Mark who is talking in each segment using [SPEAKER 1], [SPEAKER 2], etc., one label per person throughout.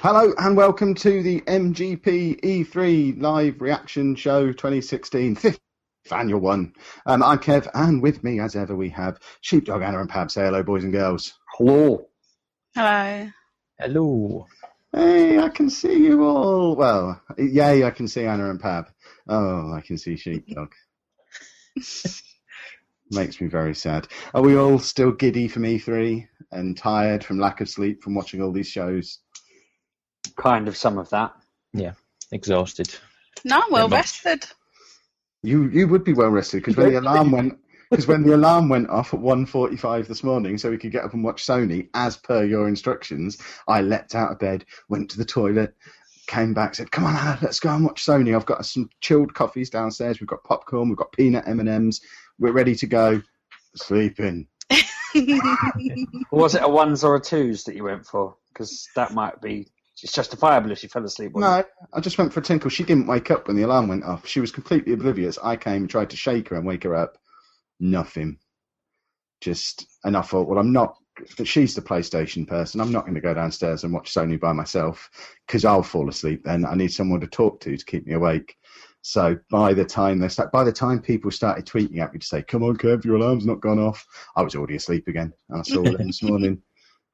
[SPEAKER 1] Hello and welcome to the MGP E3 E live reaction show 2016, fifth annual one. Um, I'm Kev, and with me, as ever, we have Sheepdog Anna and Pab. Say hello, boys and girls.
[SPEAKER 2] Hello.
[SPEAKER 3] Hello.
[SPEAKER 2] Hello.
[SPEAKER 1] Hey, I can see you all. Well, yay, I can see Anna and Pab. Oh, I can see Sheepdog. Makes me very sad. Are we all still giddy from E3 and tired from lack of sleep from watching all these shows?
[SPEAKER 2] Kind of some of that.
[SPEAKER 4] exhausted.
[SPEAKER 3] No, I'm well
[SPEAKER 4] Very much.
[SPEAKER 3] rested.
[SPEAKER 1] You you would be well rested because when the alarm went because when the alarm went off at 1.45 this morning, so we could get up and watch Sony as per your instructions, I leapt out of bed, went to the toilet, came back, said, "Come on, Anna, let's go and watch Sony. I've got some chilled coffees downstairs. We've got popcorn. We've got peanut M and M's. We're ready to go." Sleeping.
[SPEAKER 2] Was it a ones or a twos that you went for? Because that might be it's justifiable if you fell asleep. wasn't
[SPEAKER 1] No, I just went for a tinkle. She didn't wake up when the alarm went off. She was completely oblivious. I came, tried to shake her and wake her up. Nothing. Just, and I thought, well, I'm not, she's the PlayStation person. I'm not going to go downstairs and watch Sony by myself because I'll fall asleep then. I need someone to talk to to keep me awake. So by the time they start, by the time people started tweeting at me to say, "Come on, Kev, your alarm's not gone off," I was already asleep again. I saw them this morning.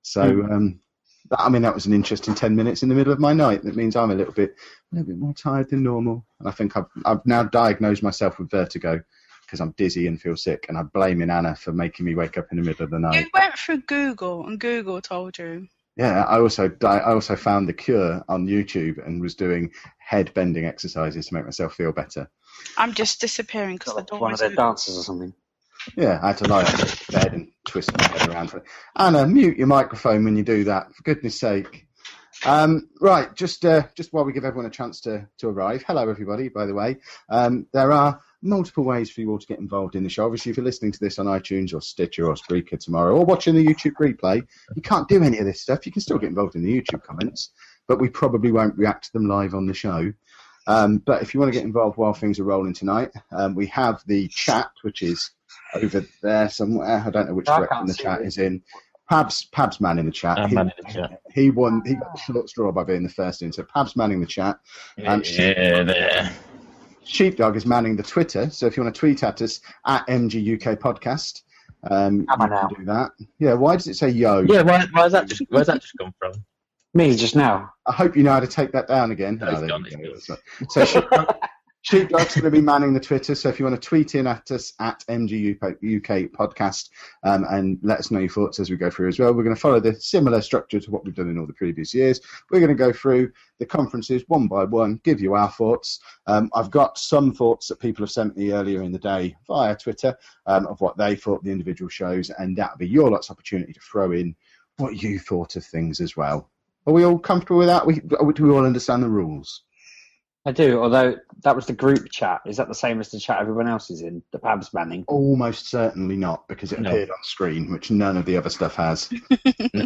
[SPEAKER 1] So um, that, I mean, that was an interesting ten minutes in the middle of my night. That means I'm a little bit, a little bit more tired than normal. And I think I've, I've now diagnosed myself with vertigo because I'm dizzy and feel sick. And I'm blaming Anna for making me wake up in the middle of the night.
[SPEAKER 3] You went through Google and Google told you.
[SPEAKER 1] Yeah, I also di- I also found the cure on YouTube and was doing head bending exercises to make myself feel better.
[SPEAKER 3] I'm just disappearing because the
[SPEAKER 2] it?
[SPEAKER 3] door
[SPEAKER 2] One of
[SPEAKER 3] is
[SPEAKER 2] their
[SPEAKER 3] open.
[SPEAKER 2] dances or something.
[SPEAKER 1] Yeah, I had to lie on the bed and twist my head around. For Anna, uh, mute your microphone when you do that, for goodness sake. Um, right, just uh, just while we give everyone a chance to, to arrive, hello everybody, by the way. Um, there are multiple ways for you all to get involved in the show. Obviously, if you're listening to this on iTunes or Stitcher or Spreaker tomorrow or watching the YouTube replay, you can't do any of this stuff. You can still get involved in the YouTube comments, but we probably won't react to them live on the show. Um, but if you want to get involved while things are rolling tonight, um, we have the chat, which is over there somewhere. I don't know which
[SPEAKER 2] I
[SPEAKER 1] direction
[SPEAKER 2] can't
[SPEAKER 1] the
[SPEAKER 2] see
[SPEAKER 1] chat
[SPEAKER 2] it.
[SPEAKER 1] is in. Pab's Pab's man in the chat.
[SPEAKER 4] I'm
[SPEAKER 1] he,
[SPEAKER 4] manning the chat.
[SPEAKER 1] he won. He got the short straw by being the first in. So Pab's manning the chat. Um,
[SPEAKER 4] yeah, there.
[SPEAKER 1] Sheepdog is manning the Twitter. So if you want to tweet at us at MGUK Podcast, um,
[SPEAKER 2] Am I
[SPEAKER 1] you can
[SPEAKER 2] now?
[SPEAKER 1] do that. Yeah. Why does it say yo?
[SPEAKER 4] Yeah, why, where's that just where's that just come from?
[SPEAKER 2] Me just now.
[SPEAKER 1] I hope you know how to take that down again.
[SPEAKER 4] No, it's
[SPEAKER 1] there
[SPEAKER 4] gone,
[SPEAKER 1] you
[SPEAKER 4] it's
[SPEAKER 1] go. So Sheepdog, Sheepdog's going to be manning the Twitter. So if you want to tweet in at us at MGUK podcast um, and let us know your thoughts as we go through as well. We're going to follow the similar structure to what we've done in all the previous years. We're going to go through the conferences one by one, give you our thoughts. Um, I've got some thoughts that people have sent me earlier in the day via Twitter um, of what they thought of the individual shows, and that'll be your lot's opportunity to throw in what you thought of things as well. Are we all comfortable with that? We, do we all understand the rules?
[SPEAKER 2] I do, although that was the group chat. Is that the same as the chat everyone else is in? The Pabs Manning.
[SPEAKER 1] Almost certainly not, because it
[SPEAKER 4] No.
[SPEAKER 1] appeared on screen, which none of the other stuff has.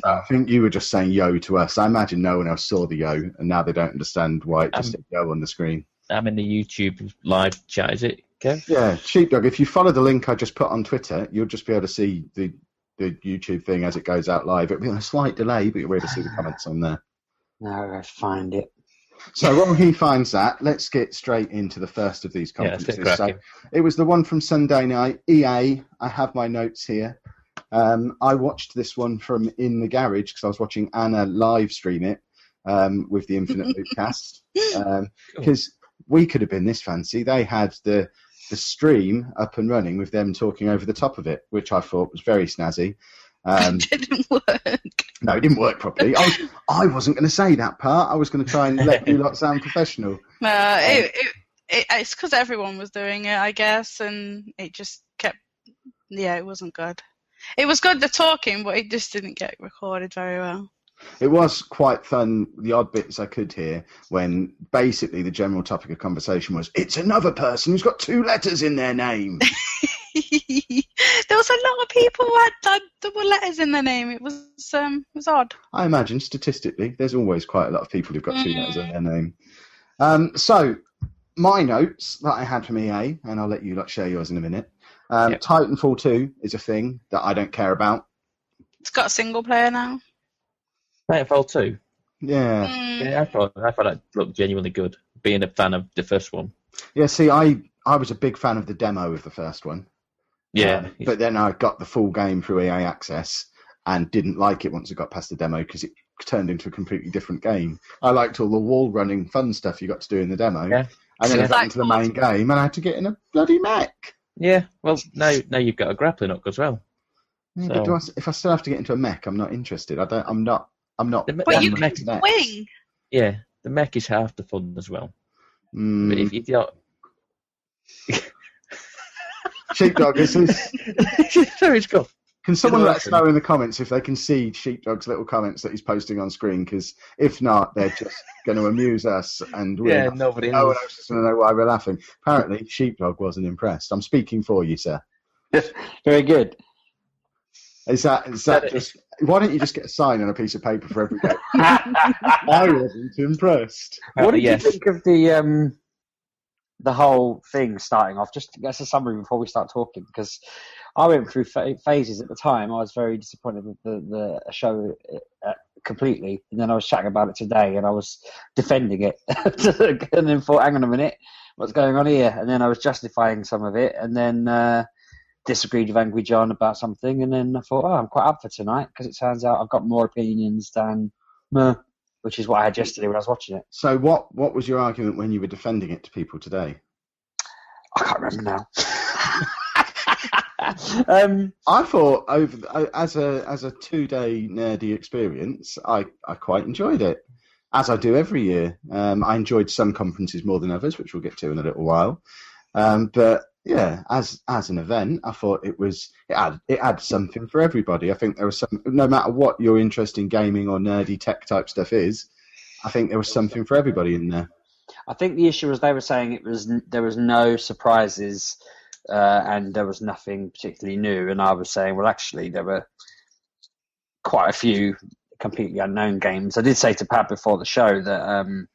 [SPEAKER 1] I think you were just saying yo to us. I imagine no one else saw the yo, and now they don't understand why it just
[SPEAKER 4] Um,
[SPEAKER 1] said yo on the screen.
[SPEAKER 4] I'm in the YouTube live chat, is it, Kev?
[SPEAKER 1] Yeah, sheepdog. If you follow the link I just put on Twitter, you'll just be able to see the the YouTube thing as it goes out live. It'll be on a slight delay, but you'll be able to see the comments on there.
[SPEAKER 2] No, I find it.
[SPEAKER 1] So while he finds that, let's get straight into the first of these
[SPEAKER 4] Yeah, let's
[SPEAKER 1] conferences.
[SPEAKER 4] get
[SPEAKER 1] so
[SPEAKER 4] cracking.
[SPEAKER 1] It was the one from Sunday night. EA. I have my notes here. Um, I watched this one from in the garage because I was watching Anna live stream it um, with the Infinite Loop cast because we could have been this fancy. They had the the stream up and running with them talking over the top of it, which I thought was very snazzy. Um,
[SPEAKER 3] it didn't work.
[SPEAKER 1] no, it didn't work properly. I, was, I wasn't going to say that part. I was going to try and let you lot sound professional.
[SPEAKER 3] No, it, it, it, it's because everyone was doing it, I guess, and it just kept. Yeah, it wasn't good. It was good the talking, but it just didn't get recorded very well.
[SPEAKER 1] It was quite fun, the odd bits I could hear, when basically the general topic of conversation was, it's another person who's got two letters in their name.
[SPEAKER 3] there was a lot of people who had done double letters in their name. It was um, it was odd.
[SPEAKER 1] I imagine statistically, there's always quite a lot of people who've got two letters in their name. Um, so, my notes that I had from EA, and I'll let you lot share yours in a minute. Um,
[SPEAKER 4] Yep.
[SPEAKER 1] Titanfall 2 is a thing that I don't care about.
[SPEAKER 3] It's got a single player now.
[SPEAKER 4] Titanfall 2.
[SPEAKER 1] Yeah.
[SPEAKER 3] Mm,
[SPEAKER 4] Yeah, I thought I thought that looked genuinely good. Being a fan of the first one.
[SPEAKER 1] Yeah, see, I I was a big fan of the demo of the first one.
[SPEAKER 4] Yeah,
[SPEAKER 1] Um, but then I got the full game through EA Access and didn't like it once I got past the demo because it turned into a completely different game. I liked all the wall running fun stuff you got to do in the demo.
[SPEAKER 4] Yeah.
[SPEAKER 1] And then I
[SPEAKER 4] Yeah.
[SPEAKER 1] got into the main game and I had to get in a bloody mech.
[SPEAKER 4] yeah. Well, now now you've got a grappling hook as well.
[SPEAKER 1] Yeah, but
[SPEAKER 4] So-
[SPEAKER 1] do I, if I still have to get into a mech, I'm not interested. I don't. I'm not. I'm not.
[SPEAKER 4] The me-
[SPEAKER 3] But
[SPEAKER 1] one
[SPEAKER 3] you
[SPEAKER 1] with
[SPEAKER 4] can
[SPEAKER 1] mechs.
[SPEAKER 3] Wing.
[SPEAKER 4] Yeah, the mech is half the fun as well. But
[SPEAKER 1] Mm.
[SPEAKER 4] if you don't,
[SPEAKER 1] Sheepdog, is this,
[SPEAKER 4] sorry, it's cool.
[SPEAKER 1] Can someone let us
[SPEAKER 4] Good luck.
[SPEAKER 1] know in the comments if they can see Sheepdog's little comments that he's posting on screen? Because if not, they're just going to amuse us, and we're
[SPEAKER 4] Yeah,
[SPEAKER 1] not-
[SPEAKER 4] nobody
[SPEAKER 1] no one
[SPEAKER 4] knows.
[SPEAKER 1] else is going to know why we're laughing. Apparently, Sheepdog wasn't impressed. I'm speaking for you, sir.
[SPEAKER 2] Very good.
[SPEAKER 1] Is that is that
[SPEAKER 4] Said it.
[SPEAKER 1] just? Why don't you just get a sign on a piece of paper for every day? I wasn't impressed.
[SPEAKER 2] What did
[SPEAKER 4] Uh, yes.
[SPEAKER 2] you think of the um, the whole thing starting off? Just as a summary before we start talking, because I went through pha- phases at the time. I was very disappointed with the the show uh, completely, and then I was chatting about it today, and I was defending it, and then thought, "Hang on a minute, what's going on here?" And then I was justifying some of it, and then. Uh, Disagreed with Angry John about something, and then I thought, "Oh, I'm quite up for tonight," because it turns out I've got more opinions than, meh, which is what I had yesterday when I was watching it.
[SPEAKER 1] So, what what was your argument when you were defending it to people today?
[SPEAKER 2] I can't remember now. um,
[SPEAKER 1] I thought over the- I- as a as a two day nerdy experience, I, I quite enjoyed it, as I do every year. Um, I enjoyed some conferences more than others, which we'll get to in a little while. Um, but yeah, as as an event, I thought it was it had it had something for everybody. I think there was some no matter what your interest in gaming or nerdy tech type stuff is, I think there was something for everybody in there.
[SPEAKER 2] I think the issue was they were saying it was n- there was no surprises uh, and there was nothing particularly new, and I was saying, well, actually, there were quite a few completely unknown games. I did say to Pat before the show that um,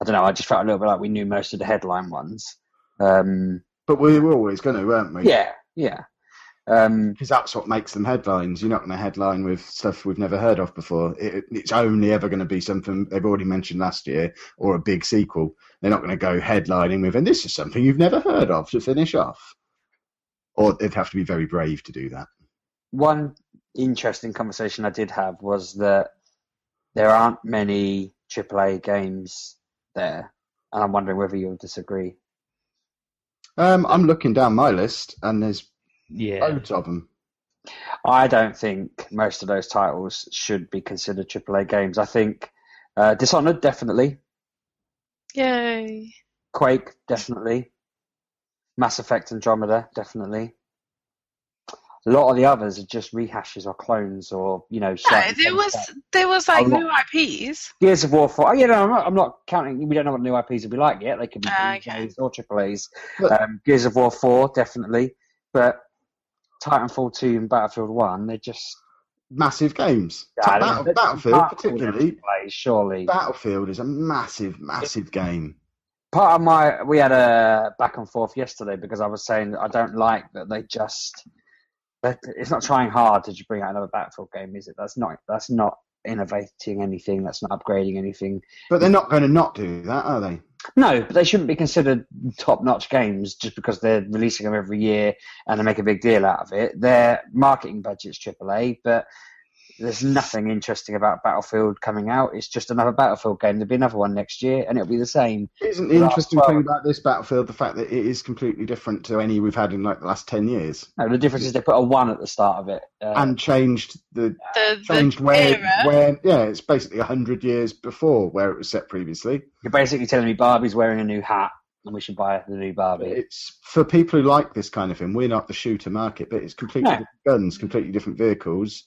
[SPEAKER 2] I don't know. I just felt a little bit like we knew most of the headline ones. Um,
[SPEAKER 1] But we were always going to, weren't we?
[SPEAKER 2] yeah, yeah. Um,
[SPEAKER 1] because that's what makes them headlines. You're not going to headline with stuff we've never heard of before. It, it's only ever going to be something they've already mentioned last year or a big sequel. They're not going to go headlining with, and this is something you've never heard of to finish off. Or they'd have to be very brave to do that.
[SPEAKER 2] one interesting conversation I did have was that there aren't many AAA games there, and I'm wondering whether you'll disagree.
[SPEAKER 1] Um, I'm looking down my list, and there's
[SPEAKER 4] Yeah,
[SPEAKER 1] loads of them.
[SPEAKER 2] I don't think most of those titles should be considered AAA games. I think uh, Dishonored definitely,
[SPEAKER 3] Yay.
[SPEAKER 2] Quake definitely, Mass Effect Andromeda definitely. A lot of the others are just rehashes or clones or you know.
[SPEAKER 3] Yeah,
[SPEAKER 2] slightly
[SPEAKER 3] there
[SPEAKER 2] changed
[SPEAKER 3] was there was like
[SPEAKER 2] A lot.
[SPEAKER 3] new IPs.
[SPEAKER 2] Gears of War 4. Oh, yeah, no, I'm not, I'm not counting. We don't know what new IPs will be like yet. They could be
[SPEAKER 3] Ah, okay.
[SPEAKER 2] AAAs or AAAs.
[SPEAKER 1] But-
[SPEAKER 2] Um, Gears of War 4, definitely. But Titanfall 2 and Battlefield 1, they're just.
[SPEAKER 1] Massive games.
[SPEAKER 2] Ah,
[SPEAKER 1] Battle-
[SPEAKER 2] they're-
[SPEAKER 1] Battlefield,
[SPEAKER 2] they're
[SPEAKER 1] particularly.
[SPEAKER 2] AAAs, surely.
[SPEAKER 1] Battlefield is a massive, massive game.
[SPEAKER 2] Part of my. We had a back and forth yesterday because I was saying that I don't like that they just. that It's not trying hard to bring out another Battlefield game, is it? That's not. That's not innovating anything. That's not upgrading anything.
[SPEAKER 1] But they're not going to not do that, are they?
[SPEAKER 2] No, but they shouldn't be considered top-notch games just because they're releasing them every year and they make a big deal out of it. Their marketing budget's AAA, but there's nothing interesting about Battlefield coming out. It's just another Battlefield game. There'll be another one next year, and it'll be the same.
[SPEAKER 1] Isn't the
[SPEAKER 2] Last
[SPEAKER 1] interesting
[SPEAKER 2] twelve.
[SPEAKER 1] thing about this battlefield the fact that it is completely different to any we've had in like the last ten years,
[SPEAKER 2] No, the difference is they put a one at the start of it. Uh,
[SPEAKER 1] and changed the
[SPEAKER 3] The, the
[SPEAKER 1] changed where
[SPEAKER 3] era.
[SPEAKER 1] where yeah, it's basically hundred years before where it was set previously.
[SPEAKER 2] you're basically telling me Barbie's wearing a new hat, and we should buy the new Barbie.
[SPEAKER 1] It's for people who like this kind of thing. We're not the shooter market, but it's completely
[SPEAKER 2] No.
[SPEAKER 1] different guns, completely different vehicles,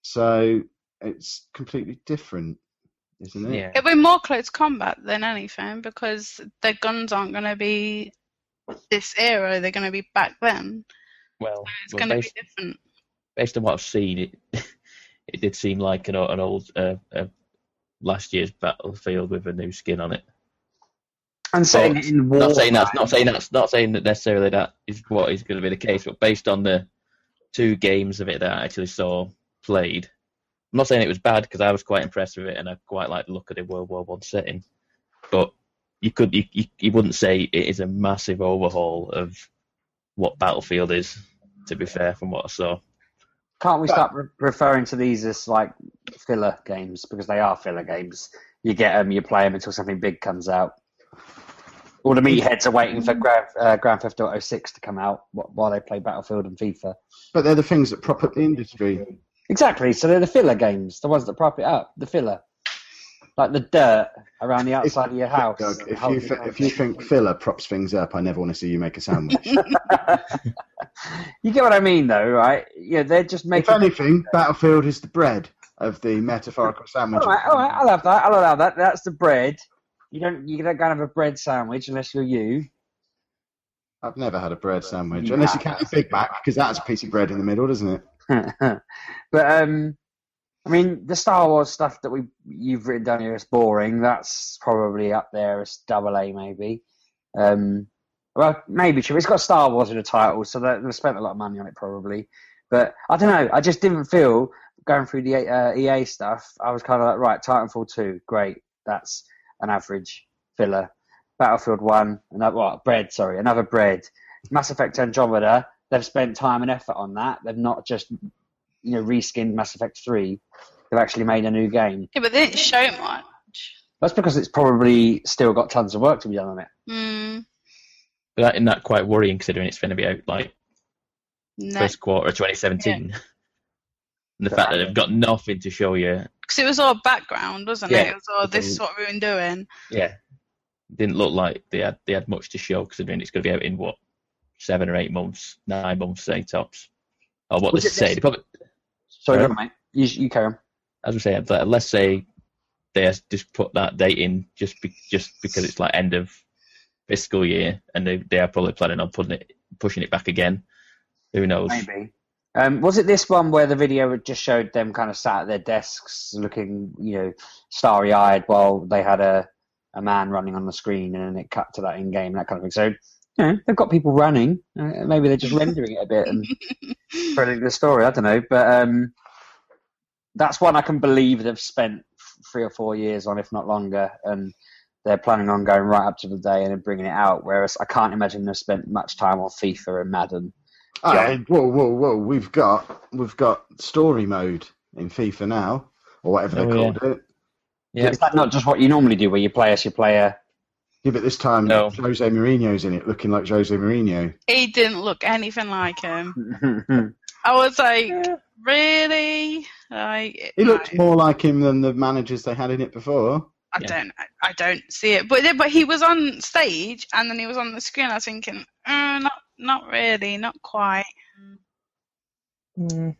[SPEAKER 1] so it's completely different, isn't it?
[SPEAKER 4] yeah.
[SPEAKER 3] It'll be more close combat than anything because the guns aren't going to be this era. They're going to be back then.
[SPEAKER 4] Well,
[SPEAKER 3] It's
[SPEAKER 4] well,
[SPEAKER 3] going to
[SPEAKER 4] based,
[SPEAKER 3] be different.
[SPEAKER 4] based on what I've seen, it it did seem like an, o- an old uh, uh, last year's battlefield with a new skin on it.
[SPEAKER 2] And setting
[SPEAKER 4] Well,
[SPEAKER 2] it in war.
[SPEAKER 4] Not saying that's not saying that's not saying that necessarily that is what is going to be the case, but based on the two games of it that I actually saw played, I'm not saying it was bad because I was quite impressed with it and I quite like the look of the World War One setting, but you could you, you, you wouldn't say it is a massive overhaul of what Battlefield is. To be fair, from what I saw,
[SPEAKER 2] Can't we start re- referring to these as like filler games because they are filler games? You get them, you play them until something big comes out. All the meatheads are waiting for Grand, uh, Grand Theft Auto 6 to come out wh- while they play Battlefield and FIFA.
[SPEAKER 1] But they're the things that prop up the industry.
[SPEAKER 2] Exactly, so they're the filler games, the ones that prop it up, the filler. Like the dirt around the outside of your house.
[SPEAKER 1] Doug, if
[SPEAKER 2] How-
[SPEAKER 1] you th- if you think filler props things up, I never want to see you make a sandwich.
[SPEAKER 2] you get what I mean, though, right? Yeah, they're just
[SPEAKER 1] if
[SPEAKER 2] making.
[SPEAKER 1] anything, Battlefield is the bread of the metaphorical sandwich.
[SPEAKER 2] All right, all right, I'll have that. I'll allow that. That's the bread. You don't. You don't kind of have a bread sandwich unless you're you.
[SPEAKER 1] I've never had a bread sandwich, unless you count a Big Mac, because that's a piece of bread in the middle, doesn't it?
[SPEAKER 2] but um, I mean, the Star Wars stuff that we you've written down here is boring. That's probably up there as double A, maybe. Um, well, maybe true. It's got Star Wars in the title, so they- they've spent a lot of money on it, probably. But I don't know. I just didn't feel going through the uh, EA stuff. I was kind of like, right, Titanfall two, great. That's an average filler. Battlefield one, another what bread? Sorry, another bread. Mass Effect Andromeda. They've spent time and effort on that. They've not just you know reskinned Mass Effect Three. They've actually made a new game.
[SPEAKER 3] Yeah, but they didn't show much.
[SPEAKER 2] That's because it's probably still got tons of work to be done on it.
[SPEAKER 3] Mm,
[SPEAKER 4] but that isn't that quite worrying considering it's going to be out like
[SPEAKER 3] no,
[SPEAKER 4] first quarter of 2017. and the fact that they've got nothing to show you,
[SPEAKER 3] because it was all background, wasn't it?
[SPEAKER 4] Yeah.
[SPEAKER 3] It was all this is what we've been doing.
[SPEAKER 4] yeah, didn't look like they had they had much to show considering it's going to be out in what seven or eight months, nine months, say tops, or what
[SPEAKER 2] Was
[SPEAKER 4] they
[SPEAKER 2] it
[SPEAKER 4] say.
[SPEAKER 2] this-
[SPEAKER 4] They probably,
[SPEAKER 2] Sorry,
[SPEAKER 4] Yeah.
[SPEAKER 2] go on, mate. You, you carry on.
[SPEAKER 4] as we say, but let's say they just put that date in just be, just because it's like end of fiscal year, and they they are probably planning on putting it pushing it back again. Who knows?
[SPEAKER 2] Maybe. Um, was it this one where the video had just showed them kind of sat at their desks, looking you know starry eyed, while they had a a man running on the screen, and then it cut to that in game, that kind of thing. So. You know, they've got people running. Uh, maybe they're just rendering it a bit and spreading the story. I don't know, but um, that's one I can believe they've spent f- three or four years on, if not longer, and they're planning on going right up to the day and then bringing it out. Whereas I can't imagine they've spent much time on FIFA and Madden.
[SPEAKER 1] Oh,
[SPEAKER 2] Yeah.
[SPEAKER 1] whoa, whoa, whoa! We've got we've got story mode in FIFA now, or whatever they
[SPEAKER 4] Oh,
[SPEAKER 1] called it.
[SPEAKER 4] Yeah,
[SPEAKER 2] Is that not just what you normally do, where you play as your player?
[SPEAKER 1] Yeah, but this time
[SPEAKER 4] No.
[SPEAKER 1] Jose Mourinho's in it, looking like Jose Mourinho.
[SPEAKER 3] He didn't look anything like him. I was like, really? Like,
[SPEAKER 1] He
[SPEAKER 3] no,
[SPEAKER 1] looked more like him than the managers they had in it before.
[SPEAKER 3] I
[SPEAKER 4] Yeah.
[SPEAKER 3] don't, I- I don't see it. But then- but he was on stage, and then he was on the screen. I was thinking, uh, not, not really, not quite.
[SPEAKER 4] Mm.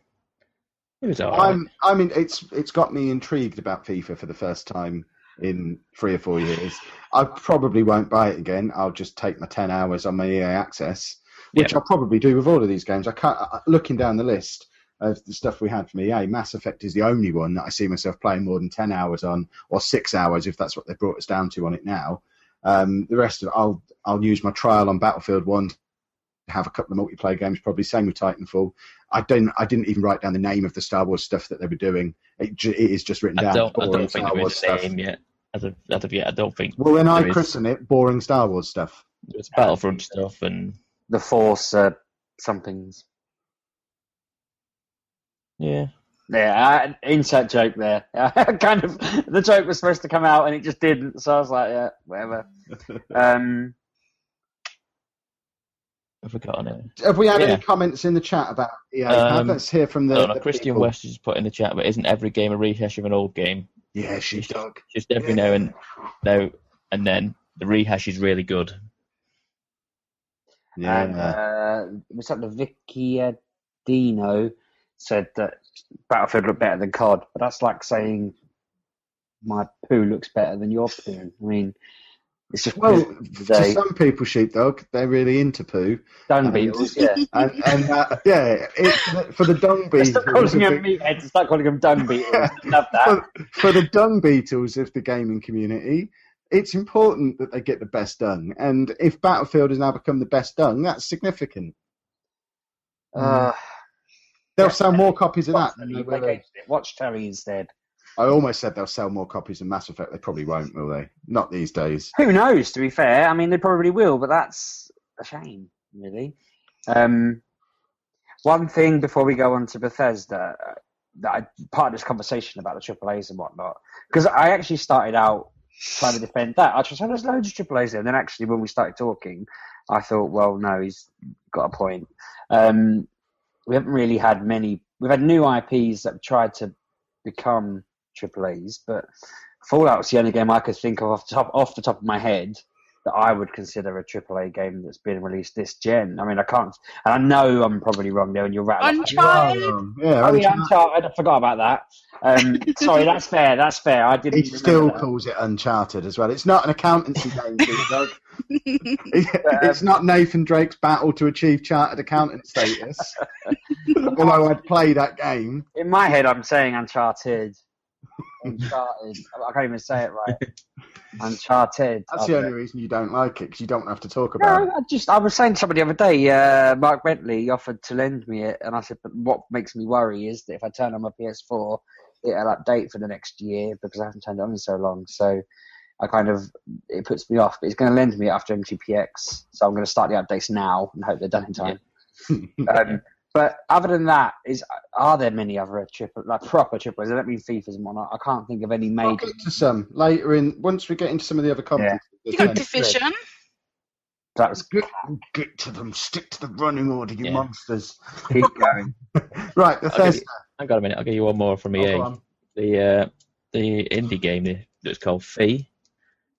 [SPEAKER 4] it was alright.
[SPEAKER 1] I'm, I mean, it's it's got me intrigued about FIFA for the first time in three or four years. I probably won't buy it again. I'll just take my ten hours on my EA access, which
[SPEAKER 4] Yeah.
[SPEAKER 1] I'll probably do with all of these games. I can't. I- Looking down the list of the stuff we had from EA, Mass Effect is the only one that I see myself playing more than ten hours on, or six hours if that's what they brought us down to on it now. Um, the rest of I'll I'll use my trial on Battlefield One have a couple of multiplayer games, probably same with Titanfall. I don't, I didn't even write down the name of the Star Wars stuff that they were doing. It, ju- it is just written
[SPEAKER 4] I
[SPEAKER 1] down.
[SPEAKER 4] don't, I
[SPEAKER 1] boring
[SPEAKER 4] don't think
[SPEAKER 1] Star
[SPEAKER 4] there
[SPEAKER 1] Wars
[SPEAKER 4] is a
[SPEAKER 1] stuff.
[SPEAKER 4] name yet. As of, as of yet, I don't think
[SPEAKER 1] Well, then I
[SPEAKER 4] There is.
[SPEAKER 1] christen it boring Star Wars stuff.
[SPEAKER 4] it's Battlefront stuff and
[SPEAKER 2] The Force, uh, something's.
[SPEAKER 4] yeah.
[SPEAKER 2] Yeah, I, insert joke there. kind of, the joke was supposed to come out and it just didn't. So I was like, yeah, whatever. Um,
[SPEAKER 4] I've forgotten it.
[SPEAKER 1] Have we had
[SPEAKER 4] Yeah.
[SPEAKER 1] any comments in the uh, chat about EA?
[SPEAKER 4] Um,
[SPEAKER 1] Let's hear from the,
[SPEAKER 4] No, no,
[SPEAKER 1] the
[SPEAKER 4] Christian
[SPEAKER 1] people.
[SPEAKER 4] West has put in the chat, but isn't every game a rehash of an old game?
[SPEAKER 1] Yeah, she dog.
[SPEAKER 4] Just every now and now and then, the rehash is really good.
[SPEAKER 1] Yeah,
[SPEAKER 2] And uh, was that the Vicky uh, Dino said that Battlefield looked better than COD, but that's like saying my poo looks better than your poo. I mean, it's just
[SPEAKER 1] Well, to
[SPEAKER 2] they
[SPEAKER 1] some people, sheepdog, they're really into poo,
[SPEAKER 2] dung beetles. Yeah,
[SPEAKER 1] and, and uh, yeah, it, for the dung beetles,
[SPEAKER 2] stop calling
[SPEAKER 1] it was a
[SPEAKER 2] them
[SPEAKER 1] big-
[SPEAKER 2] meatheads. Stop calling them dung beetles. Love that.
[SPEAKER 1] for the dung beetles of the gaming community, it's important that they get the best dung. And if
[SPEAKER 2] Mm.
[SPEAKER 1] Battlefield has now become the best dung, that's significant.
[SPEAKER 2] Uh,
[SPEAKER 1] They'll sell more copies of that than they
[SPEAKER 2] They
[SPEAKER 1] will. of-
[SPEAKER 2] gave it- Watch Terry instead.
[SPEAKER 1] I almost said they'll sell more copies of Mass Effect. They probably won't, will they? Not these days.
[SPEAKER 2] Who knows? To be fair, I mean they probably will, but that's a shame, really. Um, one thing before we go on to Bethesda, uh, that I, part of this conversation about the AAA's and whatnot, because I actually started out trying to defend that. I just said there's loads of AAA's there, and then actually when we started talking, I thought, well, no, he's got a point. Um, we haven't really had many. We've had new IPs that have tried to become AAA's, but Fallout's the only game I could think of off the top off the top of my head that I would consider a AAA game that's been released this gen. I mean, I can't, and I know I'm probably wrong there, and you're right.
[SPEAKER 3] Uncharted.
[SPEAKER 1] Um, yeah,
[SPEAKER 2] Oh, yeah,
[SPEAKER 1] Uncharted.
[SPEAKER 2] Uncharted. I forgot about that. Um, sorry, that's fair. That's fair. I didn't.
[SPEAKER 1] he still
[SPEAKER 2] remember that.
[SPEAKER 1] calls it Uncharted as well. It's not an accountancy game, Steve, Doug. it's not Nathan Drake's battle to achieve chartered accountant status. Although I'd play that game.
[SPEAKER 2] In my head, I'm saying Uncharted. Uncharted. I can't even say it right. Uncharted.
[SPEAKER 1] That's the only reason you don't like it because you don't have to talk about
[SPEAKER 2] No, I just I was saying to somebody the other day, uh, Mark Bentley offered to lend me it, and I said, but what makes me worry is that if I turn on my PS4, it'll update for the next year because I haven't turned it on in so long. So I kind of it puts me off. But he's going to lend me it after MTPX, so I'm going to start the updates now and hope they're done in time.
[SPEAKER 1] it.
[SPEAKER 2] Um, but other than that, is are there many other triple like proper triples? I don't mean FIFAs and whatnot. I can't think of any
[SPEAKER 1] I'll
[SPEAKER 2] major.
[SPEAKER 1] get to some later in once we get into some of the other conferences.
[SPEAKER 3] you
[SPEAKER 1] there's
[SPEAKER 3] got
[SPEAKER 1] plenty.
[SPEAKER 3] division.
[SPEAKER 2] That was
[SPEAKER 1] Get, get to them. Stick to the running order, you
[SPEAKER 4] Yeah.
[SPEAKER 1] monsters.
[SPEAKER 2] keep going.
[SPEAKER 1] Right, the
[SPEAKER 4] I'll give
[SPEAKER 1] Thursday.
[SPEAKER 4] you- Hang on a minute, I'll get you one more from
[SPEAKER 1] Oh,
[SPEAKER 4] EA.
[SPEAKER 1] go on.
[SPEAKER 4] the uh, the indie game that's called E. Fee.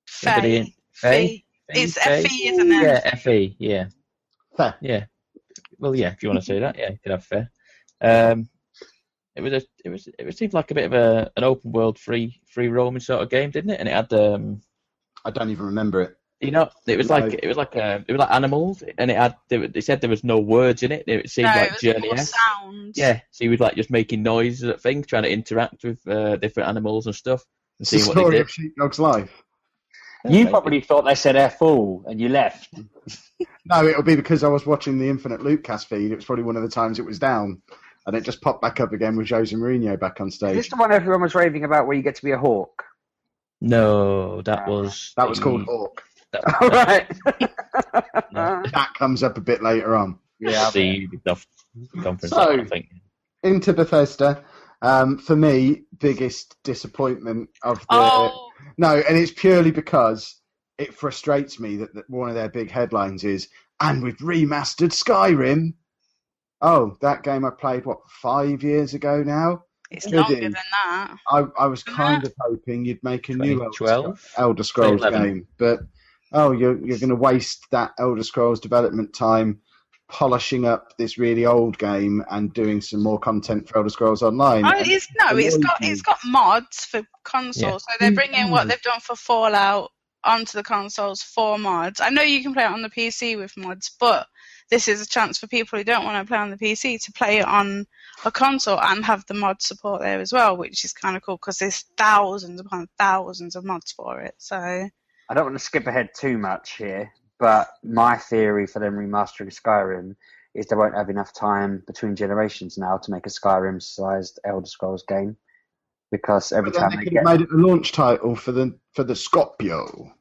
[SPEAKER 3] Faye.
[SPEAKER 4] Anybody-
[SPEAKER 3] Faye.
[SPEAKER 4] Faye?
[SPEAKER 3] E? It's
[SPEAKER 4] Fee?
[SPEAKER 3] FE, isn't it?
[SPEAKER 4] E? Yeah, Fe. Yeah,
[SPEAKER 1] Fair.
[SPEAKER 4] yeah. Well, yeah. If you want to say that, yeah, you could have fair. Um, it was a, it was, it seemed like a bit of a an open world free free roaming sort of game, didn't it? And it had um,
[SPEAKER 1] I don't even remember it.
[SPEAKER 4] you know, it was
[SPEAKER 1] No.
[SPEAKER 4] like it was like uh it was like animals, and it had they, were- they said there was no words in it. It seemed
[SPEAKER 3] No,
[SPEAKER 4] like
[SPEAKER 3] it was
[SPEAKER 4] Journey.
[SPEAKER 3] more
[SPEAKER 4] esque.
[SPEAKER 3] sound.
[SPEAKER 4] Yeah, so you was like just making noises at things, trying to interact with uh, different animals and stuff, and
[SPEAKER 1] It's the
[SPEAKER 4] seeing what they
[SPEAKER 1] story
[SPEAKER 4] did.
[SPEAKER 1] of Sheepdog's life.
[SPEAKER 2] You probably thought they said F all and you left.
[SPEAKER 1] No, it'll be because I was watching the Infinite Loop cast feed. It was probably one of the times it was down, and it just popped back up again with Jose Mourinho back on
[SPEAKER 2] Is this
[SPEAKER 1] stage.
[SPEAKER 2] the one everyone was raving about where you get to be a hawk?
[SPEAKER 4] No, that was
[SPEAKER 1] That was
[SPEAKER 4] the-
[SPEAKER 1] called Hawk.
[SPEAKER 4] That,
[SPEAKER 2] All
[SPEAKER 4] that-
[SPEAKER 2] right.
[SPEAKER 4] No.
[SPEAKER 1] That comes up a bit later on.
[SPEAKER 2] yeah.
[SPEAKER 4] the Ubisoft conference.
[SPEAKER 1] So-
[SPEAKER 4] I think.
[SPEAKER 1] Into Bethesda. Um, for me, biggest disappointment of the
[SPEAKER 3] Oh,
[SPEAKER 1] no, and it's purely because it frustrates me that, that one of their big headlines is and we've remastered Skyrim. Oh, that game I played what five years ago now.
[SPEAKER 3] it's
[SPEAKER 1] Good
[SPEAKER 3] longer
[SPEAKER 1] in.
[SPEAKER 3] than that.
[SPEAKER 1] I, I was kind of hoping youuld make a new Oh, Elder, Scro-
[SPEAKER 4] 2012?
[SPEAKER 1] Elder Scrolls
[SPEAKER 4] 2011.
[SPEAKER 1] game, but oh, you're you're going to waste that Elder Scrolls development time polishing up this really old game and doing some more content for Elder Scrolls Online.
[SPEAKER 3] Oh,
[SPEAKER 1] And
[SPEAKER 3] it's no, it's
[SPEAKER 1] annoyed
[SPEAKER 3] got
[SPEAKER 1] me.
[SPEAKER 3] it's got mods for consoles, so they're bringing what they've done for Fallout onto the consoles for mods. I know you can play it on the PC with mods, but this is a chance for people who don't want to play on the PC to play it on a console and have the mod support there as well, which is kind of cool because there's thousands upon thousands of mods for it. So
[SPEAKER 2] I don't want to skip ahead too much here, but my theory for them remastering Skyrim is they won't have enough time between generations now to make a Skyrim-sized Elder Scrolls game because every
[SPEAKER 1] But then
[SPEAKER 2] time
[SPEAKER 1] they
[SPEAKER 2] they
[SPEAKER 1] could
[SPEAKER 2] get,
[SPEAKER 1] have made it a launch title for the for the Scorpio.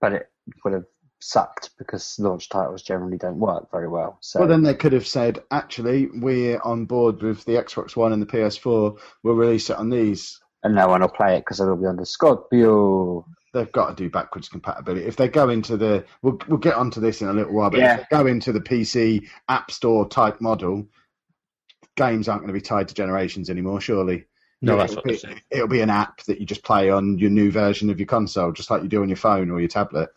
[SPEAKER 2] but it would have sucked because launch titles generally don't work very well. So
[SPEAKER 1] Well, then they could have said, actually, we're on board with the Xbox One and the PS4. We'll release it on these.
[SPEAKER 2] and no one will play it because it'll be under Scorpio.
[SPEAKER 1] They've got to do backwards compatibility. If they go into the, we'll, we'll get onto this in a little while, but
[SPEAKER 2] Yeah.
[SPEAKER 1] if they go into the PC App Store type model, games aren't going to be tied to generations anymore, surely.
[SPEAKER 4] No,
[SPEAKER 1] It'll
[SPEAKER 4] that's what
[SPEAKER 1] be-
[SPEAKER 4] they said.
[SPEAKER 1] It'll be an app that you just play on your new version of your console, just like you do on your phone or your tablet.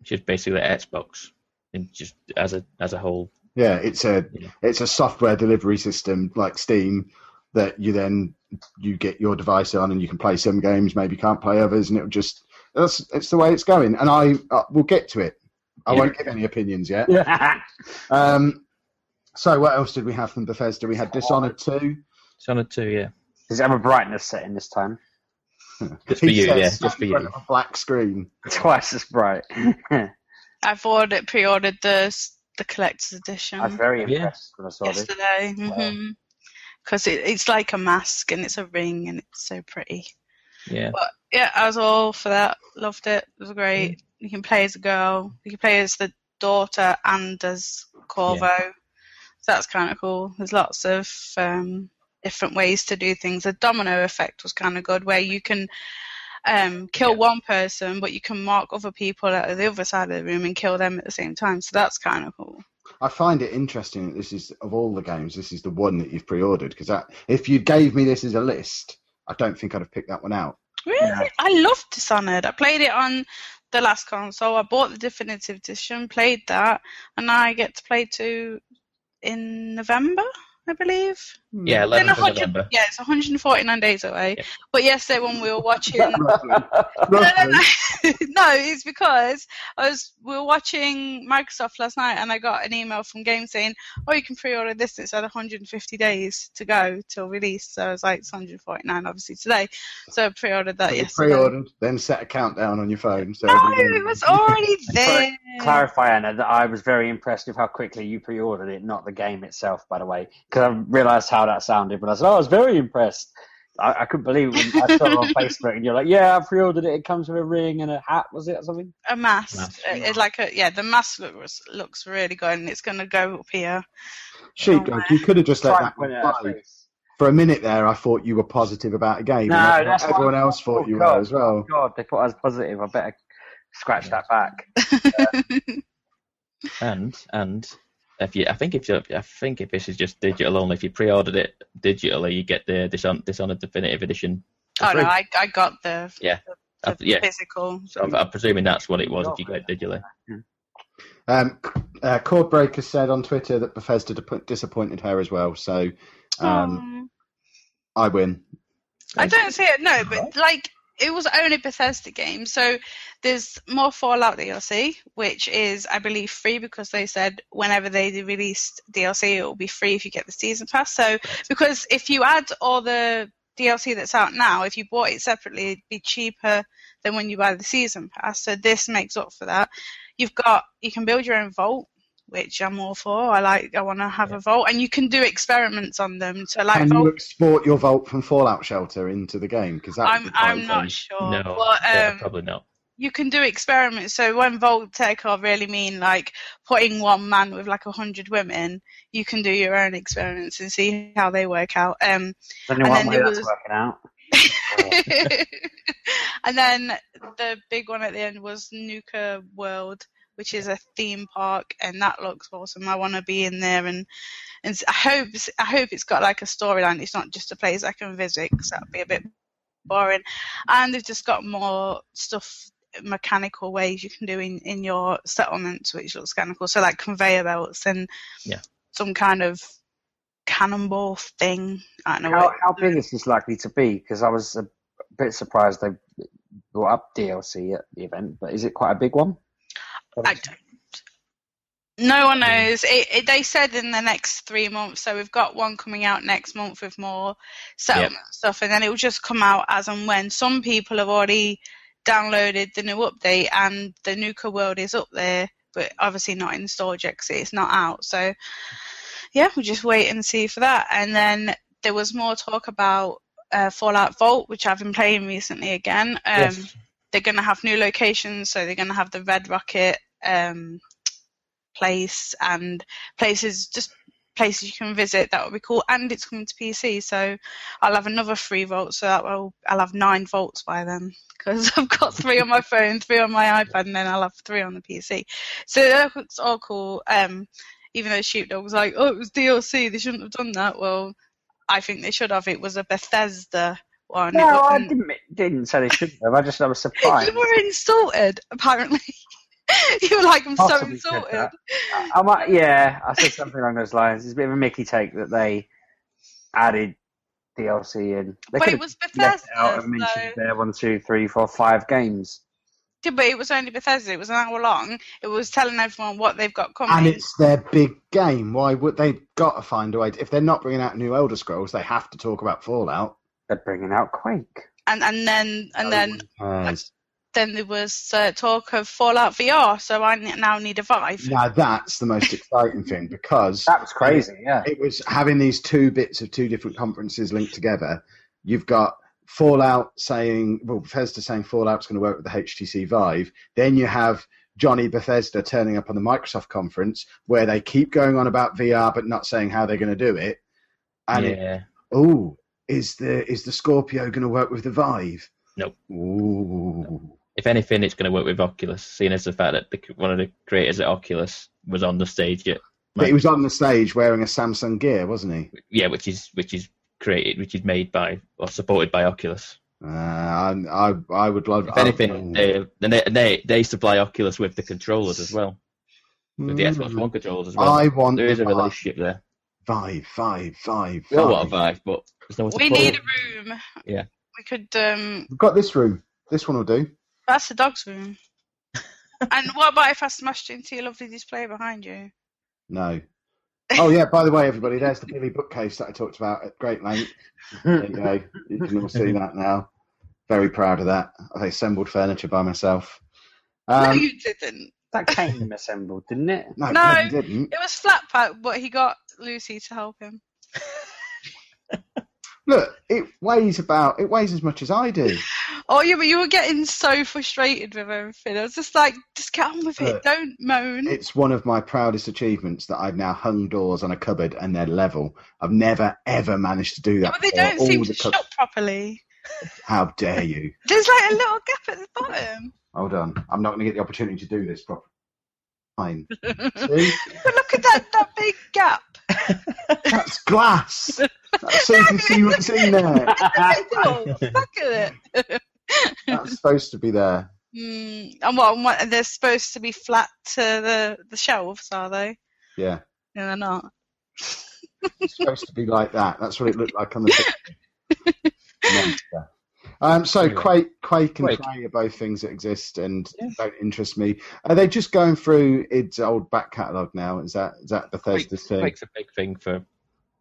[SPEAKER 4] It's just basically Xbox, and just as a as a whole.
[SPEAKER 1] Yeah, it's a
[SPEAKER 4] Yeah.
[SPEAKER 1] it's a software delivery system like Steam that you then you get your device on and you can play some games, maybe can't play others, and it'll just that's it's the way it's going. And I uh, we'll get to it. I
[SPEAKER 4] Yeah.
[SPEAKER 1] won't give any opinions yet.
[SPEAKER 2] Yeah.
[SPEAKER 1] Um, so what else did we have from Bethesda? We had Dishonored two.
[SPEAKER 4] Dishonored two, yeah.
[SPEAKER 2] Does it have a brightness setting this time?
[SPEAKER 4] Just for
[SPEAKER 1] He
[SPEAKER 4] you,
[SPEAKER 1] says,
[SPEAKER 4] yeah.
[SPEAKER 1] "Sat
[SPEAKER 4] Just for
[SPEAKER 1] in front
[SPEAKER 4] you.
[SPEAKER 1] of A black screen.
[SPEAKER 2] Twice as bright.
[SPEAKER 3] I've ordered pre-ordered the the collector's edition
[SPEAKER 2] I was very
[SPEAKER 4] Yeah.
[SPEAKER 2] impressed when I saw this.
[SPEAKER 3] yesterday.
[SPEAKER 2] Wow.
[SPEAKER 3] hmm because it, it's like a mask and it's a ring and it's so pretty.
[SPEAKER 4] Yeah.
[SPEAKER 3] But yeah, I was all for that. Loved it. It was great. You can play as a girl. You can play as the daughter and as Corvo. So that's kind of cool. There's lots of um, different ways to do things. The domino effect was kind of good, where you can um, kill
[SPEAKER 4] Yeah.
[SPEAKER 3] one person, but you can mark other people at the other side of the room and kill them at the same time. So that's kind of cool.
[SPEAKER 1] I find it interesting that this is of all the games, this is the one that you've pre-ordered because if you gave me this as a list, I don't think I'd have picked that one out.
[SPEAKER 3] Really?
[SPEAKER 2] Yeah.
[SPEAKER 3] I loved Dishonored. I played it on the last console. I bought the definitive edition, played that, and now I get to play two in November, I believe.
[SPEAKER 4] Yeah,
[SPEAKER 3] Then
[SPEAKER 4] 11th of
[SPEAKER 3] 100
[SPEAKER 4] November.
[SPEAKER 3] Yeah, it's 149 days away.
[SPEAKER 4] Yeah.
[SPEAKER 3] But yesterday when we were watching no, no,
[SPEAKER 1] Roughly.
[SPEAKER 3] no. no, it's because I was we were watching Microsoft last night, and I got an email from Game saying, "Oh, you can pre-order this. It's had 150 days to go till release." So I was like, "It's 149, obviously today." So I pre-ordered that
[SPEAKER 1] So you
[SPEAKER 3] yesterday.
[SPEAKER 1] pre-ordered, then set a countdown on your phone. So
[SPEAKER 3] No,
[SPEAKER 1] everybody-
[SPEAKER 3] Oh, it was already there.
[SPEAKER 2] clarify, Anna, that I was very impressed with how quickly you pre-ordered it, not the game itself, by the way, because I realised how that sounded. But I said, "Oh, I was very impressed." I, I couldn't believe when I saw it on Facebook, and you're like, "Yeah, I pre-ordered it. It comes with a ring and a hat, was it or something?"
[SPEAKER 3] a mask,
[SPEAKER 4] Mask.
[SPEAKER 3] Uh, it's like a yeah. The mask looks looks really good, and it's gonna go up here.
[SPEAKER 1] Sheep, like, you could have just let
[SPEAKER 2] Try and
[SPEAKER 1] that
[SPEAKER 2] put it
[SPEAKER 1] one
[SPEAKER 2] in our
[SPEAKER 1] slide.
[SPEAKER 2] face.
[SPEAKER 1] For a minute there, I thought you were positive about a game.
[SPEAKER 2] No,
[SPEAKER 1] and
[SPEAKER 2] that's
[SPEAKER 1] everyone
[SPEAKER 2] why-
[SPEAKER 1] else thought
[SPEAKER 2] oh,
[SPEAKER 1] you
[SPEAKER 2] God.
[SPEAKER 1] were as well.
[SPEAKER 2] God, they thought I was positive. I better scratch that back.
[SPEAKER 4] And and if you, I think if you, I think if this is just digital only, if you pre-ordered it digitally, you get the Dishon- Dishonored Definitive Edition. for
[SPEAKER 3] Oh no,
[SPEAKER 4] free.
[SPEAKER 3] I I got the
[SPEAKER 4] Yeah.
[SPEAKER 3] the,
[SPEAKER 4] Uh, yeah.
[SPEAKER 3] physical.
[SPEAKER 4] So I'm, I'm presuming that's what it was. If you got it digitally,
[SPEAKER 1] Um, C- uh, Cordbreaker said on Twitter that Bethesda dip- disappointed her as well. So um,
[SPEAKER 3] Um,
[SPEAKER 1] I win.
[SPEAKER 3] I don't see it. No, but like it was only Bethesda game, so there's more Fallout DLC, which is I believe free because they said whenever they released DLC, it will be free if you get the season pass. So because if you add all the DLC that's out now, if you bought it separately, it'd be cheaper than when you buy the season pass. So this makes up for that. You've got you can build your own vault. Which I'm all for. I like. I want to have a vault, and you can do experiments on them. So, like,
[SPEAKER 1] Can
[SPEAKER 3] vault
[SPEAKER 1] you export your vault from Fallout Shelter into the game? Because
[SPEAKER 3] I'm I'm not sure,
[SPEAKER 4] no, yeah,
[SPEAKER 3] but Oh, um,
[SPEAKER 4] probably not.
[SPEAKER 3] you can do experiments. So when Voltec are really mean, like putting one man with like a hundred women, you can do your own experiments and see how they work out. Um,
[SPEAKER 2] There's only one
[SPEAKER 3] then
[SPEAKER 2] way
[SPEAKER 3] there
[SPEAKER 2] that's
[SPEAKER 3] was-
[SPEAKER 2] working out.
[SPEAKER 3] and then the big one at the end was Nuka World, which is a theme park, and that looks awesome. I want to be in there, and and I hope I hope it's got like a storyline. It's not just a place I can visit, 'cause that'd be a bit boring. And they've just got more stuff, mechanical ways you can do in in your settlements, which looks kind of cool. So like conveyor belts and
[SPEAKER 4] Yeah.
[SPEAKER 3] some kind of cannonball thing. I don't know.
[SPEAKER 2] How,
[SPEAKER 3] what-
[SPEAKER 2] how big is this likely to be? Because I was a bit surprised they brought up DLC at the event, but is it quite a big one?
[SPEAKER 3] I don't. No one knows. It, it, they said in the next three months, so we've got one coming out next month with more settlement stuff, and then it will just come out as and when. Some people have already downloaded the new update, and the Nuka World is up there, but obviously not installed yet 'cause it's not out. So, yeah, we'll just wait and see for that. And then there was more talk about uh, Fallout Vault, which I've been playing recently again. Um,
[SPEAKER 4] Yes.
[SPEAKER 3] they're going to have new locations, so they're going to have the Red Rocket um, place and places just places you can visit that would be cool and it's coming to pc so i'll have another three vault so that will i'll have nine vaults by then because i've got three on my phone three on my ipad and then i'll have three on the pc so that looks all cool um even though sheepdog was like oh it was dlc they shouldn't have done that well i think they should have it was a bethesda one It
[SPEAKER 2] No, I
[SPEAKER 3] wasn't-
[SPEAKER 2] didn't, didn't say they shouldn't have. I just I was surprised.
[SPEAKER 3] Um, you were insulted, apparently. you were like, I'm so
[SPEAKER 2] Possibly said
[SPEAKER 3] insulted.
[SPEAKER 2] that. I, I might, yeah, I said something along those lines. It's a bit of a Mickey take that they added DLC in. They
[SPEAKER 3] But
[SPEAKER 2] could
[SPEAKER 3] it
[SPEAKER 2] have
[SPEAKER 3] was
[SPEAKER 2] left
[SPEAKER 3] Bethesda,
[SPEAKER 2] it out and mentioned
[SPEAKER 3] so...
[SPEAKER 2] their one, two, three, four, five games.
[SPEAKER 3] Yeah, but it was only Bethesda. It was an hour long. It was telling everyone what they've got coming.
[SPEAKER 1] And it's their big game. Why would they? Got to find a way. If they're not bringing out new Elder Scrolls, they have to talk about Fallout.
[SPEAKER 2] They're bringing out Quake.
[SPEAKER 3] and, and then and then
[SPEAKER 1] Yes.
[SPEAKER 3] then there was uh, talk of Fallout VR, so I n- now need a Vive.
[SPEAKER 1] Now that's the most exciting thing because
[SPEAKER 2] That was crazy. Yeah.
[SPEAKER 1] it was having these two bits of two different conferences linked together. You've got Fallout saying, well, Bethesda saying Fallout's going to work with the HTC Vive. Then you have Johnny Bethesda turning up on the Microsoft conference where they keep going on about VR but not saying how they're going to do it. And it-
[SPEAKER 4] yeah.
[SPEAKER 1] oh, is the is the Scorpio going to work with the Vive?
[SPEAKER 4] Nope.
[SPEAKER 1] Ooh.
[SPEAKER 4] If anything, it's going to work with Oculus, seeing as the fact that the, one of the creators at Oculus was on the stage at
[SPEAKER 1] But he was on the stage wearing a Samsung gear, wasn't he?
[SPEAKER 4] yeah, which is which is created, which is made by or supported by Oculus.
[SPEAKER 1] Uh, I, I I would love.
[SPEAKER 4] If anything, uh, they, they they they supply Oculus with the controllers as well, with the
[SPEAKER 1] Mm.
[SPEAKER 4] Xbox One controllers as well.
[SPEAKER 1] I want
[SPEAKER 4] there is
[SPEAKER 1] the
[SPEAKER 4] a
[SPEAKER 1] Vive.
[SPEAKER 4] relationship there.
[SPEAKER 1] Five, five, five,
[SPEAKER 3] Oh,
[SPEAKER 4] We all want a
[SPEAKER 1] five.
[SPEAKER 4] Vive, but there's no one to
[SPEAKER 3] We
[SPEAKER 4] put
[SPEAKER 3] need
[SPEAKER 4] it.
[SPEAKER 3] a room.
[SPEAKER 4] Yeah.
[SPEAKER 3] We could. um
[SPEAKER 1] We've got this room. This one will do.
[SPEAKER 3] That's the dog's room. and what about if I smashed into your lovely display behind you?
[SPEAKER 1] No. Oh yeah. By the way, everybody, there's the Billy bookcase that I talked about at great length. There you go. You can all see that now. Very proud of that. I assembled furniture by myself.
[SPEAKER 3] no,
[SPEAKER 1] Um,
[SPEAKER 3] you didn't.
[SPEAKER 2] That came assembled, didn't it?
[SPEAKER 1] no,
[SPEAKER 3] No.
[SPEAKER 1] bloody didn't.
[SPEAKER 3] It was flat pack, but he got Lucy to help him.
[SPEAKER 1] Look, it weighs about. It weighs as much as I do.
[SPEAKER 3] Oh, yeah, but you were getting so frustrated with everything. I was just like, just get on with it.
[SPEAKER 1] Look,
[SPEAKER 3] Don't moan.
[SPEAKER 1] It's one of my proudest achievements that I've now hung doors on a cupboard and they're level. I've never ever managed to do
[SPEAKER 3] Yeah,
[SPEAKER 1] that.
[SPEAKER 3] but they
[SPEAKER 1] before.
[SPEAKER 3] don't
[SPEAKER 1] All
[SPEAKER 3] seem
[SPEAKER 1] the
[SPEAKER 3] to
[SPEAKER 1] cup-
[SPEAKER 3] shop properly.
[SPEAKER 1] How dare you?
[SPEAKER 3] There's like a little gap at the bottom.
[SPEAKER 1] Hold on. I'm not going to get the opportunity to do this properly. Fine.
[SPEAKER 3] but
[SPEAKER 1] See?
[SPEAKER 3] look at that, that big gap.
[SPEAKER 1] That's glass. That's so you can see what's in there.
[SPEAKER 3] Oh, look at it.
[SPEAKER 1] That's supposed to be there.
[SPEAKER 3] Mm, and what, and what? and They're supposed to be flat to the, the shelves, are they?
[SPEAKER 1] Yeah.
[SPEAKER 3] No, they're not.
[SPEAKER 1] It's supposed to be like that. That's what it looked like on the picture. Monster. Um, so
[SPEAKER 4] Anyway.
[SPEAKER 1] Quake, Quake and
[SPEAKER 4] Quake.
[SPEAKER 1] Prey are both things that exist and
[SPEAKER 4] Yeah.
[SPEAKER 1] don't interest me. Are they just going through its old back catalogue now? Is that is that Bethesda's thing?
[SPEAKER 4] Quake's a big thing for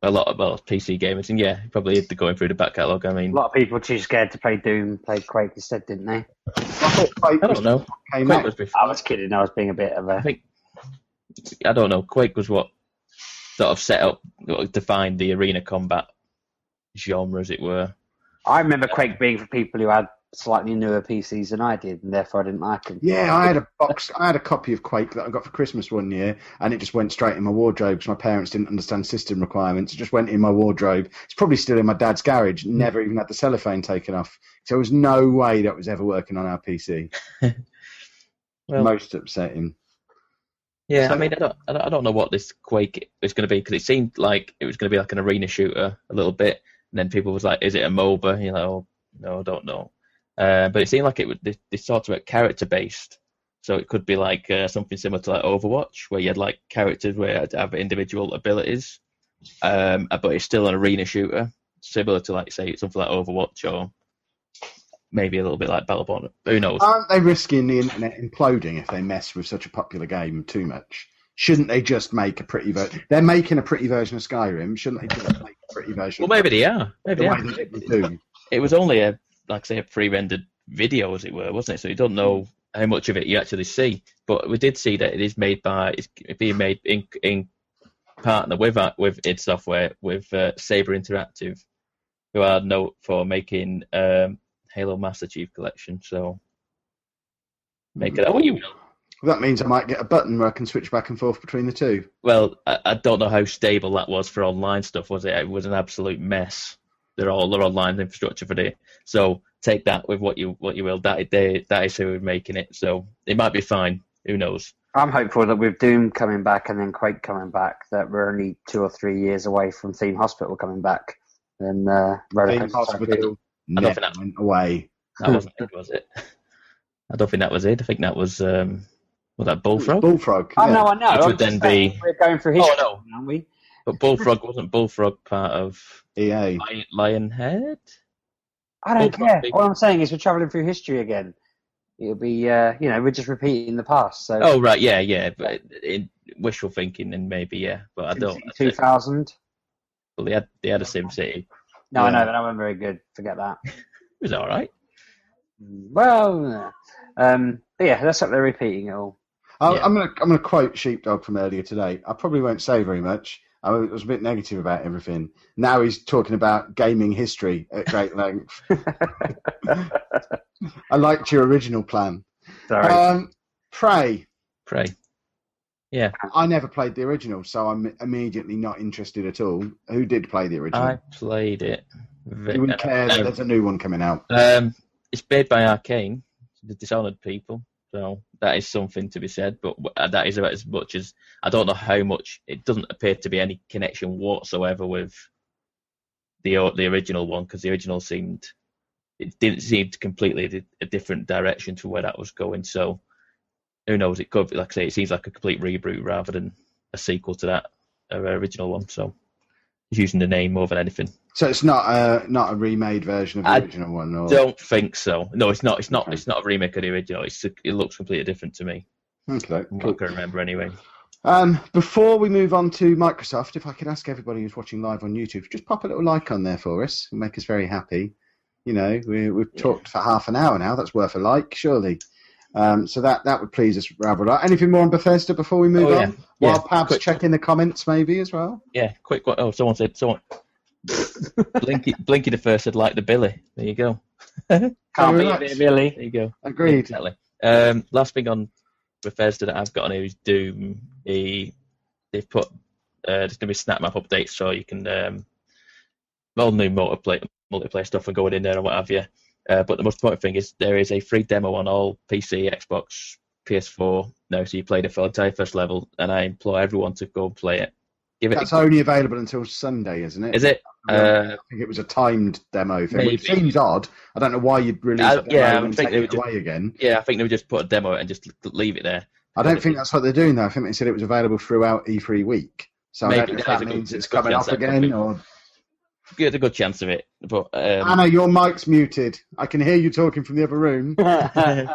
[SPEAKER 4] a lot of well, PC gamers, and yeah, probably is going through the back catalogue. I
[SPEAKER 2] A
[SPEAKER 4] mean,
[SPEAKER 2] lot of people were too scared to play Doom, played Quake instead, didn't they?
[SPEAKER 1] I thought Quake
[SPEAKER 4] I
[SPEAKER 1] was
[SPEAKER 4] don't know.
[SPEAKER 1] came
[SPEAKER 4] Quake
[SPEAKER 1] out.
[SPEAKER 4] was before.
[SPEAKER 2] I was kidding. I was being a bit of
[SPEAKER 4] I
[SPEAKER 2] a.
[SPEAKER 4] think I don't know. Quake was what sort of set up, defined the arena combat genre, as it were.
[SPEAKER 2] I remember Quake being for people who had slightly newer PCs than I did, and therefore I didn't like them.
[SPEAKER 1] Yeah, I had a box. I had a copy of Quake that I got for Christmas one year, and it just went straight in my wardrobe because my parents didn't understand system requirements. It just went in my wardrobe. It's probably still in my dad's garage. Never even had the cellophane taken off. So there was no way that was ever working on our PC.
[SPEAKER 4] Well-
[SPEAKER 1] Most upsetting.
[SPEAKER 4] Yeah,
[SPEAKER 1] So-
[SPEAKER 4] I mean, I don't, I don't, I don't know what this Quake is going to be because it seemed like it was going to be like an arena shooter a little bit, and then people was like, "Is it a MOBA?" And you're like, "Oh, no, I don't know." Uh, but it seemed like it was this, this sort of character based, so it could be like uh, something similar to like Overwatch, where you had like characters where you had to have individual abilities, um, uh, but it's still an arena shooter, similar to like say something like Overwatch or maybe a little bit like Battleborn. Who knows?
[SPEAKER 1] Aren't they risking the internet imploding if they mess with such a popular game too much? Shouldn't they just make a pretty version? They're making a pretty version of Skyrim. Shouldn't they just make a pretty version?
[SPEAKER 4] well, maybe they are.
[SPEAKER 1] of
[SPEAKER 4] Maybe
[SPEAKER 1] the
[SPEAKER 4] they
[SPEAKER 1] way
[SPEAKER 4] are.
[SPEAKER 1] they did with Doom?
[SPEAKER 4] it was only a like say a pre-rendered video as it were wasn't it so you don't know how much of it you actually see but we did see that it is made by it's being made in in partner with our- with id software with uh, saber interactive who are known for making um halo master chief collection so make it what you will.
[SPEAKER 1] That means I might get a button where I can switch back and forth between the two.
[SPEAKER 4] well I, I don't know how stable that was for online stuff was it it was an absolute mess they're all their online infrastructure for it so take that with what you what you will that they, that is who is making it so it might be fine who knows
[SPEAKER 2] I'm hopeful that with Doom coming back and then Quake coming back, that we're only two or three years away from Theme Hospital coming back. And uh, Roller
[SPEAKER 1] Theme
[SPEAKER 2] Coaster
[SPEAKER 1] hospital
[SPEAKER 4] I don't
[SPEAKER 1] never
[SPEAKER 4] think that-
[SPEAKER 1] went away.
[SPEAKER 4] that wasn't it was it i don't think that was it i think that was um was that bullfrog
[SPEAKER 1] Bullfrog.
[SPEAKER 2] Oh
[SPEAKER 1] yeah.
[SPEAKER 2] no, I know.
[SPEAKER 4] Which
[SPEAKER 2] I'm
[SPEAKER 4] would
[SPEAKER 2] just
[SPEAKER 4] then be-
[SPEAKER 2] saying, We're going through history,
[SPEAKER 4] Oh, no.
[SPEAKER 2] aren't we?
[SPEAKER 4] but bullfrog wasn't bullfrog part of
[SPEAKER 1] EA.
[SPEAKER 4] Lion, Lionhead
[SPEAKER 2] I don't
[SPEAKER 4] Well,
[SPEAKER 2] care.
[SPEAKER 4] probably.
[SPEAKER 2] All I'm saying is we're traveling through history again. It'll be, uh, you know, we're just repeating the past. So
[SPEAKER 4] oh right yeah yeah but in wishful thinking and maybe yeah but i don't
[SPEAKER 2] two thousand.
[SPEAKER 4] well, they had they had a sim city
[SPEAKER 2] No, I
[SPEAKER 1] Yeah.
[SPEAKER 2] know, but I wasn't very good. Forget that.
[SPEAKER 4] it was all right
[SPEAKER 2] Well, Um, but yeah, that's what they're repeating it all.
[SPEAKER 1] I'll,
[SPEAKER 4] Yeah.
[SPEAKER 1] I'm going to I'm going to quote Sheepdog from earlier today. I probably won't say very much. I was a bit negative about everything. Now he's talking about gaming history at great length. I liked your original plan.
[SPEAKER 2] Sorry.
[SPEAKER 1] Um, Prey.
[SPEAKER 4] Pray.
[SPEAKER 1] I never played the original, so I'm immediately not interested at all. Who did play the original?
[SPEAKER 4] I played it. ve- uh,
[SPEAKER 1] you wouldn't care that there's a new one coming out.
[SPEAKER 4] Um, it's made by Arcane, the Dishonored people. So that is something to be said, but w- uh, that is about as much as I don't know how much. It doesn't appear to be any connection whatsoever with the o- the original one because the original seemed it didn't seem to completely di- a different direction to where that was going. So who knows? It could, be- like I say, it seems like a complete reboot rather than a sequel to that uh, original one. So it's using the name more than anything.
[SPEAKER 1] So it's not a not a remade version of the
[SPEAKER 4] I
[SPEAKER 1] original one, or
[SPEAKER 4] Don't think so. No, it's not. It's
[SPEAKER 1] Oh.
[SPEAKER 4] not.
[SPEAKER 1] Okay.
[SPEAKER 4] It's not a remake of the original. It's, it looks completely different to me.
[SPEAKER 1] okay,
[SPEAKER 4] From what
[SPEAKER 1] cool.
[SPEAKER 4] I can remember anyway.
[SPEAKER 1] Um, before we move on to Microsoft, if I could ask everybody who's watching live on YouTube, just pop a little like on there for us. It'll make us very happy. You know, we, we've
[SPEAKER 4] Yeah.
[SPEAKER 1] talked for half an hour now. That's worth a like, surely. Um, so that, that would please us rather a lot. Anything more on Bethesda before we move
[SPEAKER 4] Oh, yeah.
[SPEAKER 1] on? While
[SPEAKER 4] Yeah,
[SPEAKER 1] Pab's
[SPEAKER 4] quick.
[SPEAKER 1] checking the comments, maybe as well.
[SPEAKER 4] Yeah, quick one. Oh, someone said someone. Blinky, Blinky the first said like the Billy. There you go.
[SPEAKER 2] Can't beat
[SPEAKER 1] right.
[SPEAKER 2] it,
[SPEAKER 4] There
[SPEAKER 2] really.
[SPEAKER 4] you go.
[SPEAKER 1] Agreed.
[SPEAKER 4] Exactly. Um, last thing on Bethesda that I've got on here is Doom. He, they've put uh, there's going to be snap map updates, so you can um, all new multiplayer multiplayer stuff and going in there and what have you. Uh, but the most important thing is there is a free demo on all PC, Xbox, PS4 now, so you play the full- entire first level, and I implore everyone to go and play it. Give it.
[SPEAKER 1] That's
[SPEAKER 4] a,
[SPEAKER 1] only available until Sunday, isn't it?
[SPEAKER 4] is it? Uh,
[SPEAKER 1] I think it was a timed demo thing, which
[SPEAKER 4] Maybe.
[SPEAKER 1] seems odd. I don't know why you'd release
[SPEAKER 4] I-
[SPEAKER 1] a demo
[SPEAKER 4] yeah, I
[SPEAKER 1] and
[SPEAKER 4] think
[SPEAKER 1] take
[SPEAKER 4] they
[SPEAKER 1] it
[SPEAKER 4] would just-
[SPEAKER 1] away again.
[SPEAKER 4] yeah, I think they would just put a demo and just leave it there.
[SPEAKER 1] I don't think that's what they're doing though. I think they said it was available throughout E3 week. So I
[SPEAKER 4] Maybe
[SPEAKER 1] don't know if
[SPEAKER 4] that is
[SPEAKER 1] that
[SPEAKER 4] a good-
[SPEAKER 1] means it's
[SPEAKER 4] a good
[SPEAKER 1] coming up
[SPEAKER 4] concept,
[SPEAKER 1] again
[SPEAKER 4] maybe.
[SPEAKER 1] or
[SPEAKER 4] There's a good chance of it, but um,
[SPEAKER 1] Anna, your mic's muted. I can hear you talking from the other room.
[SPEAKER 3] Better?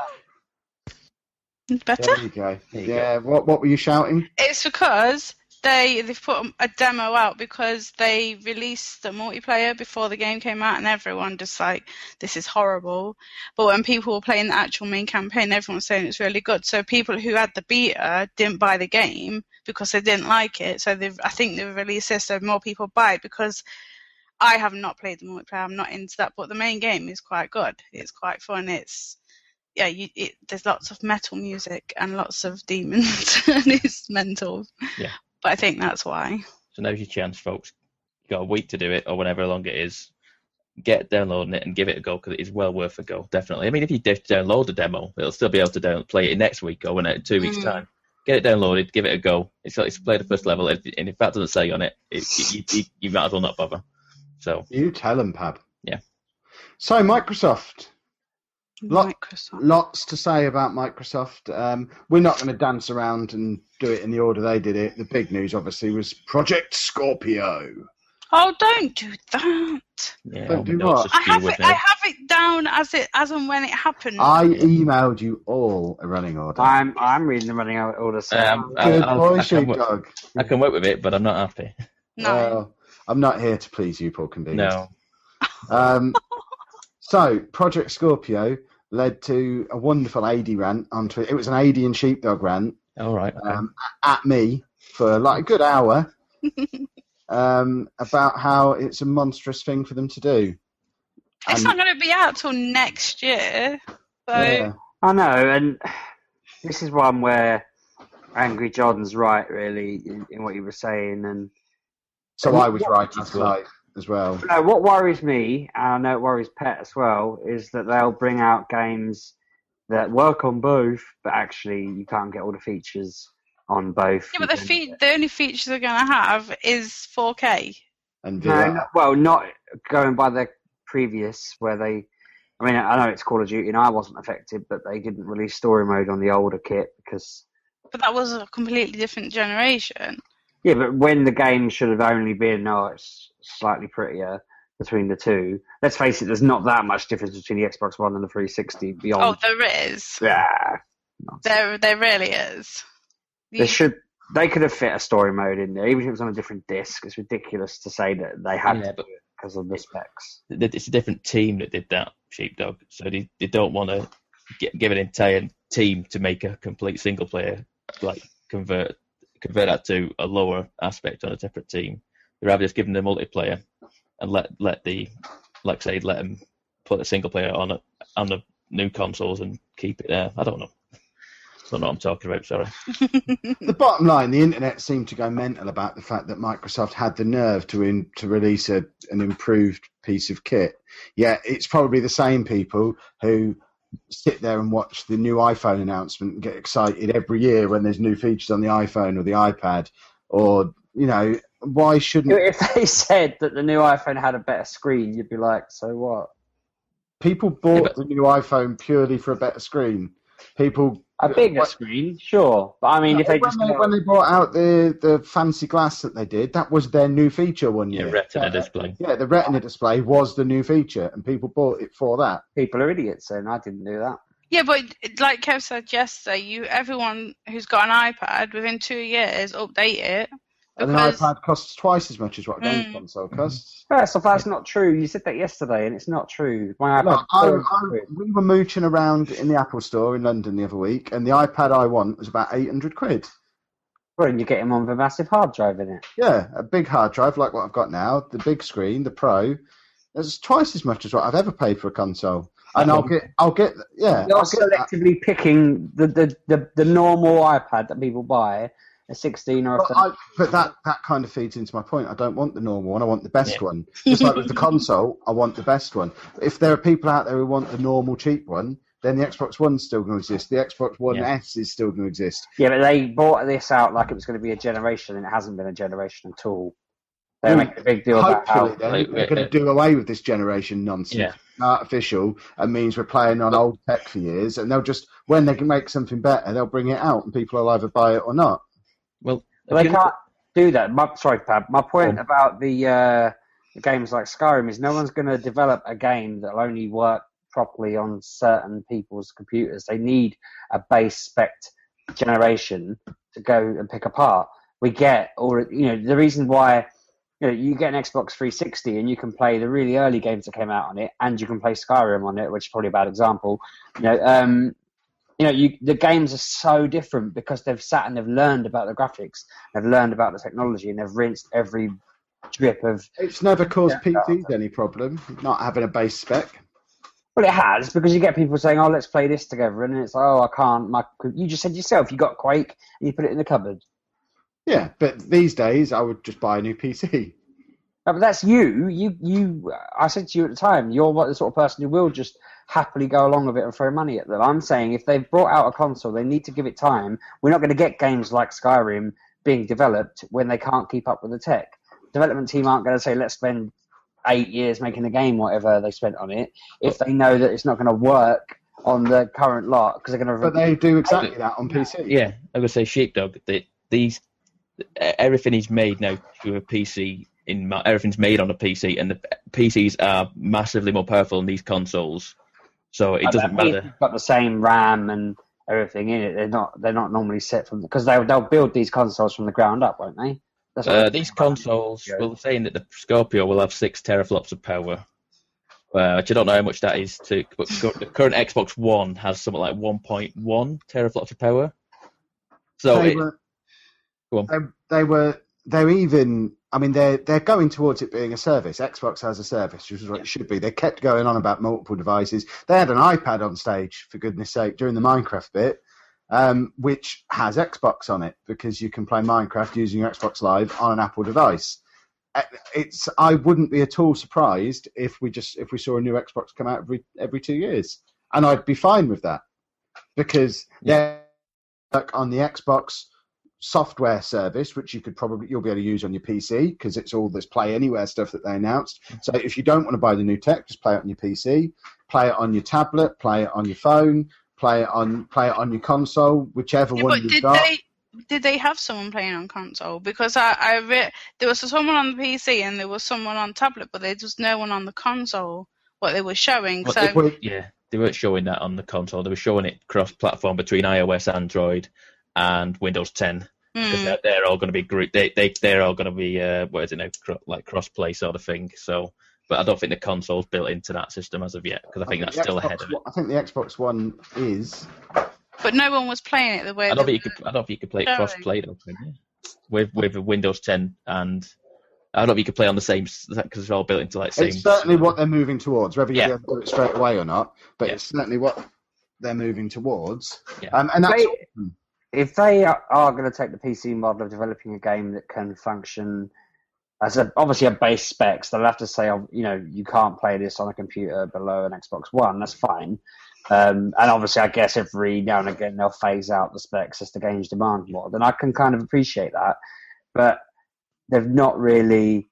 [SPEAKER 1] There you go.
[SPEAKER 4] There you
[SPEAKER 1] yeah, what what were you shouting?
[SPEAKER 3] It's because they they've put a demo out because they released the multiplayer before the game came out, and everyone just like this is horrible. But when people were playing the actual main campaign, everyone was saying it's really good. So people who had the beta didn't buy the game because they didn't like it. So they've I think they've released this so more people buy it because. I have not played the multiplayer. I'm not into that, but the main game is quite good. It's quite fun. It's yeah, you, it, there's lots of metal music and lots of demons, and it's mental.
[SPEAKER 4] Yeah.
[SPEAKER 3] But I think that's why.
[SPEAKER 4] So now's your chance, folks. You got a week to do it, or whenever long it is. Get downloading it and give it a go because it is well worth a go. Definitely. I mean, if you de- download the demo, it'll still be able to down- play it next week or when it- two weeks
[SPEAKER 3] Mm.
[SPEAKER 4] time. Get it downloaded, give it a go. It's like it's play the first level, and and if that doesn't say on it, it you, you, you might as well not bother. So
[SPEAKER 1] You tell them, Pab.
[SPEAKER 4] Yeah.
[SPEAKER 1] So Microsoft, Lot-
[SPEAKER 3] Microsoft.
[SPEAKER 1] lots to say about Microsoft. Um, we're not going to dance around and do it in the order they did it. The big news, obviously, was Project Scorpio.
[SPEAKER 3] Oh, don't do that.
[SPEAKER 4] yeah,
[SPEAKER 1] Don't
[SPEAKER 4] all my
[SPEAKER 1] do
[SPEAKER 4] notes
[SPEAKER 1] what?
[SPEAKER 4] are
[SPEAKER 3] I
[SPEAKER 4] skewed
[SPEAKER 3] have
[SPEAKER 4] with
[SPEAKER 3] it.
[SPEAKER 4] me.
[SPEAKER 3] I have it down as it as and when it happened.
[SPEAKER 1] I emailed you all a running order.
[SPEAKER 2] I'm I'm reading the running out order. So
[SPEAKER 4] Um, I-
[SPEAKER 1] Good
[SPEAKER 4] I'll-
[SPEAKER 1] boy,
[SPEAKER 4] I can work-
[SPEAKER 1] sheepdog.
[SPEAKER 4] I can work with it, but I'm not happy.
[SPEAKER 3] no.
[SPEAKER 1] Well, I'm not here to please you, Paul Convenience.
[SPEAKER 4] No,
[SPEAKER 1] Um, so, Project Scorpio led to a wonderful AD rant on Twitter. It was an AD and sheepdog rant
[SPEAKER 4] all right. okay.
[SPEAKER 1] um, at me for like a good hour um, about how it's a monstrous thing for them to do. And-
[SPEAKER 3] it's not going to be out till next year. So
[SPEAKER 1] yeah.
[SPEAKER 2] I know, and this is one where Angry John's right, really, in, in what you were saying. And
[SPEAKER 1] So I was right
[SPEAKER 4] It's
[SPEAKER 1] last
[SPEAKER 4] well-
[SPEAKER 1] night as well.
[SPEAKER 2] no, what worries me, and I know it worries Pet as well, is that they'll bring out games that work on both, but actually you can't get all the features on both.
[SPEAKER 3] yeah, but the
[SPEAKER 2] You
[SPEAKER 3] fe-
[SPEAKER 2] can-
[SPEAKER 3] the only features they're going to have is 4K.
[SPEAKER 1] And
[SPEAKER 2] No,
[SPEAKER 1] VR.
[SPEAKER 2] no, well, not going by the previous where they. I mean, I know it's Call of Duty, and I wasn't affected, but they didn't release story mode on the older kit because
[SPEAKER 3] But that was a completely different generation.
[SPEAKER 2] yeah, but when the game should have only been oh, it's slightly prettier between the two. Let's face it, there's not that much difference between the Xbox One and the 360
[SPEAKER 3] Oh,
[SPEAKER 2] beyond.
[SPEAKER 3] there is.
[SPEAKER 2] yeah,
[SPEAKER 3] There, there really is.
[SPEAKER 2] they should. They could have fit a story mode in there, even if it was on a different disc. It's ridiculous to say that they had
[SPEAKER 4] Yeah,
[SPEAKER 2] to
[SPEAKER 4] but-
[SPEAKER 2] do it because of the specs.
[SPEAKER 4] th- it's a different team that did that sheepdog so they, they don't want to gi- give an entire team to make a complete single player, like convert convert that to a lower aspect on a separate team. They're rather just giving the multiplayer and let let the like say let them put a single player on it on the new consoles and keep it there. I don't know. That's not what I'm talking about. Sorry.
[SPEAKER 1] The bottom line, the internet seemed to go mental about the fact that Microsoft had the nerve to in, to release a, an improved piece of kit. Yet it's probably the same people who sit there and watch the new iPhone announcement and get excited every year when there's new features on the iPhone or the iPad, or you know, why shouldn't
[SPEAKER 2] If they said that the new iPhone had a better screen, you'd be like, so what?
[SPEAKER 1] people bought
[SPEAKER 4] Yeah, but-
[SPEAKER 1] the new iPhone purely for a better screen? People
[SPEAKER 2] A bigger
[SPEAKER 1] What-
[SPEAKER 2] screen, sure. But I mean, if they
[SPEAKER 1] when,
[SPEAKER 2] just
[SPEAKER 1] they, when they brought out the, the fancy glass that they did, that was their new feature one
[SPEAKER 4] Yeah,
[SPEAKER 1] year.
[SPEAKER 4] retina
[SPEAKER 2] Yeah.
[SPEAKER 4] display.
[SPEAKER 1] Yeah, the retina display was the new feature, and people bought it for that.
[SPEAKER 2] people are idiots, then I didn't do that.
[SPEAKER 3] Yeah, but like Kev said yesterday, you everyone who's got an iPad within two years update it.
[SPEAKER 1] And an
[SPEAKER 3] Because-
[SPEAKER 1] iPad costs twice as much as what a game
[SPEAKER 3] Mm.
[SPEAKER 1] console costs.
[SPEAKER 2] First off, that's not true. You said that yesterday, and it's not true. My
[SPEAKER 1] Look,
[SPEAKER 2] iPad.
[SPEAKER 1] I,
[SPEAKER 2] Pro Mm-hmm. is
[SPEAKER 1] I,
[SPEAKER 2] free.
[SPEAKER 1] we were mooching around in the Apple store in London the other week, and the iPad I want was about 800 quid.
[SPEAKER 2] Well, and you get him on the massive hard drive in it.
[SPEAKER 1] Yeah, a big hard drive like what I've got now, the big screen, the Pro. That's twice as much as what I've ever paid for a console. And I'll get, I'll get, yeah.
[SPEAKER 2] You're
[SPEAKER 1] I'll get that.
[SPEAKER 2] selectively picking the, the, the, the normal iPad that people buy, a 16 or a
[SPEAKER 1] But,
[SPEAKER 2] 13.
[SPEAKER 1] I, but that, that kind of feeds into my point. I don't want the normal one. I want the best
[SPEAKER 4] Yeah.
[SPEAKER 1] one. Just like with the console, I want the best one. If there are people out there who want the normal cheap one, then the Xbox One's still going to exist. The Xbox One
[SPEAKER 4] Yeah.
[SPEAKER 1] S is still going to exist.
[SPEAKER 2] Yeah, but they bought this out like it was going to be a generation, and it hasn't been a generation at all. They're
[SPEAKER 1] Mm.
[SPEAKER 2] making a big deal about
[SPEAKER 1] Hopefully,
[SPEAKER 2] how.
[SPEAKER 1] then
[SPEAKER 4] Like,
[SPEAKER 1] they're going
[SPEAKER 4] uh,
[SPEAKER 1] to do away with this generation nonsense.
[SPEAKER 4] Yeah.
[SPEAKER 1] Artificial and means we're playing on old tech for years, and they'll just when they can make something better, they'll bring it out, and people will either buy it or not.
[SPEAKER 4] Well,
[SPEAKER 2] They
[SPEAKER 4] if you look
[SPEAKER 2] can't do that. My, sorry, Pab. My point
[SPEAKER 4] Mm.
[SPEAKER 2] about the uh, games like Skyrim is no one's going to develop a game that'll only work properly on certain people's computers. They need a base spec generation to go and pick apart. We get, or you know, the reason why you know you get an Xbox 360 and you can play the really early games that came out on it, and you can play Skyrim on it, which is probably a bad example. You know, um, you know, you the games are so different because they've sat and they've learned about the graphics, they've learned about the technology, and they've rinsed every drip of
[SPEAKER 1] It's never caused
[SPEAKER 2] Yeah.
[SPEAKER 1] PCs any problem not having a base spec.
[SPEAKER 2] Well, it has because you get people saying, "Oh, let's play this together," and it's, "Oh, I can't." My, you just said yourself, you got Quake and you put it in the cupboard.
[SPEAKER 1] Yeah, but these days I would just buy a new PC.
[SPEAKER 2] No, but that's you. You, you. I said to you at the time, you're what the sort of person who will just happily go along with it and throw money at them. I'm saying if they've brought out a console, they need to give it time. We're not going to get games like Skyrim being developed when they can't keep up with the tech. Development team aren't going to say, "Let's spend eight years making a game, whatever they spent on it," if they know that it's not going to work on the current lot because they're going to.
[SPEAKER 1] But they do exactly that on PC.
[SPEAKER 4] yeah, I would say Sheepdog. The, these everything is made now through a PC. In ma- everything's made on a PC, and the PCs are massively more powerful than these consoles. So it
[SPEAKER 2] But
[SPEAKER 4] doesn't
[SPEAKER 2] they've
[SPEAKER 4] matter.
[SPEAKER 2] Got the same RAM and everything in it. They're not. They're not normally set from because they'll they'll build these consoles from the ground up, won't they? That's what
[SPEAKER 4] Uh,
[SPEAKER 2] they're
[SPEAKER 4] these
[SPEAKER 2] doing.
[SPEAKER 4] consoles,
[SPEAKER 2] Yeah.
[SPEAKER 4] well, they're saying that the Scorpio will have six teraflops of power, uh, which I don't know how much that is. To but cu- the current Xbox One has something like 1.1 teraflops of power. So
[SPEAKER 1] they
[SPEAKER 4] it,
[SPEAKER 1] were,
[SPEAKER 4] go on.
[SPEAKER 1] they, they were, they're even. I mean, they're they're going towards it being a service. Xbox has a service, which is what it should be. They kept going on about multiple devices. They had an iPad on stage, for goodness sake, during the Minecraft bit, um, which has Xbox on it because you can play Minecraft using your Xbox Live on an Apple device. Uh, It's. I wouldn't be at all surprised if we just if we saw a new Xbox come out every every two years, and I'd be fine with that because they're like on the Xbox software service, which you could probably you'll be able to use on your PC because it's all this Play Anywhere stuff that they announced.
[SPEAKER 4] Mm-hmm.
[SPEAKER 1] So if you don't want to buy the new tech, just play it on your PC, play it on your tablet, play it on your phone, play it on play it on your console, whichever
[SPEAKER 3] Yeah,
[SPEAKER 1] one
[SPEAKER 3] but
[SPEAKER 1] you've
[SPEAKER 3] did
[SPEAKER 1] got.
[SPEAKER 3] they did they have someone playing on console? Because I I re- there was someone on the PC and there was someone on tablet, but there was no one on the console. What they were showing,
[SPEAKER 4] But
[SPEAKER 3] so
[SPEAKER 1] Well,
[SPEAKER 4] yeah, they weren't showing that on the console. They were showing it cross-platform between iOS, Android, and Windows 10. because
[SPEAKER 3] mm,
[SPEAKER 4] they're, they're all going to be group. They they they're all going to be uh, what is it now? Cro- like cross play sort of thing. So But I don't think the console's built into that system as of yet because I think that's
[SPEAKER 1] the
[SPEAKER 4] still
[SPEAKER 1] Xbox
[SPEAKER 4] ahead of it.
[SPEAKER 1] One- I think the Xbox One is.
[SPEAKER 3] But no one was playing it the way.
[SPEAKER 4] I don't
[SPEAKER 3] that-
[SPEAKER 4] think you could. I don't think you could play it
[SPEAKER 3] Sorry.
[SPEAKER 4] cross-play though, can you? with with Windows 10 and I don't think you could play on the same because it's all built into like same.
[SPEAKER 1] It's
[SPEAKER 2] uh,
[SPEAKER 1] certainly what they're moving towards, whether you
[SPEAKER 4] Yeah.
[SPEAKER 1] do it straight away or not. But
[SPEAKER 4] Yeah.
[SPEAKER 1] it's certainly what they're moving towards.
[SPEAKER 4] Yeah.
[SPEAKER 1] Um, and that's
[SPEAKER 2] They- if they are, are going to take the PC model of developing a game that can function as a, obviously a base specs, they'll have to say, oh, you know, you can't play this on a computer below an Xbox One. That's fine. Um, and obviously, I guess every now and again they'll phase out the specs as the games demand more. Then I can kind of appreciate that, but they've not really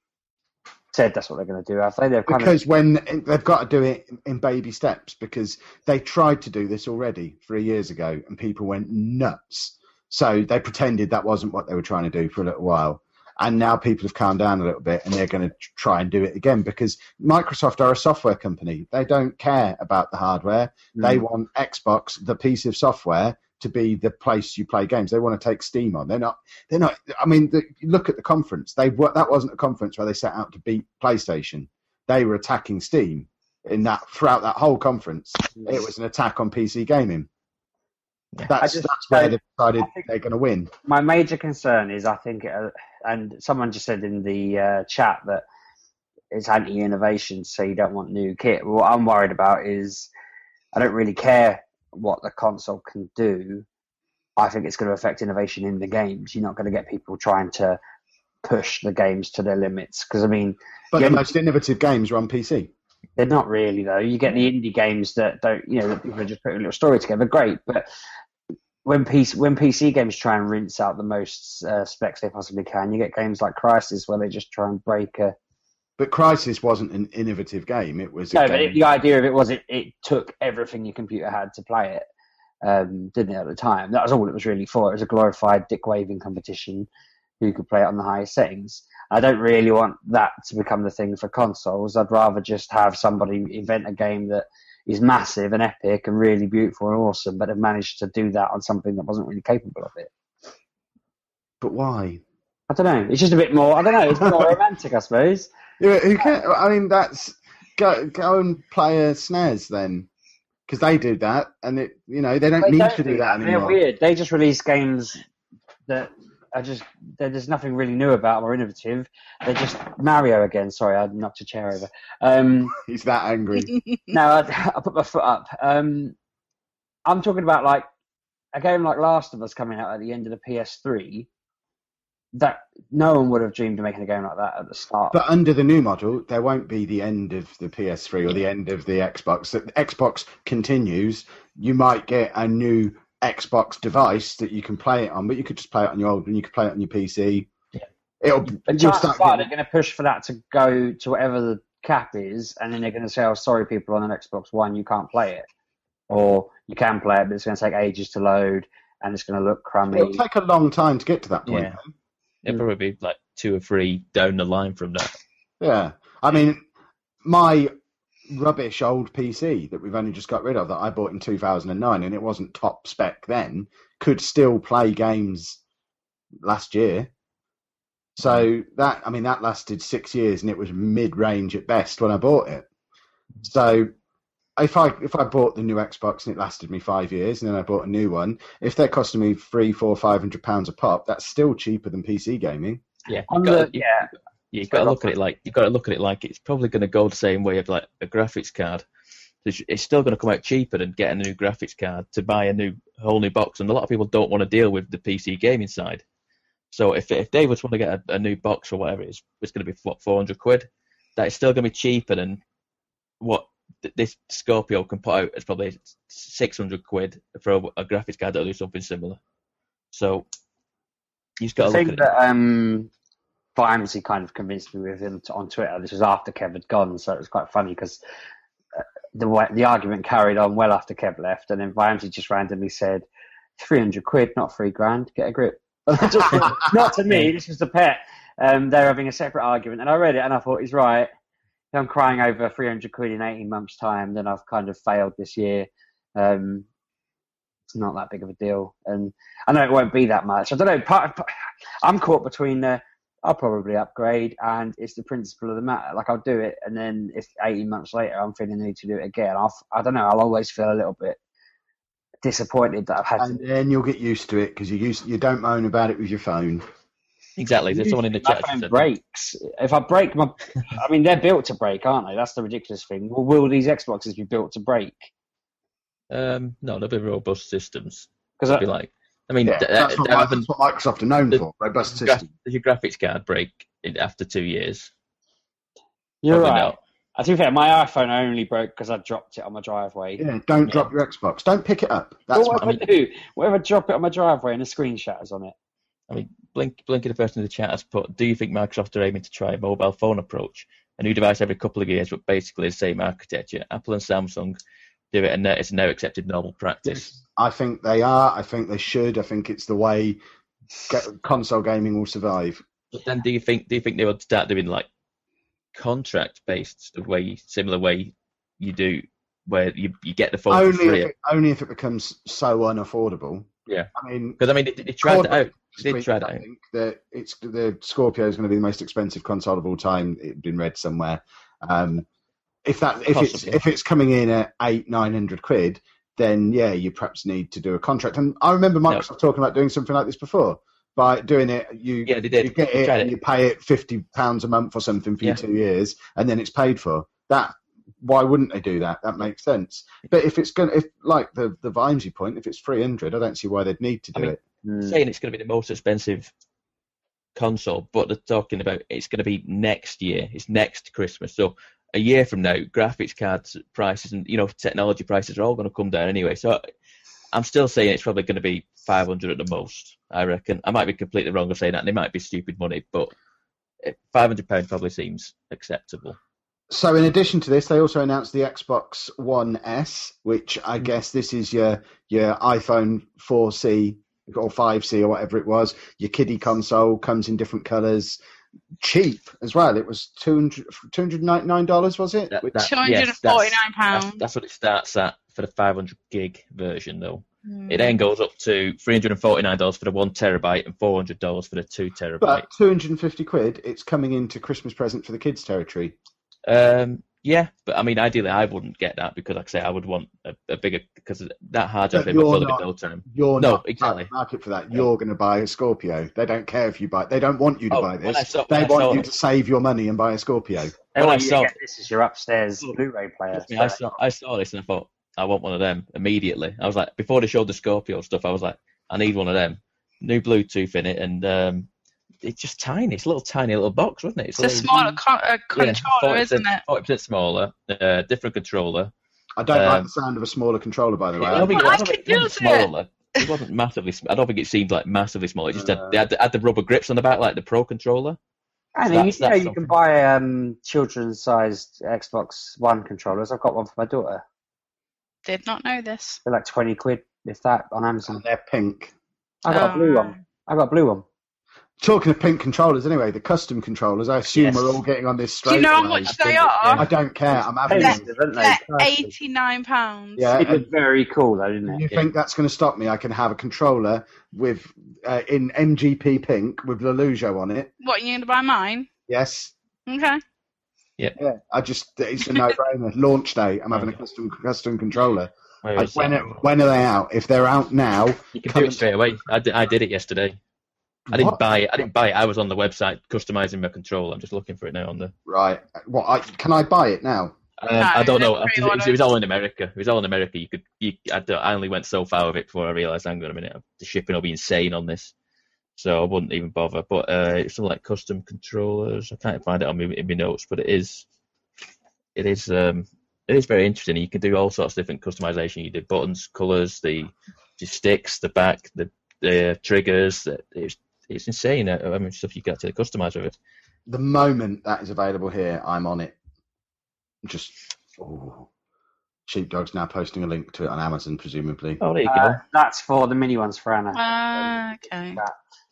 [SPEAKER 2] said that's what they're going to do. Have they? They've kind
[SPEAKER 1] because when they've got to do it in baby steps because they tried to do this already three years ago and people went nuts so they pretended that wasn't what they were trying to do for a little while and now people have calmed down a little bit and they're going to try and do it again because microsoft are a software company they don't care about the hardware
[SPEAKER 2] of
[SPEAKER 1] they want Xbox, the piece of software, to be the place you play games. They want to take Steam on. They're not. They're not. I mean, the, you look at the conference. They wa- that wasn't a conference where they set out to beat PlayStation. They were attacking Steam in that throughout that whole conference. It was an attack on PC gaming.
[SPEAKER 4] Yeah.
[SPEAKER 1] That's,
[SPEAKER 2] I just-
[SPEAKER 1] that's where they decided
[SPEAKER 2] I think-
[SPEAKER 1] they're going to win.
[SPEAKER 2] my major concern is I think, uh, and someone just said in the uh, chat that it's anti-innovation, so you don't want new kit. What I'm worried about is I don't really care what the console can do. I think it's going to affect innovation in the games. You're not going to get people trying to push the games to their limits because I mean
[SPEAKER 1] But
[SPEAKER 2] Yeah.
[SPEAKER 1] the most innovative games are on PC.
[SPEAKER 2] they're not really though. You get the indie games that don't, you know, that people are just putting a little story together. Great, but when PC when PC games try and rinse out the most uh, specs they possibly can, you get games like Crisis where they just try and break a.
[SPEAKER 1] But Crisis wasn't an innovative game. It was a
[SPEAKER 2] No, but
[SPEAKER 1] game.
[SPEAKER 2] it, the idea of it was it, it took everything your computer had to play it, um, didn't it? At the time, that was all it was really for. It was a glorified dick waving competition. Who could play it on the highest settings? I don't really want that to become the thing for consoles. I'd rather just have somebody invent a game that is massive and epic and really beautiful and awesome, but have managed to do that on something that wasn't really capable of it.
[SPEAKER 1] but why?
[SPEAKER 2] I don't know. It's just a bit more. I don't know. It's more romantic, I suppose.
[SPEAKER 1] Yeah, who can I mean, that's go go and play a snares then, because they do that, and it you know they don't
[SPEAKER 2] They
[SPEAKER 1] need
[SPEAKER 2] don't
[SPEAKER 1] to do
[SPEAKER 2] do
[SPEAKER 1] that
[SPEAKER 2] They're
[SPEAKER 1] anymore.
[SPEAKER 2] weird. They just release games that are just that there's nothing really new about or innovative. They're just Mario again. Sorry, I knocked a chair over. Um,
[SPEAKER 1] He's that angry.
[SPEAKER 2] no, I, I put my foot up. Um, I'm talking about like a game like Last of Us coming out at the end of the PS3. That no one would have dreamed of making a game like that at the start.
[SPEAKER 1] But under the new model, there won't be the end of the PS3 or the end of the Xbox. The Xbox continues. You might get a new Xbox device that you can play it on, but you could just play it on your old one. You could play it on your PC.
[SPEAKER 4] Yeah.
[SPEAKER 1] It'll
[SPEAKER 2] But
[SPEAKER 1] you'll
[SPEAKER 2] chances
[SPEAKER 1] start
[SPEAKER 2] are
[SPEAKER 1] getting-
[SPEAKER 2] they're going to push for that to go to whatever the cap is, and then they're going to say, "Oh, sorry, people on an Xbox One, you can't play it," or "You can play it, but it's going to take ages to load, and it's going to look crummy."
[SPEAKER 1] It'll take a long time to get to that point.
[SPEAKER 4] Yeah. It'd probably be like two or three down the line from that.
[SPEAKER 1] Yeah. I mean, my rubbish old PC that we've only just got rid of that I bought in 2009 and it wasn't top spec then could still play games last year. So that, I mean, that lasted six years and it was mid range at best when I bought it. So. If I if I bought the new Xbox and it lasted me five years, and then I bought a new one, if they're costing me three, four, five hundred pounds a pop, that's still cheaper than PC gaming.
[SPEAKER 4] Yeah,
[SPEAKER 2] On
[SPEAKER 4] you've
[SPEAKER 2] the,
[SPEAKER 4] got, to,
[SPEAKER 2] yeah,
[SPEAKER 4] you've got to look at it like you've got to look at it like it's probably going to go the same way of like a graphics card. It's it's still going to come out cheaper than getting a new graphics card to buy a new whole new box, and a lot of people don't want to deal with the PC gaming side. So if if they was want to get a, a new box or whatever, it's it's going to be what four hundred quid. That is still going to be cheaper than what th- this Scorpio can put out. It's probably six hundred quid for a, a graphics card that'll do something similar. So you've got to
[SPEAKER 2] the
[SPEAKER 4] look at
[SPEAKER 2] thing
[SPEAKER 4] it.
[SPEAKER 2] that um, Vimesy kind of convinced me with him t- on Twitter. This was after Kev had gone, so it was quite funny because the wa- the argument carried on well after Kev left, and then Vimesy just randomly said, 300 quid, not three grand, get a grip. Just- not to me, this was the pet. Um, they're having a separate argument, and I read it and I thought, he's right. If I'm crying over 300 quid in 18 months' time, then I've kind of failed this year. Um, it's not that big of a deal, and I know it won't be that much. I don't know. Part, part- I'm caught between uh, I'll probably upgrade, and it's the principle of the matter. Like I'll do it, and then if 18 months later I'm feeling the need to do it again, I'll, I don't know. I'll always feel a little bit disappointed that I've had.
[SPEAKER 1] And
[SPEAKER 2] to,
[SPEAKER 1] then you'll get used to it because you used, you don't moan about it with your phone.
[SPEAKER 4] Exactly. There's someone in the
[SPEAKER 2] my
[SPEAKER 4] chat.
[SPEAKER 2] phone
[SPEAKER 4] said-
[SPEAKER 2] breaks. If I break my, I mean they're built to break, aren't they? That's the ridiculous thing. Well, will these Xboxes be built to break?
[SPEAKER 4] Um, no, they'll be robust systems.
[SPEAKER 2] Because
[SPEAKER 4] Be like, I mean,
[SPEAKER 1] Yeah,
[SPEAKER 4] th-
[SPEAKER 1] that's,
[SPEAKER 4] that,
[SPEAKER 1] what,
[SPEAKER 4] that
[SPEAKER 1] Mi-
[SPEAKER 4] happened.
[SPEAKER 1] that's what Microsoft are known
[SPEAKER 4] the-
[SPEAKER 1] for. Robust
[SPEAKER 4] Gra-
[SPEAKER 1] system.
[SPEAKER 4] does your graphics card break in, after two years?
[SPEAKER 2] you're
[SPEAKER 4] Probably
[SPEAKER 2] right.
[SPEAKER 4] not.
[SPEAKER 2] Uh, To be fair, my iPhone only broke because I dropped it on my driveway.
[SPEAKER 1] Yeah, don't drop your Xbox. Don't pick it up. That's
[SPEAKER 2] what
[SPEAKER 1] what
[SPEAKER 2] would I do? What if I drop it on my driveway and a screen shatters on it?
[SPEAKER 4] Blink, blinky, the person in the chat has put, do you think Microsoft are aiming to try a mobile phone approach? A new device every couple of years, but basically the same architecture. Apple and Samsung do it, and that- it's now accepted normal practice.
[SPEAKER 1] I think they are. I think they should. I think it's the way ge- console gaming will survive.
[SPEAKER 4] But then, do you think do you think they would start doing like contract based way, similar way you do, where you, you get the phone for
[SPEAKER 1] Only
[SPEAKER 4] free?
[SPEAKER 1] if, it, only if it becomes so unaffordable.
[SPEAKER 4] Yeah.
[SPEAKER 1] I mean,
[SPEAKER 4] Because I mean, they, they tried
[SPEAKER 1] Cord-
[SPEAKER 4] that out.
[SPEAKER 1] Just
[SPEAKER 4] They
[SPEAKER 1] brief-
[SPEAKER 4] tried it
[SPEAKER 1] I
[SPEAKER 4] out.
[SPEAKER 1] think that it's the Scorpio is going to be the most expensive console of all time. It's been read somewhere. Um, if that if it's
[SPEAKER 4] Possibly.
[SPEAKER 1] if it's coming in at eight nine hundred quid, then yeah, you perhaps need to do a contract. And I remember Microsoft talking about doing something like this before. By doing it, you
[SPEAKER 4] Yeah, they did.
[SPEAKER 1] you get
[SPEAKER 4] They
[SPEAKER 1] it
[SPEAKER 4] tried
[SPEAKER 1] and
[SPEAKER 4] it.
[SPEAKER 1] you pay it fifty pounds a month or something for
[SPEAKER 4] Yeah.
[SPEAKER 1] your two years, and then it's paid for. That why wouldn't they do that? That makes sense. But if it's going, to if like the the Vimesy point, if it's three hundred, I don't see why they'd need to do
[SPEAKER 4] I mean,
[SPEAKER 1] it.
[SPEAKER 4] saying it's going to be the most expensive console, but they're talking about it's going to be next year. It's next Christmas. So a year from now, graphics cards prices and you know technology prices are all going to come down anyway. So I'm still saying it's probably going to be 500 at the most. I reckon. I might be completely wrong of saying that, and it might be stupid money, but 500 pounds probably seems acceptable.
[SPEAKER 1] So, in addition to this, they also announced the Xbox One S, which
[SPEAKER 4] Hmm.
[SPEAKER 1] I guess this is your your iPhone 4C or 5C or whatever it was. Your kiddie console comes in different colours, cheap as well. It was 200 $299, was it?
[SPEAKER 4] That-
[SPEAKER 1] Which-
[SPEAKER 4] that-
[SPEAKER 3] Two hundred and
[SPEAKER 4] yes,
[SPEAKER 3] forty
[SPEAKER 4] that's-
[SPEAKER 3] nine pounds.
[SPEAKER 4] That's, that's what it starts at for the 500 gig version, though.
[SPEAKER 3] Hmm. mm.
[SPEAKER 4] It then goes up to three hundred and forty nine dollars for the one terabyte and four hundred dollars for the two terabyte.
[SPEAKER 1] but 250 quid, it's coming into Christmas present for the kids territory.
[SPEAKER 4] um, yeah, but I mean, ideally, I wouldn't get that because, like I say, I would want a, a bigger because that hard drive
[SPEAKER 1] But
[SPEAKER 4] in my
[SPEAKER 1] you're
[SPEAKER 4] phone in
[SPEAKER 1] not-
[SPEAKER 4] no time.
[SPEAKER 1] You're
[SPEAKER 4] No,
[SPEAKER 1] not
[SPEAKER 4] exactly.
[SPEAKER 1] in the market for that.
[SPEAKER 4] Yeah.
[SPEAKER 1] You're going to buy a Scorpio. They don't care if you buy. They don't want you to
[SPEAKER 4] Oh,
[SPEAKER 1] buy
[SPEAKER 4] when I
[SPEAKER 1] this.
[SPEAKER 4] saw- when
[SPEAKER 1] They
[SPEAKER 4] I saw
[SPEAKER 1] want you
[SPEAKER 4] it-
[SPEAKER 1] to save your money and buy a Scorpio.
[SPEAKER 2] They
[SPEAKER 4] Well,
[SPEAKER 2] want
[SPEAKER 4] I
[SPEAKER 2] you
[SPEAKER 4] saw-
[SPEAKER 2] to get this as your upstairs Blu-ray player.
[SPEAKER 4] Trust me, Hmm. I saw, I saw this and I thought I want one of them immediately. I was like, before they showed the Scorpio stuff, I was like, I need one of them. New Bluetooth in it, and um, it's just tiny. It's a little tiny little box, wasn't it?
[SPEAKER 3] It's a smaller con- uh, controller, isn't it?
[SPEAKER 4] Forty percent smaller, uh, different controller.
[SPEAKER 1] I don't like
[SPEAKER 4] Um,
[SPEAKER 1] the sound of a smaller controller, by the way.
[SPEAKER 4] I don't think it
[SPEAKER 3] Well,
[SPEAKER 4] was-
[SPEAKER 3] I
[SPEAKER 4] I don't
[SPEAKER 3] could
[SPEAKER 4] think it was
[SPEAKER 3] use it.
[SPEAKER 4] smaller. It wasn't massively. Sm- I don't think it seemed like massively small. It just had,
[SPEAKER 1] Uh,
[SPEAKER 4] they had, the- had the rubber grips on the back, like the Pro controller.
[SPEAKER 2] I mean, you,
[SPEAKER 4] That's-
[SPEAKER 2] you know,
[SPEAKER 4] that's
[SPEAKER 2] you can
[SPEAKER 4] something.
[SPEAKER 2] buy um, children's-sized Xbox One controllers. I've got one for my daughter.
[SPEAKER 3] Did not know this.
[SPEAKER 2] They're like twenty quid, if that, on Amazon.
[SPEAKER 1] And they're pink.
[SPEAKER 2] I got a blue
[SPEAKER 3] Oh.
[SPEAKER 2] one. I got a blue one.
[SPEAKER 1] Talking of pink controllers, anyway, the custom controllers, I assume
[SPEAKER 4] Yes.
[SPEAKER 1] we're all getting on this straight.
[SPEAKER 3] Do you know how
[SPEAKER 1] away.
[SPEAKER 3] much
[SPEAKER 4] I
[SPEAKER 3] they
[SPEAKER 4] think-
[SPEAKER 1] I
[SPEAKER 3] are?
[SPEAKER 1] don't care. I'm having
[SPEAKER 3] That-
[SPEAKER 1] them.
[SPEAKER 2] Expensive, aren't they?
[SPEAKER 3] They're
[SPEAKER 2] Personally.
[SPEAKER 3] eighty nine pounds.
[SPEAKER 1] Yeah.
[SPEAKER 2] It
[SPEAKER 1] and
[SPEAKER 2] looked very cool, though, didn't
[SPEAKER 1] you
[SPEAKER 2] it?
[SPEAKER 4] yeah.
[SPEAKER 1] think that's going to stop me? I can have a controller with uh, in MGP pink with Lelujo on it.
[SPEAKER 3] What you gonna buy mine?
[SPEAKER 1] Yes.
[SPEAKER 3] Okay.
[SPEAKER 1] Yeah. I just it's a no-brainer. Launch day. I'm having a
[SPEAKER 4] Okay.
[SPEAKER 1] custom custom controller.
[SPEAKER 4] Where
[SPEAKER 1] Like,
[SPEAKER 4] is
[SPEAKER 1] when
[SPEAKER 4] that?
[SPEAKER 1] are, when are they out? If they're out now,
[SPEAKER 4] you can
[SPEAKER 1] come
[SPEAKER 4] do it
[SPEAKER 1] and-
[SPEAKER 4] straight away. I did, I did it yesterday. I didn't
[SPEAKER 1] What?
[SPEAKER 4] buy it. I didn't buy it. I was on the website customizing my controller. I'm just looking for it now on the.
[SPEAKER 1] right? What? I, can I buy it now?
[SPEAKER 4] Um,
[SPEAKER 3] No,
[SPEAKER 4] I don't know.
[SPEAKER 3] that's
[SPEAKER 4] It
[SPEAKER 3] pretty
[SPEAKER 4] was, it was all in America. It was all in America. You could. You, I, don't- I only went so far with it before I realised. Hang on a minute. The shipping will be insane on this, so I wouldn't even bother. But uh, it's something like custom controllers. I can't find it on me in my notes, but it is. It is. Um, it is very interesting. You can do all sorts of different customization. You do buttons, colors, the, the sticks, the back, the the triggers. the- It's it's insane. uh, I mean, stuff you got to customize with it.
[SPEAKER 1] the moment that is available here, I'm on it. Just oh, sheepdog's now posting a link to it on Amazon, presumably.
[SPEAKER 4] Oh, there you
[SPEAKER 2] Uh,
[SPEAKER 4] go.
[SPEAKER 2] that's for the mini ones for Anna.
[SPEAKER 3] Ah, okay.
[SPEAKER 2] Yeah,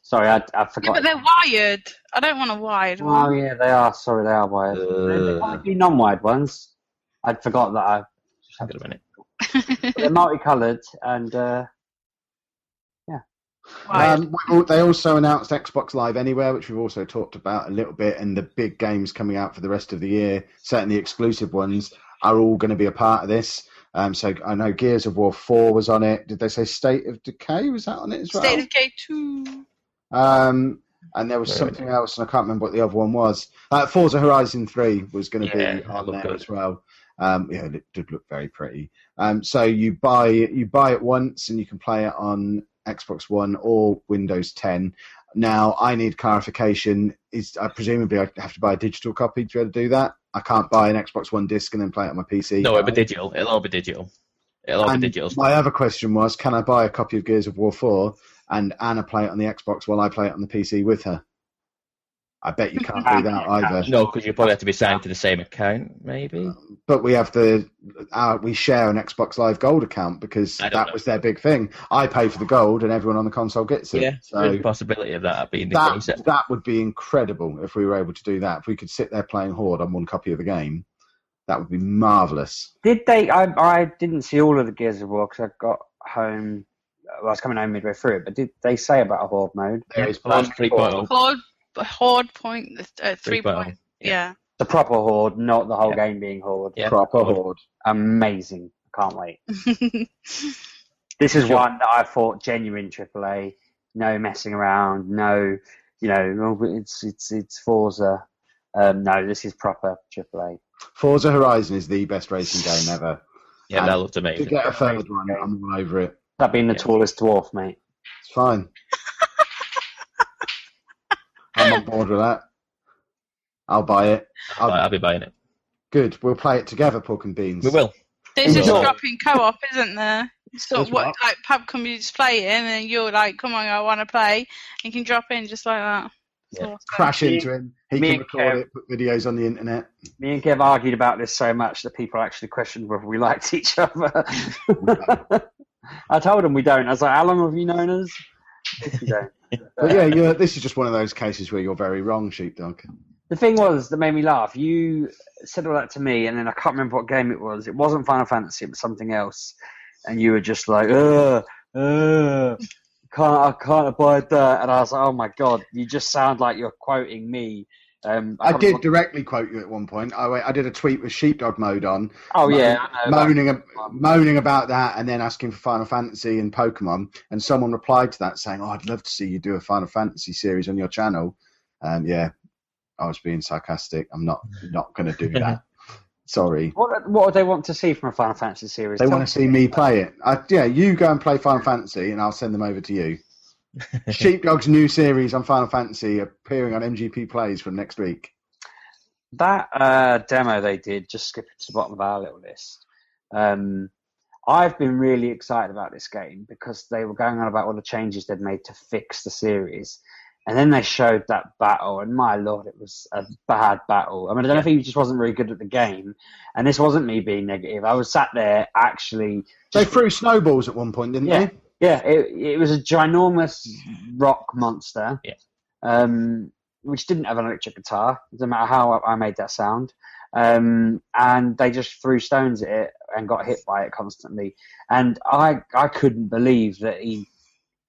[SPEAKER 2] Sorry, I, I
[SPEAKER 3] Yeah,
[SPEAKER 2] forgot.
[SPEAKER 3] but they're wired. I don't want a wired
[SPEAKER 2] oh,
[SPEAKER 3] one.
[SPEAKER 2] yeah, they are. Sorry, they are wired. There there
[SPEAKER 4] Uh.
[SPEAKER 2] might be non-wired ones. I'd forgot that. I,
[SPEAKER 4] Hang on a minute.
[SPEAKER 2] but they're multicoloured and uh, yeah,
[SPEAKER 3] Right.
[SPEAKER 1] Um, we- they also announced Xbox Live Anywhere, which we've also talked about a little bit, and the big games coming out for the rest of the year, certainly exclusive ones, are all going to be a part of this. Um, so I know Gears of War 4 was on it. Did they say State of Decay was that on it as well?
[SPEAKER 3] State of K two.
[SPEAKER 1] Um, and there was
[SPEAKER 4] Very
[SPEAKER 1] something else, and I can't remember what the other one was. Uh, Forza Horizon 3 was going to
[SPEAKER 4] Yeah,
[SPEAKER 1] be
[SPEAKER 4] that
[SPEAKER 1] on
[SPEAKER 4] looked
[SPEAKER 1] there
[SPEAKER 4] good.
[SPEAKER 1] as well. Um, yeah, it did look very pretty. Um, so you buy you buy it once, and you can play it on Xbox One or Windows 10. Now I need clarification. Is I presumably I have to buy a digital copy to be able to do that? I can't buy an Xbox One disc and then play it on my PC.
[SPEAKER 4] No, it'll
[SPEAKER 1] can
[SPEAKER 4] be
[SPEAKER 1] I?
[SPEAKER 4] digital. It'll all be digital. It'll all
[SPEAKER 1] And
[SPEAKER 4] be digital.
[SPEAKER 1] My other question was, can I buy a copy of Gears of War 4 and Anna play it on the Xbox while I play it on the PC with her? I bet you can't do that either.
[SPEAKER 4] No, because you probably have to be signed to the same account,
[SPEAKER 1] Uh,
[SPEAKER 4] maybe.
[SPEAKER 1] But we have the uh, we share an Xbox Live Gold account because
[SPEAKER 4] I
[SPEAKER 1] that
[SPEAKER 4] don't know.
[SPEAKER 1] was their big thing. I pay for the gold and everyone on the console gets it.
[SPEAKER 4] yeah,
[SPEAKER 1] so
[SPEAKER 4] there's a possibility of that being the case.
[SPEAKER 1] that that would be incredible if we were able to do that. If we could sit there playing Horde on one copy of the game, that would be marvelous.
[SPEAKER 2] Did they? I I didn't see all of the Gears of War because I got home. Well, I was coming home midway through it, but did they say about a horde mode?
[SPEAKER 1] There is
[SPEAKER 4] Horde
[SPEAKER 1] Black
[SPEAKER 4] 3.0.
[SPEAKER 3] Horde Horde point uh, Oh. three
[SPEAKER 4] 3.0.
[SPEAKER 3] point. Yeah.
[SPEAKER 2] The proper horde, not the whole
[SPEAKER 4] Yeah.
[SPEAKER 2] game being horde.
[SPEAKER 4] Yeah.
[SPEAKER 1] Proper
[SPEAKER 4] Horde.
[SPEAKER 1] Horde.
[SPEAKER 2] Amazing! I can't wait.
[SPEAKER 3] That's
[SPEAKER 2] This is
[SPEAKER 4] Sure.
[SPEAKER 2] one that I thought genuine AAA. No messing around. No, you know, oh, it's it's it's Forza. Um, no, this is proper AAA.
[SPEAKER 1] Forza Horizon is the best racing game ever.
[SPEAKER 4] Yeah, that looked
[SPEAKER 1] To
[SPEAKER 4] amazing.
[SPEAKER 1] get a third one, I'm all over it.
[SPEAKER 2] That being the
[SPEAKER 4] Yeah.
[SPEAKER 2] tallest dwarf, mate.
[SPEAKER 1] It's fine. I'm on board with that. I'll buy it.
[SPEAKER 4] But
[SPEAKER 1] I'll,
[SPEAKER 4] I'll be buying it.
[SPEAKER 1] good. We'll play it together, Pork and Beans.
[SPEAKER 4] We will.
[SPEAKER 3] There's just
[SPEAKER 4] Well-
[SPEAKER 3] dropping co-op, isn't there? So
[SPEAKER 1] There's
[SPEAKER 3] what
[SPEAKER 1] what?
[SPEAKER 3] like pub can you just play in, and you're like, come on, I want to play, and you can drop in just like that. It's
[SPEAKER 4] Yeah.
[SPEAKER 3] awesome.
[SPEAKER 1] Crash into him. He
[SPEAKER 2] me
[SPEAKER 1] can
[SPEAKER 2] and
[SPEAKER 1] record it, put videos on the internet.
[SPEAKER 2] Me and Kev argued about this so much that people actually questioned whether we liked each other. I told them we don't. I was like, "How long have you known us?" We don't.
[SPEAKER 1] But yeah, yeah, this is just one of those cases where you're very wrong, Sheepdog.
[SPEAKER 2] The thing was that made me laugh. You said all that to me, and then I can't remember what game it was. It wasn't Final Fantasy, it was something else. And you were just like, "Ugh, ugh, can't I can't abide that?" And I was like, "Oh my god, you just sound like you're quoting me." Um,
[SPEAKER 1] I
[SPEAKER 2] can't
[SPEAKER 1] did
[SPEAKER 2] remember-
[SPEAKER 1] directly quote you at one point. I, I did a tweet with Sheepdog mode on,
[SPEAKER 2] Oh yeah, I know.
[SPEAKER 1] moaning, ab- moaning about that, and then asking for Final Fantasy and Pokemon. And someone replied to that saying, "Oh, I'd love to see you do a Final Fantasy series on your channel." Um, yeah, I was being sarcastic. I'm not not going to do that. Sorry.
[SPEAKER 2] What, what do they want to see from a Final Fantasy series?
[SPEAKER 1] They
[SPEAKER 2] Tell
[SPEAKER 1] want to see me play it. I, yeah, you go and play Final Fantasy, and I'll send them over to you. Sheepdog's new series on Final Fantasy appearing on MGP Plays from next week.
[SPEAKER 2] that uh, demo they did just skip it to the bottom of our little list um, i've been really excited about this game because they were going on about all the changes they'd made to fix the series and then they showed that battle and my lord it was a bad battle i mean i don't know if he just wasn't very good at the game and this wasn't me being negative i was sat there actually
[SPEAKER 1] They threw snowballs at one point, didn't
[SPEAKER 2] Yeah.
[SPEAKER 1] they?
[SPEAKER 2] yeah, it, it was a ginormous rock monster.
[SPEAKER 4] Yeah.
[SPEAKER 2] Um, which didn't have an electric guitar. Doesn't matter how I I made that sound. Um, and they just threw stones at it and got hit by it constantly. And I, I couldn't believe that he,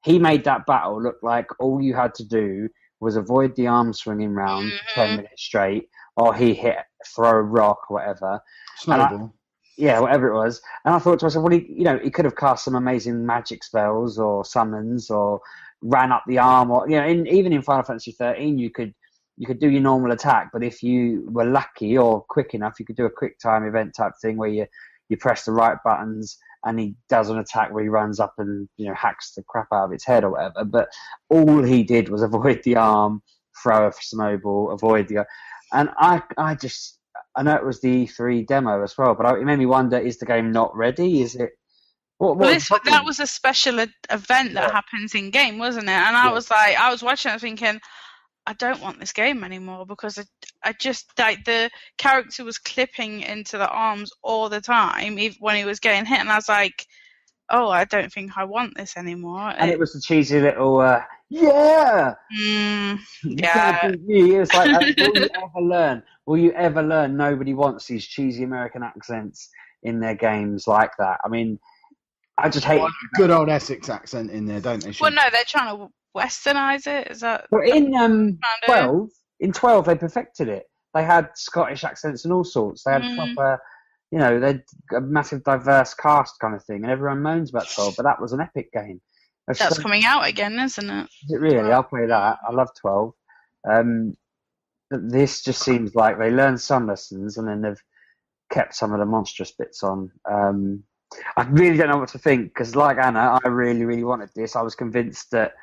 [SPEAKER 2] he made that battle look like all you had to do was avoid the arm swinging round for ten
[SPEAKER 3] Mhm.
[SPEAKER 2] minutes straight, or he hit, throw a rock, or whatever
[SPEAKER 1] Snowball.
[SPEAKER 2] yeah, whatever it was. And I thought to myself, well, he, you know, he could have cast some amazing magic spells or summons or ran up the arm or you know, in, even in Final Fantasy thirteen, you could you could do your normal attack, but if you were lucky or quick enough, you could do a quick time event type thing where you you press the right buttons and he does an attack where he runs up and you know hacks the crap out of its head or whatever. But all he did was avoid the arm, throw a snowball, avoid the, and I I just I know it was the E3 demo as well, but I, it made me wonder: is the game not ready? Is it? What,
[SPEAKER 3] Well,
[SPEAKER 2] what
[SPEAKER 3] this, that was a special e- event that
[SPEAKER 2] Yeah.
[SPEAKER 3] happens in game, wasn't it? And I
[SPEAKER 2] Yeah.
[SPEAKER 3] was like, I was watching, it thinking, I don't want this game anymore because I, I just like the character was clipping into the arms all the time, even when he was getting hit, and I was like, oh, I don't think I want this anymore.
[SPEAKER 2] and it was the cheesy little uh, yeah.
[SPEAKER 3] Mm,
[SPEAKER 2] You
[SPEAKER 3] Yeah.
[SPEAKER 2] can't beat me. It was like, uh, will you ever learn? Will you ever learn? Nobody wants these cheesy American accents in their games like that. I mean, I just hate.
[SPEAKER 1] Well, good old Essex accent in there, don't they?
[SPEAKER 3] Well, no, they're trying to westernize it. Is that?
[SPEAKER 2] Well, in um,
[SPEAKER 3] Kinda.
[SPEAKER 2] twelve, in twelve, they perfected it. They had Scottish accents and all sorts. They had
[SPEAKER 3] Mm.
[SPEAKER 2] proper, you know, they had a massive diverse cast kind of thing, and everyone moans about twelve. But that was an epic game. That's
[SPEAKER 3] That's
[SPEAKER 2] so-
[SPEAKER 3] coming out again, isn't it?
[SPEAKER 2] it really, I'll play that. I love twelve. Um, but this just seems like they learned some lessons and then they've kept some of the monstrous bits on. Um, I really don't know what to think because, like Anna, I really, really wanted this. I was convinced that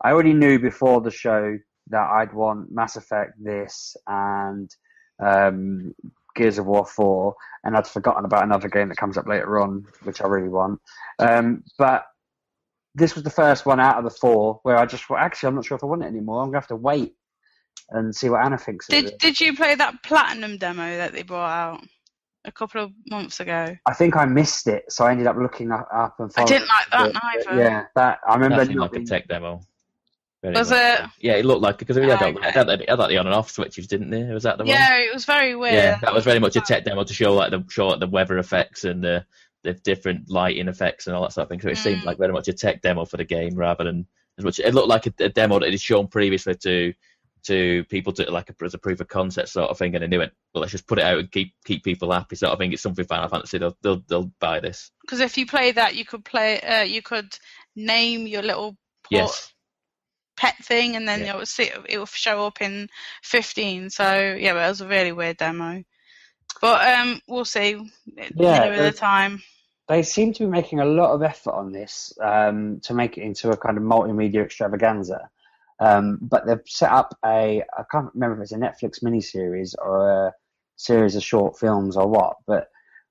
[SPEAKER 2] I already knew before the show that I'd want Mass Effect this and um, Gears of War 4, and I'd forgotten about another game that comes up later on, which I really want. Um, but this was the first one out of the four where I just, well, actually, I'm not sure if I want it anymore. I'm going to have to wait and see what Anna thinks of
[SPEAKER 3] Did
[SPEAKER 2] it.
[SPEAKER 3] Did you play that platinum demo that they brought out a couple of months ago?
[SPEAKER 2] I think I missed it, so I ended up looking up, up and
[SPEAKER 3] I
[SPEAKER 2] following
[SPEAKER 3] didn't like that
[SPEAKER 2] it. But
[SPEAKER 3] neither.
[SPEAKER 2] Oh, Yeah, that I remember.
[SPEAKER 4] That seemed
[SPEAKER 2] not
[SPEAKER 4] like a
[SPEAKER 2] being-
[SPEAKER 4] tech demo. Very
[SPEAKER 3] Was
[SPEAKER 4] much.
[SPEAKER 3] it?
[SPEAKER 4] Yeah, it looked like because we had,
[SPEAKER 3] Oh,
[SPEAKER 4] that-
[SPEAKER 3] okay.
[SPEAKER 4] had, that- had that the on and off switches, didn't they? Was that the one?
[SPEAKER 3] Yeah, it was very weird.
[SPEAKER 4] Yeah, that was very much a tech demo to show like the show like, the weather effects and the the different lighting effects and all that sort of thing. So it seemed
[SPEAKER 3] Mm.
[SPEAKER 4] like very much a tech demo for the game rather than as much. It looked like a, a demo that had shown previously to to people to like a, as a proof of concept sort of thing, and they knew it. Well, let's just put it out and keep keep people happy sort of thing. It's something Final Fantasy. They'll they'll, they'll buy this.
[SPEAKER 3] Because if you play that, you could play. Uh, you could name your little port,
[SPEAKER 4] Yes.
[SPEAKER 3] pet thing, and then
[SPEAKER 4] Yeah.
[SPEAKER 3] it will see it will show up in 15. So yeah, but it was a really weird demo. But um, we'll see.
[SPEAKER 2] Yeah,
[SPEAKER 3] nearer the
[SPEAKER 2] it-
[SPEAKER 3] time.
[SPEAKER 2] They seem to be making a lot of effort on this um, to make it into a kind of multimedia extravaganza. Um, but they've set up a I can't remember if it's a Netflix miniseries or a series of short films or what. But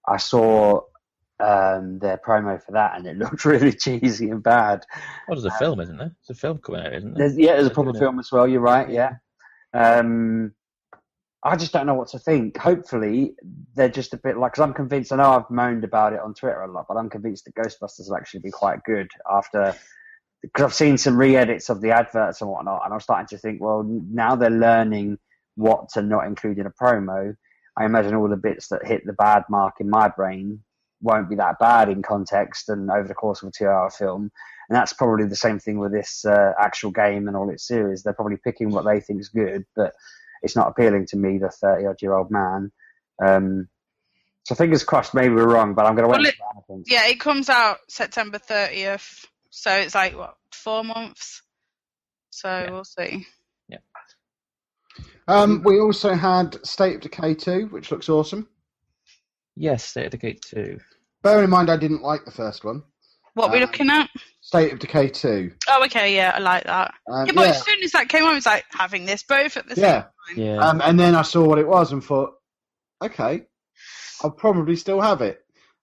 [SPEAKER 2] I saw um, their promo for that, and it looked really cheesy and bad.
[SPEAKER 4] What
[SPEAKER 3] uh,
[SPEAKER 4] is Oh, a film, isn't there? It's a film coming out, isn't there?
[SPEAKER 2] There's, yeah, there's a proper
[SPEAKER 4] Yeah.
[SPEAKER 2] film as well. You're right. Yeah. Um, I just don't know what to think. Hopefully, they're just a bit like because I'm convinced. I know I've moaned about it on Twitter a lot, but I'm convinced that Ghostbusters will actually be quite good after because I've seen some re-edits of the adverts and whatnot, and I'm starting to think, well, now they're learning what to not include in a promo. I imagine all the bits that hit the bad mark in my brain won't be that bad in context and over the course of a two-hour film. And that's probably the same thing with this uh, actual game and all its series. They're probably picking what they think's good, but it's not appealing to me, the thirty-odd-year-old man. Um, so fingers crossed. Maybe we're wrong, but I'm going to wait.
[SPEAKER 3] Well, it-
[SPEAKER 2] for Anna thinks.
[SPEAKER 3] Yeah, it comes out September 30th. So it's like what four months. So
[SPEAKER 4] Yeah.
[SPEAKER 3] we'll see.
[SPEAKER 1] Um, we also had State of Decay 2, which looks awesome.
[SPEAKER 4] Yes, State of Decay Two.
[SPEAKER 1] Bear in mind, I didn't like the first one.
[SPEAKER 3] What we're
[SPEAKER 4] Uh,
[SPEAKER 1] Um,
[SPEAKER 3] looking at?
[SPEAKER 1] State of Decay 2.
[SPEAKER 3] Oh, okay, yeah, I like that.
[SPEAKER 1] Um,
[SPEAKER 3] yeah, but as soon as that came on, I was like having this both at the same.
[SPEAKER 1] yeah.
[SPEAKER 4] Yeah.
[SPEAKER 1] Um, and then I saw what it was and thought, okay, I'll probably still have it.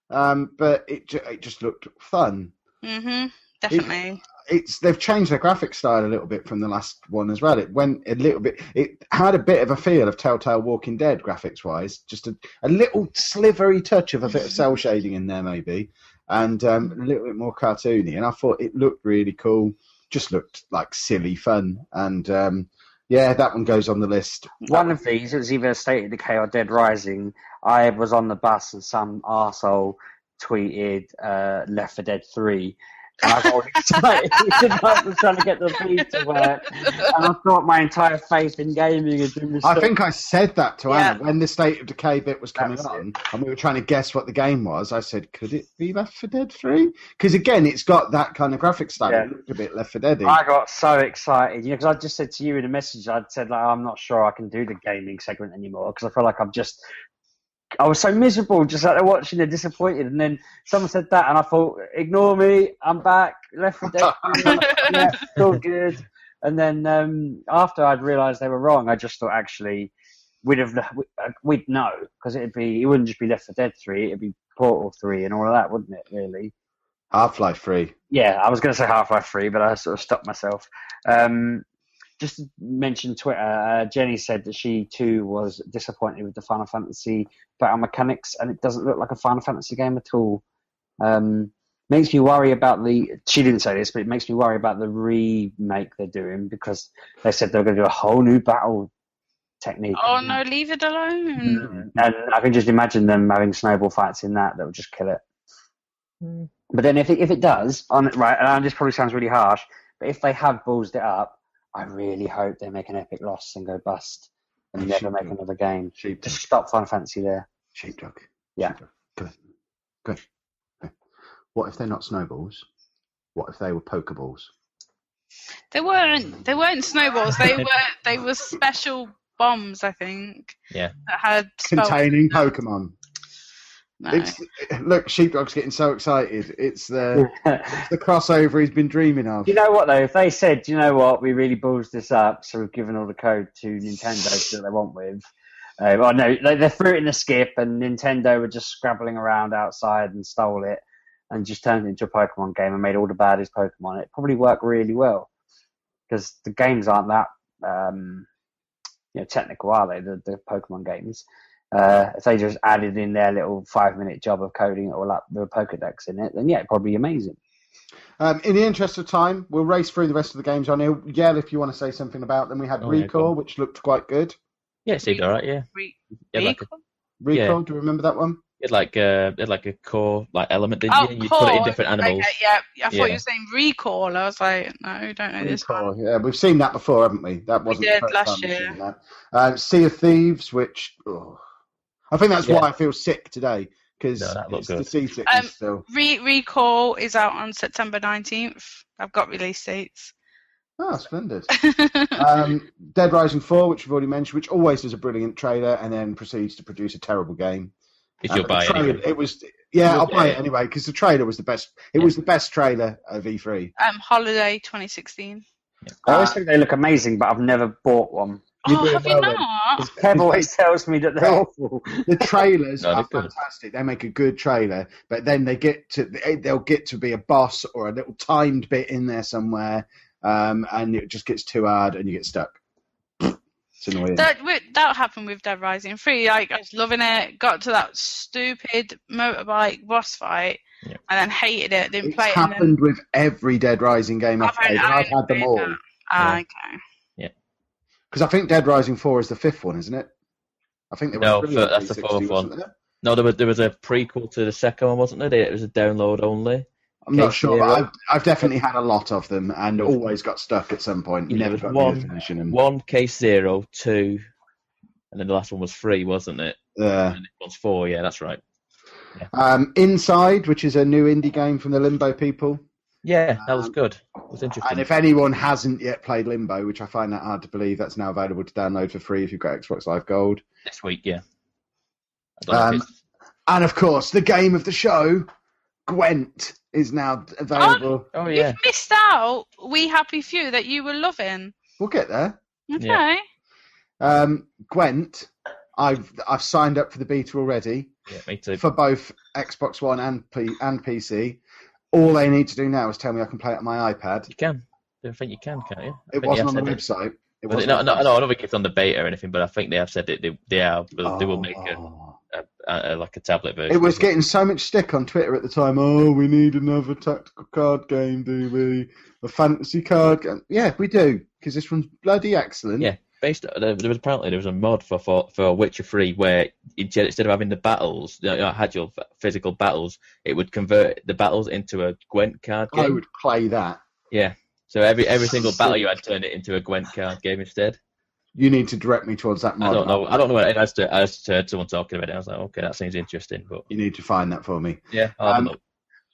[SPEAKER 1] Um, but it, ju- it just looked fun.
[SPEAKER 3] Mhm, definitely.
[SPEAKER 1] It's they've changed their graphic style a little bit from the last one as well. It went a little bit. It had a bit of a feel of Telltale Walking Dead graphics wise, just a, a little slivery touch of a bit of cell shading in there maybe, and um, a little bit more cartoony. And I thought it looked really cool. Just looked like silly fun. And um, yeah, that one goes on the list.
[SPEAKER 2] One of these, it was either State of Decay or Dead Rising. I was on the bus and some arsehole tweeted uh, Left for Dead 3. And I got all excited because I was trying to get the feed to work. And I thought my entire faith in gaming had been
[SPEAKER 1] I
[SPEAKER 2] restored.
[SPEAKER 1] think I said that to
[SPEAKER 3] Yeah.
[SPEAKER 1] Anna when the State of Decay bit was coming
[SPEAKER 2] That's it.
[SPEAKER 1] on, and we were trying to guess what the game was. I said, "Could it be Left 4 Dead 3? Because again, it's got that kind of graphic style.
[SPEAKER 2] Yeah.
[SPEAKER 1] It looked a bit Left 4 Dead.
[SPEAKER 2] I got so excited, you know, because I just said to you in a message, I'd said like, I'm not sure I can do the gaming segment anymore because I feel like I'm just, I was so miserable, just like watching it, disappointed, and then someone said that, and I thought, ignore me, I'm back, left for dead,
[SPEAKER 3] Oh,
[SPEAKER 2] yeah, it's all good. And then um, after I'd realised they were wrong, I just thought actually we'd have uh, we'd know because it'd be it wouldn't just be Left for Dead three, it'd be Portal three and all of that, wouldn't it? Really
[SPEAKER 1] Half Life 3.
[SPEAKER 2] yeah, I was going to say Half Life 3, but I sort of stopped myself. Um, just to mention Twitter, uh, Jenny said that she too was disappointed with the Final Fantasy battle mechanics, and it doesn't look like a Final Fantasy game at all. Um, makes me worry about the. She didn't say this, but it makes me worry about the remake they're doing because they said they were going to do a whole new battle technique.
[SPEAKER 3] Oh no, leave it alone.
[SPEAKER 2] Mm. And I can just imagine them having snowball fights in that that would just kill it.
[SPEAKER 4] Mm.
[SPEAKER 2] But then if it, if it does, on, right, and this probably sounds really harsh, but if they have ballsed it up, I really hope they make an epic loss and go bust and
[SPEAKER 1] Oh,
[SPEAKER 2] never
[SPEAKER 1] shit.
[SPEAKER 2] make another game.
[SPEAKER 1] Sheep,
[SPEAKER 2] Just stop Final Fantasy there.
[SPEAKER 1] sheepdog.
[SPEAKER 2] Yeah.
[SPEAKER 1] Sheepdog. Good. Good. Okay. What if they're not snowballs? What if they were pokeballs?
[SPEAKER 3] They weren't. They weren't snowballs. They were. They were special bombs. I think.
[SPEAKER 4] Yeah.
[SPEAKER 3] That had spells.
[SPEAKER 1] Containing Pokemon.
[SPEAKER 3] No.
[SPEAKER 1] It's, look, sheepdog's getting so excited. It's the the crossover he's been dreaming of.
[SPEAKER 2] you know what though? If they said, you know what, we really balls this up, so we've given all the code to Nintendo that they want with. Uh, well, no, they, they threw it in the skip, and Nintendo were just scrabbling around outside and stole it, and just turned it into a Pokemon game and made all the baddest Pokemon. It probably worked really well because the games aren't that um, you know technical, are they? The, the Pokemon games. Uh, if they just added in their little five-minute job of coding it all up with Pokedex in it, then yeah, it'd probably be amazing.
[SPEAKER 1] Um, in the interest of time, we'll race through the rest of the games on here. Yell, if you want to say something about them, we had
[SPEAKER 4] Oh, yeah,
[SPEAKER 1] Recall,
[SPEAKER 4] go on.
[SPEAKER 1] which looked quite good.
[SPEAKER 4] Yeah, it seemed alright. Yeah,
[SPEAKER 3] Re-
[SPEAKER 4] you had like a,
[SPEAKER 3] Recall?
[SPEAKER 1] Recall, do you remember that one?
[SPEAKER 4] you had like a, you had like a core like element, didn't
[SPEAKER 3] Oh,
[SPEAKER 4] you? You put it in
[SPEAKER 3] core.
[SPEAKER 4] different animals.
[SPEAKER 3] Okay, yeah. I thought you
[SPEAKER 4] Yeah.
[SPEAKER 3] were saying recall. I was like, no, don't know this one.
[SPEAKER 1] Recall, yeah, we've seen that before, haven't we? That wasn't
[SPEAKER 3] did
[SPEAKER 1] the first
[SPEAKER 3] last
[SPEAKER 1] time we've
[SPEAKER 3] year.
[SPEAKER 1] seen that. Um, sea of Thieves, which oh, I think that's
[SPEAKER 4] Yeah.
[SPEAKER 1] why I feel sick today because
[SPEAKER 4] No, that looked
[SPEAKER 1] it's the
[SPEAKER 4] good.
[SPEAKER 1] sea sickness
[SPEAKER 3] Um,
[SPEAKER 1] still.
[SPEAKER 3] Re- recall is out on September nineteenth. I've got release dates.
[SPEAKER 1] Oh, splendid.
[SPEAKER 3] yeah,
[SPEAKER 4] Uh,
[SPEAKER 1] um, Dead Rising 4, which we've already mentioned, which always does a brilliant trailer and then proceeds to produce a terrible game.
[SPEAKER 4] If
[SPEAKER 1] Uh, but
[SPEAKER 4] you'll buy
[SPEAKER 1] the trailer-
[SPEAKER 4] it,
[SPEAKER 1] It was yeah,
[SPEAKER 4] You'll
[SPEAKER 1] I'll
[SPEAKER 4] buy
[SPEAKER 1] buy
[SPEAKER 4] it.
[SPEAKER 1] it anyway because the trailer was the best. It
[SPEAKER 4] Yeah.
[SPEAKER 1] was the best trailer of E E3.
[SPEAKER 3] um, holiday twenty sixteen.
[SPEAKER 2] I always think they look amazing, but I've never bought one.
[SPEAKER 1] You
[SPEAKER 3] Oh,
[SPEAKER 1] do
[SPEAKER 3] have
[SPEAKER 1] it
[SPEAKER 3] you
[SPEAKER 1] well then.
[SPEAKER 3] not?
[SPEAKER 2] Because Kev always tells me that they're awful.
[SPEAKER 1] The trailers
[SPEAKER 4] No, they're
[SPEAKER 1] are
[SPEAKER 4] good.
[SPEAKER 1] fantastic. They make a good trailer, but then they get to they- they'll get to be a boss or a little timed bit in there somewhere, um, and it just gets too hard and you get stuck. It's annoying.
[SPEAKER 3] That wi- that happened with Dead Rising Three. Like I was loving it. Got to that stupid motorbike boss fight,
[SPEAKER 4] Yeah.
[SPEAKER 3] and then hated it. Didn't
[SPEAKER 1] it's
[SPEAKER 3] play it. And then,
[SPEAKER 1] happened with every Dead Rising game I've
[SPEAKER 3] I've
[SPEAKER 1] played.
[SPEAKER 3] had-
[SPEAKER 1] and I've
[SPEAKER 3] I've
[SPEAKER 1] had them
[SPEAKER 3] played
[SPEAKER 1] all
[SPEAKER 3] that. Ah, okay.
[SPEAKER 1] because I think Dead Rising Four is the fifth one, isn't it? I think they were
[SPEAKER 4] No,
[SPEAKER 1] three on
[SPEAKER 4] but that's the
[SPEAKER 1] 360,
[SPEAKER 4] fourth one.
[SPEAKER 1] wasn't there?
[SPEAKER 4] no, there was there was a prequel to the second one, wasn't there? It was a download only.
[SPEAKER 1] I'm not
[SPEAKER 4] Case
[SPEAKER 1] sure, but
[SPEAKER 4] Zero.
[SPEAKER 1] I've, I've definitely had a lot of them and always got stuck at some point.
[SPEAKER 4] Yeah,
[SPEAKER 1] Never
[SPEAKER 4] there's
[SPEAKER 1] got
[SPEAKER 4] one-
[SPEAKER 1] the definition. And,
[SPEAKER 4] One case zero, two, and then the last one was three, wasn't it?
[SPEAKER 1] uh,
[SPEAKER 4] And this one's four. Yeah, that's right.
[SPEAKER 1] um, Inside, which is a new indie game from the Limbo people.
[SPEAKER 4] Yeah, that was
[SPEAKER 1] Um,
[SPEAKER 4] good. It was interesting.
[SPEAKER 1] And if anyone hasn't yet played Limbo, which I find that hard to believe, that's now available to download for free if you've got Xbox Live Gold.
[SPEAKER 4] Next week, yeah. I don't know if
[SPEAKER 1] Um,
[SPEAKER 4] it's-
[SPEAKER 1] And of course, the game of the show, Gwent, is now available.
[SPEAKER 4] oh yeah,
[SPEAKER 3] You've missed out. We Happy Few that you were loving.
[SPEAKER 1] We'll get there.
[SPEAKER 3] Okay.
[SPEAKER 4] Yeah.
[SPEAKER 1] Um, Gwent, I've I've signed up for the beta already.
[SPEAKER 4] yeah, me too.
[SPEAKER 1] for both Xbox One and P- and PC. All they need to do now is tell me I can play it on my iPad.
[SPEAKER 4] You can. I don't think you can, can't you? I
[SPEAKER 1] It
[SPEAKER 4] think they
[SPEAKER 1] wasn't
[SPEAKER 4] have
[SPEAKER 1] on the
[SPEAKER 4] said
[SPEAKER 1] website.
[SPEAKER 4] it.
[SPEAKER 1] It
[SPEAKER 4] Was it-
[SPEAKER 1] wasn't
[SPEAKER 4] No,
[SPEAKER 1] on
[SPEAKER 4] no,
[SPEAKER 1] the
[SPEAKER 4] no, I don't think it's on the beta or anything, but I think they have said that they, they are.
[SPEAKER 1] website.
[SPEAKER 4] They will make a,
[SPEAKER 1] Oh.
[SPEAKER 4] a, a like a tablet version.
[SPEAKER 1] It was getting so much stick on Twitter at the time. Oh, we need another tactical card game, do we? A fantasy card game? Yeah, we do because this one's bloody excellent.
[SPEAKER 4] Yeah. based. uh, There there was apparently there was a mod for for, for Witcher Three where instead instead of having the battles, you know, had your physical battles, it would convert the battles into a Gwent card
[SPEAKER 1] I
[SPEAKER 4] game.
[SPEAKER 1] would play that.
[SPEAKER 4] So every every single battle you had turned it into a Gwent card game instead.
[SPEAKER 1] You need to direct me towards that
[SPEAKER 4] I
[SPEAKER 1] model.
[SPEAKER 4] don't know. I don't know. What, I just I just heard someone talking about it. I was like, okay, that seems interesting, but
[SPEAKER 1] You need to find that for me.
[SPEAKER 4] yeah, I'll have
[SPEAKER 1] Um,
[SPEAKER 4] a look.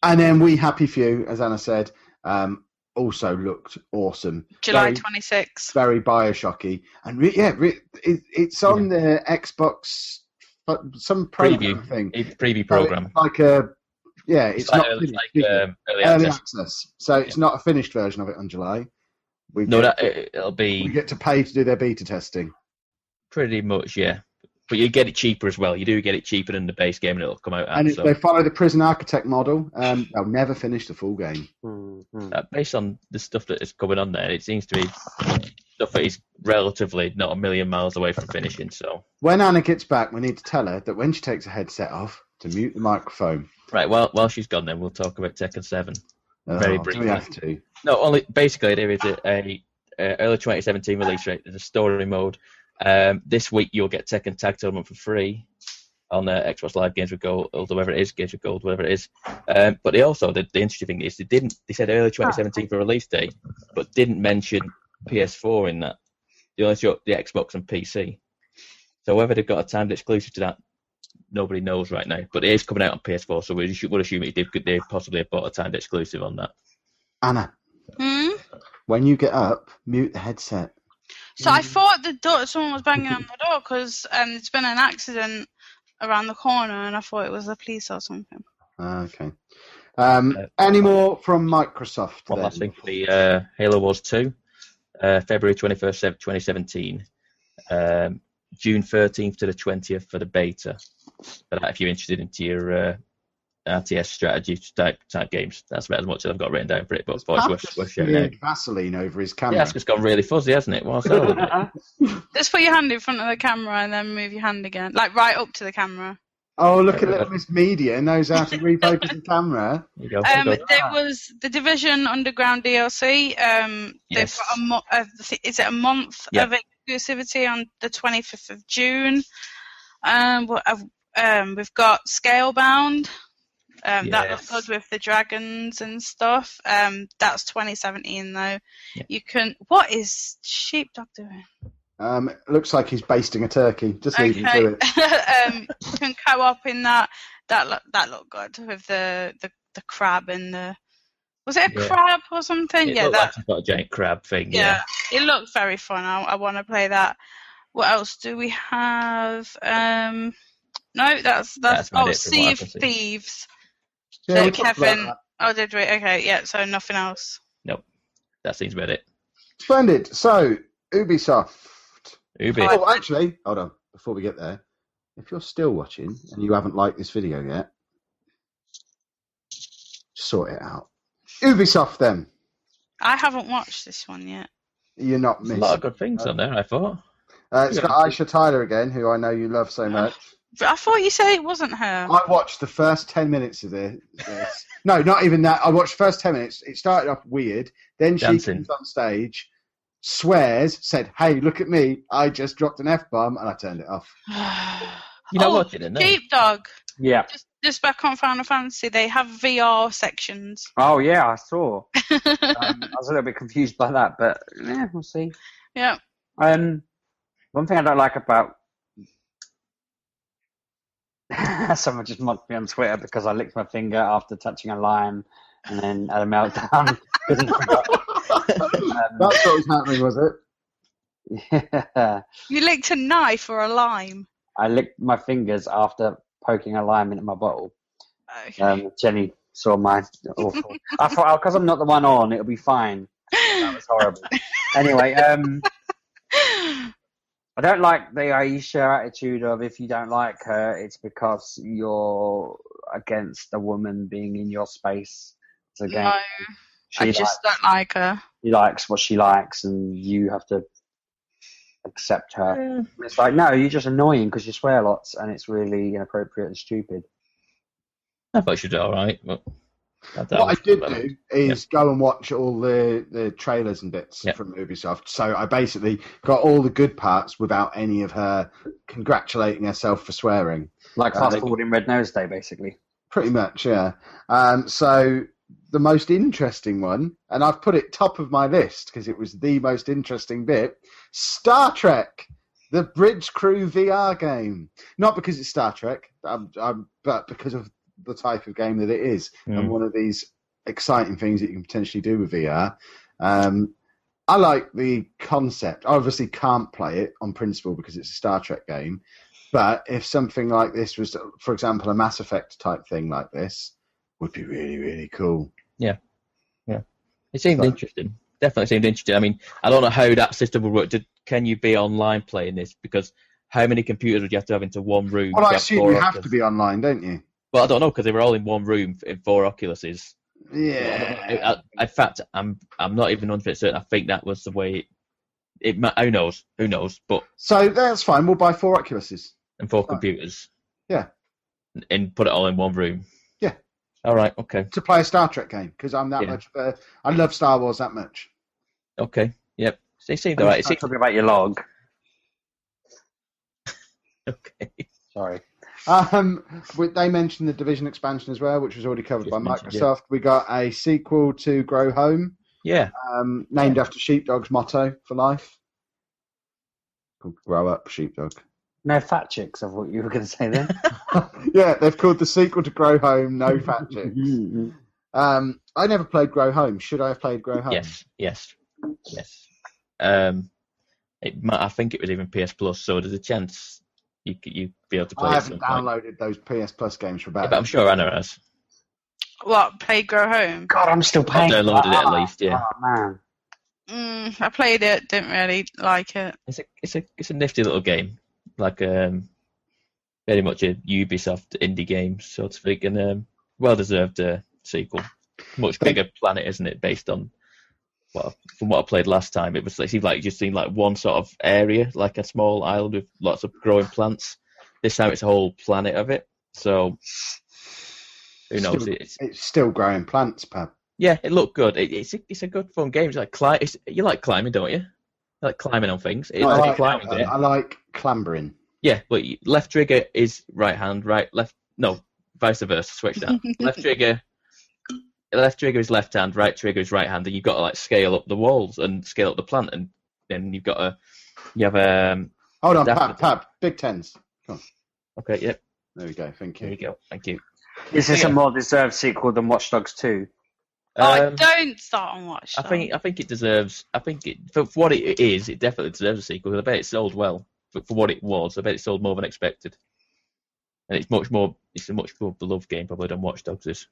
[SPEAKER 1] And then we happy few, as Anna said, um, also looked awesome.
[SPEAKER 3] July
[SPEAKER 1] Very-
[SPEAKER 3] twenty sixth.
[SPEAKER 1] very Bioshocky, and re- yeah, re- it, it's on the Xbox but some program
[SPEAKER 4] Preview.
[SPEAKER 1] thing.
[SPEAKER 4] A preview
[SPEAKER 1] So
[SPEAKER 4] program.
[SPEAKER 1] it's like a yeah, it's,
[SPEAKER 4] It's,
[SPEAKER 1] not
[SPEAKER 4] like, early,
[SPEAKER 1] finished,
[SPEAKER 4] like,
[SPEAKER 1] is it?
[SPEAKER 4] um, early
[SPEAKER 1] early
[SPEAKER 4] access.
[SPEAKER 1] access, so it's not a finished version of it on July. We
[SPEAKER 4] No,
[SPEAKER 1] get,
[SPEAKER 4] that it- it'll
[SPEAKER 1] we
[SPEAKER 4] be
[SPEAKER 1] get to pay to do their beta testing.
[SPEAKER 4] pretty much yeah. But you get it cheaper as well. You do get it cheaper than the base game, and it'll come out.
[SPEAKER 1] and
[SPEAKER 4] at,
[SPEAKER 1] if
[SPEAKER 4] Ah, so
[SPEAKER 1] they follow the Prison Architect model, um, they'll never finish the full game.
[SPEAKER 2] Mhm.
[SPEAKER 4] uh, based on the stuff that is coming on there, it seems to be stuff that is relatively not a million miles away from finishing. So
[SPEAKER 1] When Anna gets back, we need to tell her that when she takes her headset off, to mute the microphone.
[SPEAKER 4] right, well, while she's gone, then we'll talk about Tekken Seven.
[SPEAKER 1] do
[SPEAKER 4] Very
[SPEAKER 1] Oh, we
[SPEAKER 4] briefly.
[SPEAKER 1] have to.
[SPEAKER 4] No, only basically there is a, a, a early 2017 release rate. There's a story mode. Um, this week you'll get Tekken Tag Tournament for free. on uh, Xbox Live Games with Gold, or whatever it is, Games with Gold, whatever it is. Um, but they also, the, the interesting thing is, they didn't. They said early 2017 for release date, but didn't mention PS4 in that. They only showed the Xbox and PC. So whether they've got a timed exclusive to that, nobody knows right now. But it is coming out on PS4, so we should, would assume it did, they possibly have bought a timed exclusive on that.
[SPEAKER 1] Anna,
[SPEAKER 3] Hmm?
[SPEAKER 1] when you get up, mute the headset.
[SPEAKER 3] So
[SPEAKER 4] Hmm.
[SPEAKER 3] I thought the door, someone was banging on the door because um, there's been an accident around the corner, and I thought it was the police or something.
[SPEAKER 1] Okay. Um, any more from Microsoft?
[SPEAKER 4] Uh, One
[SPEAKER 1] then?
[SPEAKER 4] last thing, the uh, Halo Wars 2, uh, February 21st, sev- 2017, um, June 13th to the 20th for the beta. For that, if you're interested into your uh, RTS strategy type type games, that's about as much as I've got written down for it. But it's
[SPEAKER 1] Pat
[SPEAKER 4] worth, worth
[SPEAKER 1] just
[SPEAKER 4] sharing out.
[SPEAKER 1] smeared Vaseline over his
[SPEAKER 4] Yeah,
[SPEAKER 1] camera.
[SPEAKER 4] it's just gone really fuzzy, hasn't it? What's that all about?
[SPEAKER 3] Just put your hand in front of the camera and then move your hand again, like right up to the camera.
[SPEAKER 1] oh, look at little Miss Media knows how to refocus the camera.
[SPEAKER 4] You go,
[SPEAKER 3] Um,
[SPEAKER 4] go.
[SPEAKER 3] there was the Division Underground DLC. Um, they've
[SPEAKER 4] Yes.
[SPEAKER 3] got a mo- uh, is it a month
[SPEAKER 4] Yeah.
[SPEAKER 3] of exclusivity on the 25th of June. Um, what have- um, we've got Scalebound. Um, That
[SPEAKER 4] Yes.
[SPEAKER 3] looked good with the dragons and stuff. Um, that's 2017 though.
[SPEAKER 4] Yeah.
[SPEAKER 3] You can. What is Sheepdog doing?
[SPEAKER 1] Um, looks like he's basting a turkey. Just leave him to it.
[SPEAKER 3] um, you can co-op in that. That look, that looked good with the, the, the crab and the. Was it a
[SPEAKER 4] Yeah.
[SPEAKER 3] crab or something?
[SPEAKER 4] It
[SPEAKER 3] yeah,
[SPEAKER 4] looked
[SPEAKER 3] that
[SPEAKER 4] like he's got a giant crab thing.
[SPEAKER 3] yeah, it looked very fun. I, I want to play that. What else do we have? Um, no, that's that's,
[SPEAKER 4] That's about
[SPEAKER 3] oh,
[SPEAKER 4] it from what
[SPEAKER 3] Sea
[SPEAKER 4] I
[SPEAKER 3] of
[SPEAKER 4] can see.
[SPEAKER 3] Thieves.
[SPEAKER 1] Yeah, we
[SPEAKER 3] so
[SPEAKER 1] talked about
[SPEAKER 3] Kevin,
[SPEAKER 1] that.
[SPEAKER 3] oh, did we? Okay, yeah. So nothing else.
[SPEAKER 4] that seems about it.
[SPEAKER 1] Splendid. So, Ubisoft.
[SPEAKER 4] Ubi,
[SPEAKER 3] Right.
[SPEAKER 1] Oh, actually, hold on. Before we get there, if you're still watching and you haven't liked this video yet, sort it out. Ubisoft, then.
[SPEAKER 3] I haven't watched this one yet.
[SPEAKER 1] You're not
[SPEAKER 4] a lot of
[SPEAKER 1] missing.
[SPEAKER 4] good things on there. I thought.
[SPEAKER 1] Uh, it's got Aisha Tyler again, who I know you love so
[SPEAKER 4] Uh-huh.
[SPEAKER 1] much.
[SPEAKER 3] But I thought you said it wasn't her.
[SPEAKER 1] I watched the first 10 minutes of this. this. no, not even that. I watched the first 10 minutes. It started off weird. Then she
[SPEAKER 4] Dancing.
[SPEAKER 1] comes on stage, swears, said, Hey, look at me. I just dropped an F bomb, and I turned it off.
[SPEAKER 4] You know
[SPEAKER 3] Oh,
[SPEAKER 4] what? You didn't know.
[SPEAKER 3] Sheepdog.
[SPEAKER 2] Yeah.
[SPEAKER 3] Just, just back on Final Fantasy, they have VR sections.
[SPEAKER 2] Oh yeah, I saw. Um, I was a little bit confused by that, but yeah, we'll see.
[SPEAKER 3] yeah.
[SPEAKER 2] Um, one thing I don't like about someone just mocked me on Twitter because I licked my finger after touching a lime and then had a meltdown. Um,
[SPEAKER 1] That's what was happening, was it?
[SPEAKER 2] yeah.
[SPEAKER 3] You licked a knife or a lime.
[SPEAKER 2] um, I licked my fingers after poking a lime into my bottle.
[SPEAKER 3] Okay.
[SPEAKER 2] Um, Jenny saw my awful. I thought because I'm not the one on, it'll be fine. That was horrible. anyway, um, I don't like the Aisha attitude of if you don't like her, it's because you're against a woman being in your space. It's again,
[SPEAKER 3] no,
[SPEAKER 2] she
[SPEAKER 3] I
[SPEAKER 2] likes,
[SPEAKER 3] just don't like her.
[SPEAKER 2] she likes what she likes, and you have to accept her.
[SPEAKER 4] Yeah.
[SPEAKER 2] It's like no, you're just annoying because you swear lots, and it's really inappropriate and stupid.
[SPEAKER 4] I thought she did all right. But that, that
[SPEAKER 1] what I
[SPEAKER 4] was-
[SPEAKER 1] did
[SPEAKER 4] that was-
[SPEAKER 1] do is go and watch all the, the trailers and bits
[SPEAKER 4] Yeah.
[SPEAKER 1] from Ubisoft. So I basically got all the good parts without any of her congratulating herself for swearing.
[SPEAKER 2] Like
[SPEAKER 1] Uh,
[SPEAKER 2] fast forwarding Red Nose Day, basically.
[SPEAKER 1] Pretty much, yeah. Um, so the most interesting one, and I've put it top of my list because it was the most interesting bit Star Trek, the Bridge Crew VR game. Not because it's Star Trek, um um, but because of the type of game that it is and
[SPEAKER 4] Mm.
[SPEAKER 1] one of these exciting things that you can potentially do with VR. Um, I like the concept. I obviously can't play it on principle because it's a Star Trek game, but if something like this was, for example, a Mass Effect type thing like this, would be really really cool.
[SPEAKER 4] It seemed
[SPEAKER 1] Sorry.
[SPEAKER 4] interesting. Definitely seemed interesting. I mean, I don't know how that system would work. Did, can you be online playing this? Because how many computers would you have to have into one room?
[SPEAKER 1] Well,
[SPEAKER 4] to
[SPEAKER 1] I
[SPEAKER 4] have
[SPEAKER 1] assume
[SPEAKER 4] four
[SPEAKER 1] you have
[SPEAKER 4] Oculus?
[SPEAKER 1] to be online, don't you?
[SPEAKER 4] Well, I don't know because they were all in one room in four Oculuses.
[SPEAKER 1] Yeah.
[SPEAKER 4] I- I- in fact, I'm I'm not even 100 certain. I think that was the way. It, it ma- who knows? Who knows? But
[SPEAKER 1] So that's fine. We'll buy four Oculuses.
[SPEAKER 4] and four
[SPEAKER 1] Fine.
[SPEAKER 4] computers.
[SPEAKER 1] Yeah.
[SPEAKER 4] And- And put it all in one room.
[SPEAKER 1] Yeah.
[SPEAKER 4] All right. Okay.
[SPEAKER 1] to play a Star Trek game because I'm that
[SPEAKER 4] Yeah.
[SPEAKER 1] much of a. I love Star Wars that much.
[SPEAKER 4] Okay. Yep. They seemed all right. It
[SPEAKER 2] Stop
[SPEAKER 4] seemed,
[SPEAKER 2] talking about your log.
[SPEAKER 4] okay.
[SPEAKER 2] Sorry.
[SPEAKER 1] Um, with- they mentioned the Division expansion as well, which was already covered
[SPEAKER 4] Just
[SPEAKER 1] by
[SPEAKER 4] mentioned, yeah.
[SPEAKER 1] Microsoft. We got a sequel to Grow Home,
[SPEAKER 4] Yeah,
[SPEAKER 1] um, named after Sheepdog's motto for life. Called Grow Up, Sheepdog.
[SPEAKER 2] No fat chicks, I thought you were going to say then.
[SPEAKER 1] yeah, they've called the sequel to Grow Home No Fat Chick. Um, I never played Grow Home. Should I have played Grow Home?
[SPEAKER 4] yes, yes, yes. Um, it, might- I think it was even PS Plus, so there's a chance you c- you'd be able to play.
[SPEAKER 1] I
[SPEAKER 4] it at some
[SPEAKER 1] haven't
[SPEAKER 4] point.
[SPEAKER 1] downloaded those PS Plus games for
[SPEAKER 4] Yeah,
[SPEAKER 1] about.
[SPEAKER 4] but I'm sure Anna has.
[SPEAKER 3] What? Play Grow Home?
[SPEAKER 2] God, I'm still
[SPEAKER 4] I
[SPEAKER 2] paying. for
[SPEAKER 4] downloaded it
[SPEAKER 2] that.
[SPEAKER 4] at least. Yeah,
[SPEAKER 2] Oh man,
[SPEAKER 3] Mm, I played it, didn't really like it.
[SPEAKER 4] it's a it's a it's a nifty little game, like um, very much a Ubisoft indie game, so to speak, and um, well deserved uh, sequel. Much
[SPEAKER 1] Thank-
[SPEAKER 4] bigger planet, isn't it? Based on what I- from what I played last time, it was it seemed like you just seen like one sort of area, like a small island with lots of growing plants. This time it's a whole planet of it, so who knows?
[SPEAKER 1] Still-
[SPEAKER 4] It's,
[SPEAKER 1] It's still growing plants, Pab.
[SPEAKER 4] yeah, it looked good. It, it's a, it's a good fun game. It's like cli- it's, you like climbing, don't you? You like climbing on things. It's
[SPEAKER 1] I
[SPEAKER 4] like,
[SPEAKER 1] like, um,
[SPEAKER 4] climbing.
[SPEAKER 1] I,
[SPEAKER 4] yeah.
[SPEAKER 1] I like clambering.
[SPEAKER 4] Yeah, but you- left trigger is right hand, right left. No, vice versa. Switch that. left trigger, left trigger is left hand, right trigger is right hand, and you've got to like scale up the walls and scale up the plant, and then you've got to you have um.
[SPEAKER 1] Hold on,
[SPEAKER 4] Definitely.
[SPEAKER 1] Pab, Pab, Big Tens.
[SPEAKER 4] Okay, yep.
[SPEAKER 1] There we go. Thank
[SPEAKER 4] Here you
[SPEAKER 1] you.
[SPEAKER 4] go. Thank you.
[SPEAKER 2] is this
[SPEAKER 4] Yeah.
[SPEAKER 2] a more deserved sequel than Watch Dogs Two?
[SPEAKER 3] oh,
[SPEAKER 4] Um,
[SPEAKER 3] don't start on Watch.
[SPEAKER 4] I
[SPEAKER 3] Dogs.
[SPEAKER 4] think I think it deserves. I think it for, for what it is, it definitely deserves a sequel. I bet it sold well for, for what it was. I bet it sold more than expected, and it's much more. It's a much more beloved game probably than Watch Dogs is.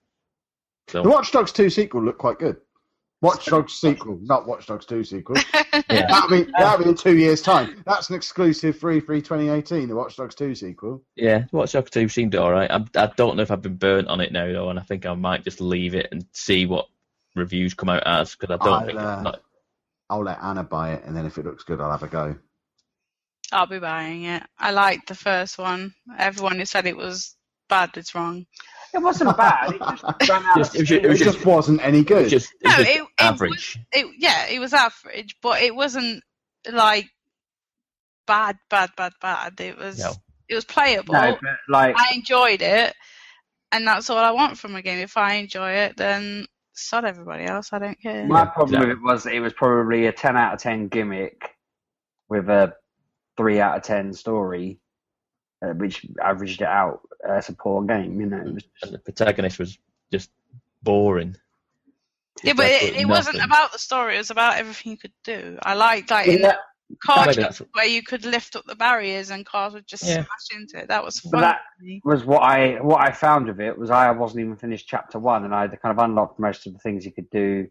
[SPEAKER 4] So
[SPEAKER 1] The Watch Dogs 2 sequel looked quite good. Watch Dogs sequel, not Watch Dogs 2 sequel.
[SPEAKER 4] yeah.
[SPEAKER 1] That'll be, that'll be in two years' time. That's an exclusive free free 2018, the Watch Dogs 2 sequel.
[SPEAKER 4] Yeah, Watch Dogs 2 seemed alright. I, I don't know if I've been burnt on it now, though, and I think I might just leave it and see what reviews come out as, because I don't
[SPEAKER 1] I'll,
[SPEAKER 4] think
[SPEAKER 1] uh,
[SPEAKER 4] I'm not,
[SPEAKER 1] I'll let Anna buy it, and then if it looks good, I'll have a go.
[SPEAKER 3] I'll be buying it. I liked the first one. Everyone who said it was bad is wrong.
[SPEAKER 2] It wasn't bad. It just ran out.
[SPEAKER 4] Just-
[SPEAKER 2] of
[SPEAKER 4] it was ju-
[SPEAKER 1] It,
[SPEAKER 4] It
[SPEAKER 2] steam.
[SPEAKER 4] was
[SPEAKER 1] just,
[SPEAKER 4] just-
[SPEAKER 1] wasn't any
[SPEAKER 4] it
[SPEAKER 1] good.
[SPEAKER 4] was just, it
[SPEAKER 3] No,
[SPEAKER 4] was just
[SPEAKER 3] it- it was-
[SPEAKER 4] average.
[SPEAKER 3] It yeah, it was average, but it wasn't like bad, bad, bad, bad. It was
[SPEAKER 4] No.
[SPEAKER 3] it was playable.
[SPEAKER 2] no, but like
[SPEAKER 3] I enjoyed it, and that's all I want from a game. If I enjoy it, then sod everybody else. I don't care.
[SPEAKER 2] my
[SPEAKER 4] Yeah,
[SPEAKER 2] problem with it was it was probably a ten out of ten gimmick with a three out of ten story, uh, which averaged it out as a poor game. You know, it was
[SPEAKER 4] and the protagonist was just boring.
[SPEAKER 3] yeah, but
[SPEAKER 4] That's
[SPEAKER 3] it,
[SPEAKER 4] what-
[SPEAKER 3] it wasn't
[SPEAKER 4] nothing.
[SPEAKER 3] about the story. It was about everything you could do. I liked like in
[SPEAKER 2] Yeah,
[SPEAKER 3] that car
[SPEAKER 4] Maybe
[SPEAKER 3] chase
[SPEAKER 4] that's-
[SPEAKER 3] where you could lift up the barriers and cars would just
[SPEAKER 4] Yeah.
[SPEAKER 3] smash into it. That was
[SPEAKER 2] But
[SPEAKER 3] fun.
[SPEAKER 2] that-
[SPEAKER 3] for me.
[SPEAKER 2] was what I what I found of it was I wasn't even finished chapter one, and I had kind of unlocked most of the things you could do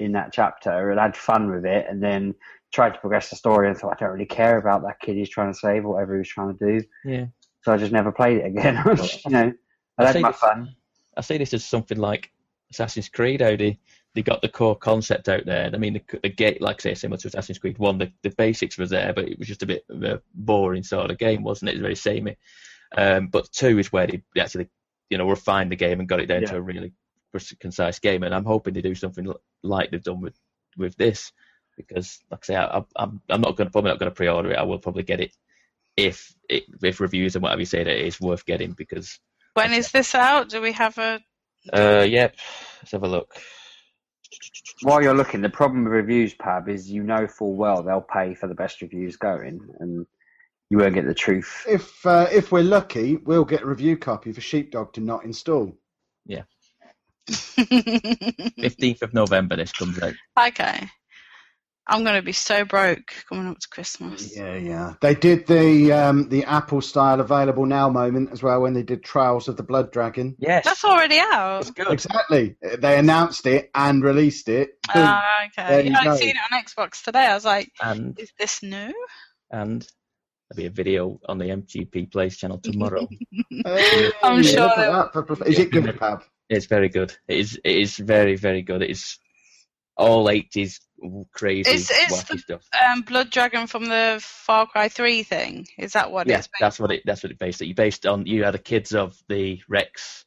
[SPEAKER 2] in that chapter, and had fun with it, and then tried to progress the story, and thought I don't really care about that kid he's trying to save or whatever he was trying to do,
[SPEAKER 4] Yeah.
[SPEAKER 2] so I just never played it again. you know, I
[SPEAKER 4] say
[SPEAKER 2] had my
[SPEAKER 4] this-
[SPEAKER 2] fun.
[SPEAKER 4] I see this as something like Assassin's Creed. How they they got the core concept out there. I mean, the, the gate, like I say, similar to Assassin's Creed One, the, the basics was there, but it was just a bit of a boring sort of game, wasn't it? It was very samey. Um, but two is where they they actually, you know, refined the game and got it down
[SPEAKER 2] Yeah.
[SPEAKER 4] to a really pres- concise game. And I'm hoping they do something l- like they've done with with this, because like I say, I, I'm I'm not going to probably not going to pre-order it. I will probably get it if it, if reviews and whatever you say that it is worth getting because
[SPEAKER 3] When is this out? Do we have a?
[SPEAKER 4] uh, yep. Let's have a look.
[SPEAKER 2] While you're looking, the problem with reviews, Pab, is you know full well they'll pay for the best reviews going, and you won't get the truth.
[SPEAKER 1] If uh, if we're lucky, we'll get a review copy for Sheepdog to not install.
[SPEAKER 4] Fifteenth of November, this comes out.
[SPEAKER 3] okay, I'm gonna be so broke coming up to Christmas.
[SPEAKER 1] Yeah, yeah. They did the um, the Apple style available now moment as well when they did Trials of the Blood Dragon.
[SPEAKER 4] Yes,
[SPEAKER 3] That's already out.
[SPEAKER 4] good.
[SPEAKER 1] Exactly. They announced it and released it. Boom.
[SPEAKER 3] Ah,
[SPEAKER 1] There
[SPEAKER 3] okay.
[SPEAKER 1] you go.
[SPEAKER 3] I've seen it on Xbox today. I was like,
[SPEAKER 4] And
[SPEAKER 3] is this new?
[SPEAKER 4] and there'll be a video on the MGP Plays channel tomorrow.
[SPEAKER 1] Hey,
[SPEAKER 3] I'm sure
[SPEAKER 1] look at
[SPEAKER 3] they-
[SPEAKER 1] that for prof- Is it good, Pab?
[SPEAKER 4] it's very good. It is. It is very very good. It is all eighties crazy
[SPEAKER 3] It's- it's
[SPEAKER 4] wacky stuff.
[SPEAKER 3] Um, Blood Dragon from the Far Cry 3 thing. Is that what
[SPEAKER 4] Yeah,
[SPEAKER 3] it's based
[SPEAKER 4] that's what it. That's what it based. It based on you had the kids of the Rex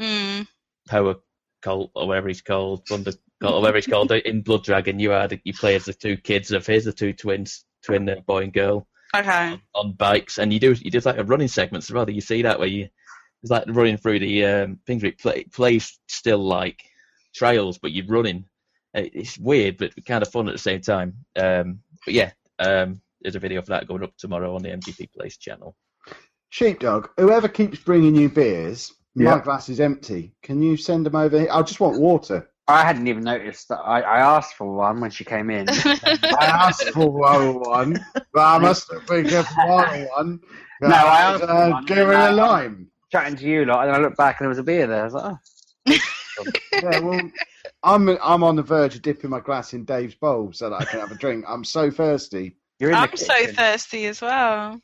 [SPEAKER 3] Mm.
[SPEAKER 4] Power Cult or whatever he's called, Thunder Cult or whatever he's called in Blood Dragon. You had you play as the two kids of his, the two twins, twin uh, boy and girl.
[SPEAKER 3] Hmm, Okay.
[SPEAKER 4] on bikes, and you do you do like a running segments as well. that You see that where you it's like running through the um, things. Where it play, plays still like trails, but you're running. Uh, It's weird, but kind of fun at the same time. Um, but yeah, um, there's a video for that going up tomorrow on the MGP Place channel.
[SPEAKER 1] Sheepdog, whoever keeps bringing you beers, my
[SPEAKER 2] Yeah.
[SPEAKER 1] glass is empty. Can you send them over here? I just want water.
[SPEAKER 2] I hadn't even noticed that I, I asked for one when she came in.
[SPEAKER 1] I asked for one, but I must have been given one.
[SPEAKER 2] No, I asked for
[SPEAKER 1] Uh,
[SPEAKER 2] one,
[SPEAKER 1] Give her a
[SPEAKER 2] and I-
[SPEAKER 1] lime.
[SPEAKER 2] Chatting to you lot, and then I looked back and there was a beer there. I was like, oh.
[SPEAKER 1] Yeah, well, I'm I'm on the verge of dipping my glass in Dave's bowl so that I can have a drink. I'm so thirsty.
[SPEAKER 2] You're in the
[SPEAKER 3] I'm
[SPEAKER 2] kitchen.
[SPEAKER 3] so thirsty as well.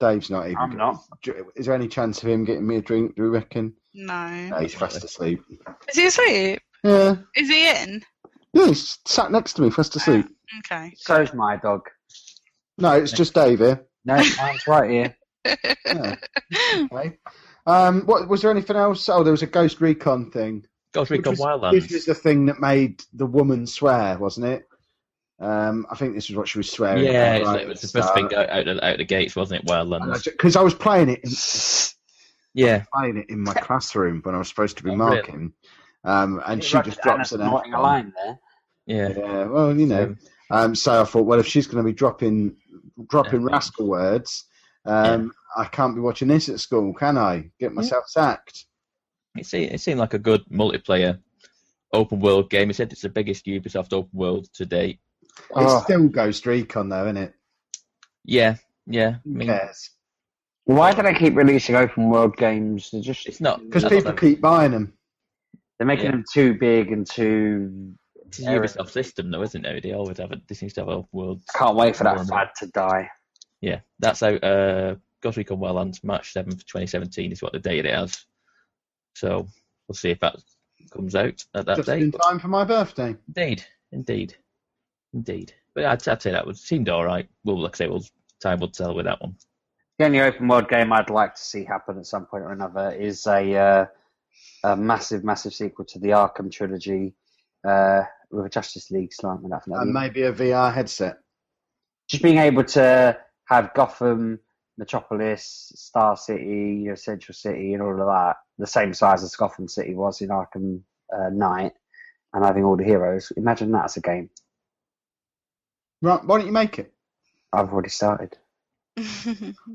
[SPEAKER 1] Dave's not even.
[SPEAKER 2] I'm not.
[SPEAKER 1] Do- Is there any chance of him getting me a drink? Do we reckon?
[SPEAKER 3] No.
[SPEAKER 1] No, he's fast asleep.
[SPEAKER 3] Is he asleep?
[SPEAKER 1] Yeah,
[SPEAKER 3] Is he in?
[SPEAKER 1] yeah, he's sat next to me, fast asleep.
[SPEAKER 3] Okay.
[SPEAKER 2] So's my dog.
[SPEAKER 1] No, it's just Dave here.
[SPEAKER 2] No, mine's right here.
[SPEAKER 1] Yeah. Okay. Um, what was there anything else? Oh, there was a Ghost Recon thing.
[SPEAKER 4] Ghost
[SPEAKER 1] Which
[SPEAKER 4] Recon
[SPEAKER 1] was- This was
[SPEAKER 4] Wildlands.
[SPEAKER 1] the thing that made the woman swear, wasn't it? Um, I think this is what she was swearing.
[SPEAKER 4] Yeah, it's, it was the first thing out, out, of- out of the gates, wasn't it? Wildlands.
[SPEAKER 1] Because uh, I was playing it, in,
[SPEAKER 4] Yeah,
[SPEAKER 1] playing it in my classroom when I was supposed to be
[SPEAKER 4] Oh, really?
[SPEAKER 1] marking, um, and she
[SPEAKER 2] Right,
[SPEAKER 1] just
[SPEAKER 2] Anna's
[SPEAKER 1] drops an
[SPEAKER 2] knotting a
[SPEAKER 1] F-bomb.
[SPEAKER 2] line there.
[SPEAKER 4] yeah.
[SPEAKER 1] Yeah, well, you know. Um, so I thought, well, if she's going to be dropping dropping
[SPEAKER 4] Yeah.
[SPEAKER 1] rascal words, um, I can't be watching this at school, can I? Get myself sacked.
[SPEAKER 4] It, se- it seemed like a good multiplayer open world game. It said it's the biggest Ubisoft open world to date.
[SPEAKER 1] It's
[SPEAKER 2] Oh.
[SPEAKER 1] still Ghost Recon, though, isn't it?
[SPEAKER 4] Yeah, yeah. I
[SPEAKER 1] Who
[SPEAKER 4] mean,
[SPEAKER 1] cares?
[SPEAKER 2] Why do they keep releasing open world games? They're just
[SPEAKER 4] It's not-
[SPEAKER 1] Because
[SPEAKER 4] That's
[SPEAKER 1] people
[SPEAKER 4] them.
[SPEAKER 1] keep buying them.
[SPEAKER 2] they're making
[SPEAKER 4] yeah.
[SPEAKER 2] them too big and too.
[SPEAKER 4] it's a Ubisoft system, though, isn't it? They always have it. They seem to have open world.
[SPEAKER 2] Can't wait for that
[SPEAKER 4] Well,
[SPEAKER 2] fad to die.
[SPEAKER 4] Yeah, that's out. Uh, Ghost Recon Wildlands, March seventh, twenty seventeen, is what the date it has. So we'll see if that comes out at that
[SPEAKER 1] Just
[SPEAKER 4] date.
[SPEAKER 1] in time for my birthday.
[SPEAKER 4] Indeed, indeed, indeed. But I'd, I'd say that would seemed all right. Well, like I say, we'll, time will tell with that one.
[SPEAKER 2] The only open world game I'd like to see happen at some point or another is a, uh, a massive, massive sequel to the Arkham trilogy uh, with a Justice League slant and that. and that.
[SPEAKER 1] And maybe a VR headset.
[SPEAKER 2] just being able to have Gotham, Metropolis, Star City, you know, Central City, and all of that the same size as Gotham City was in Arkham uh, Knight, and having all the heroes. Imagine that as a game.
[SPEAKER 1] Right, why don't you make it?
[SPEAKER 2] I've already started.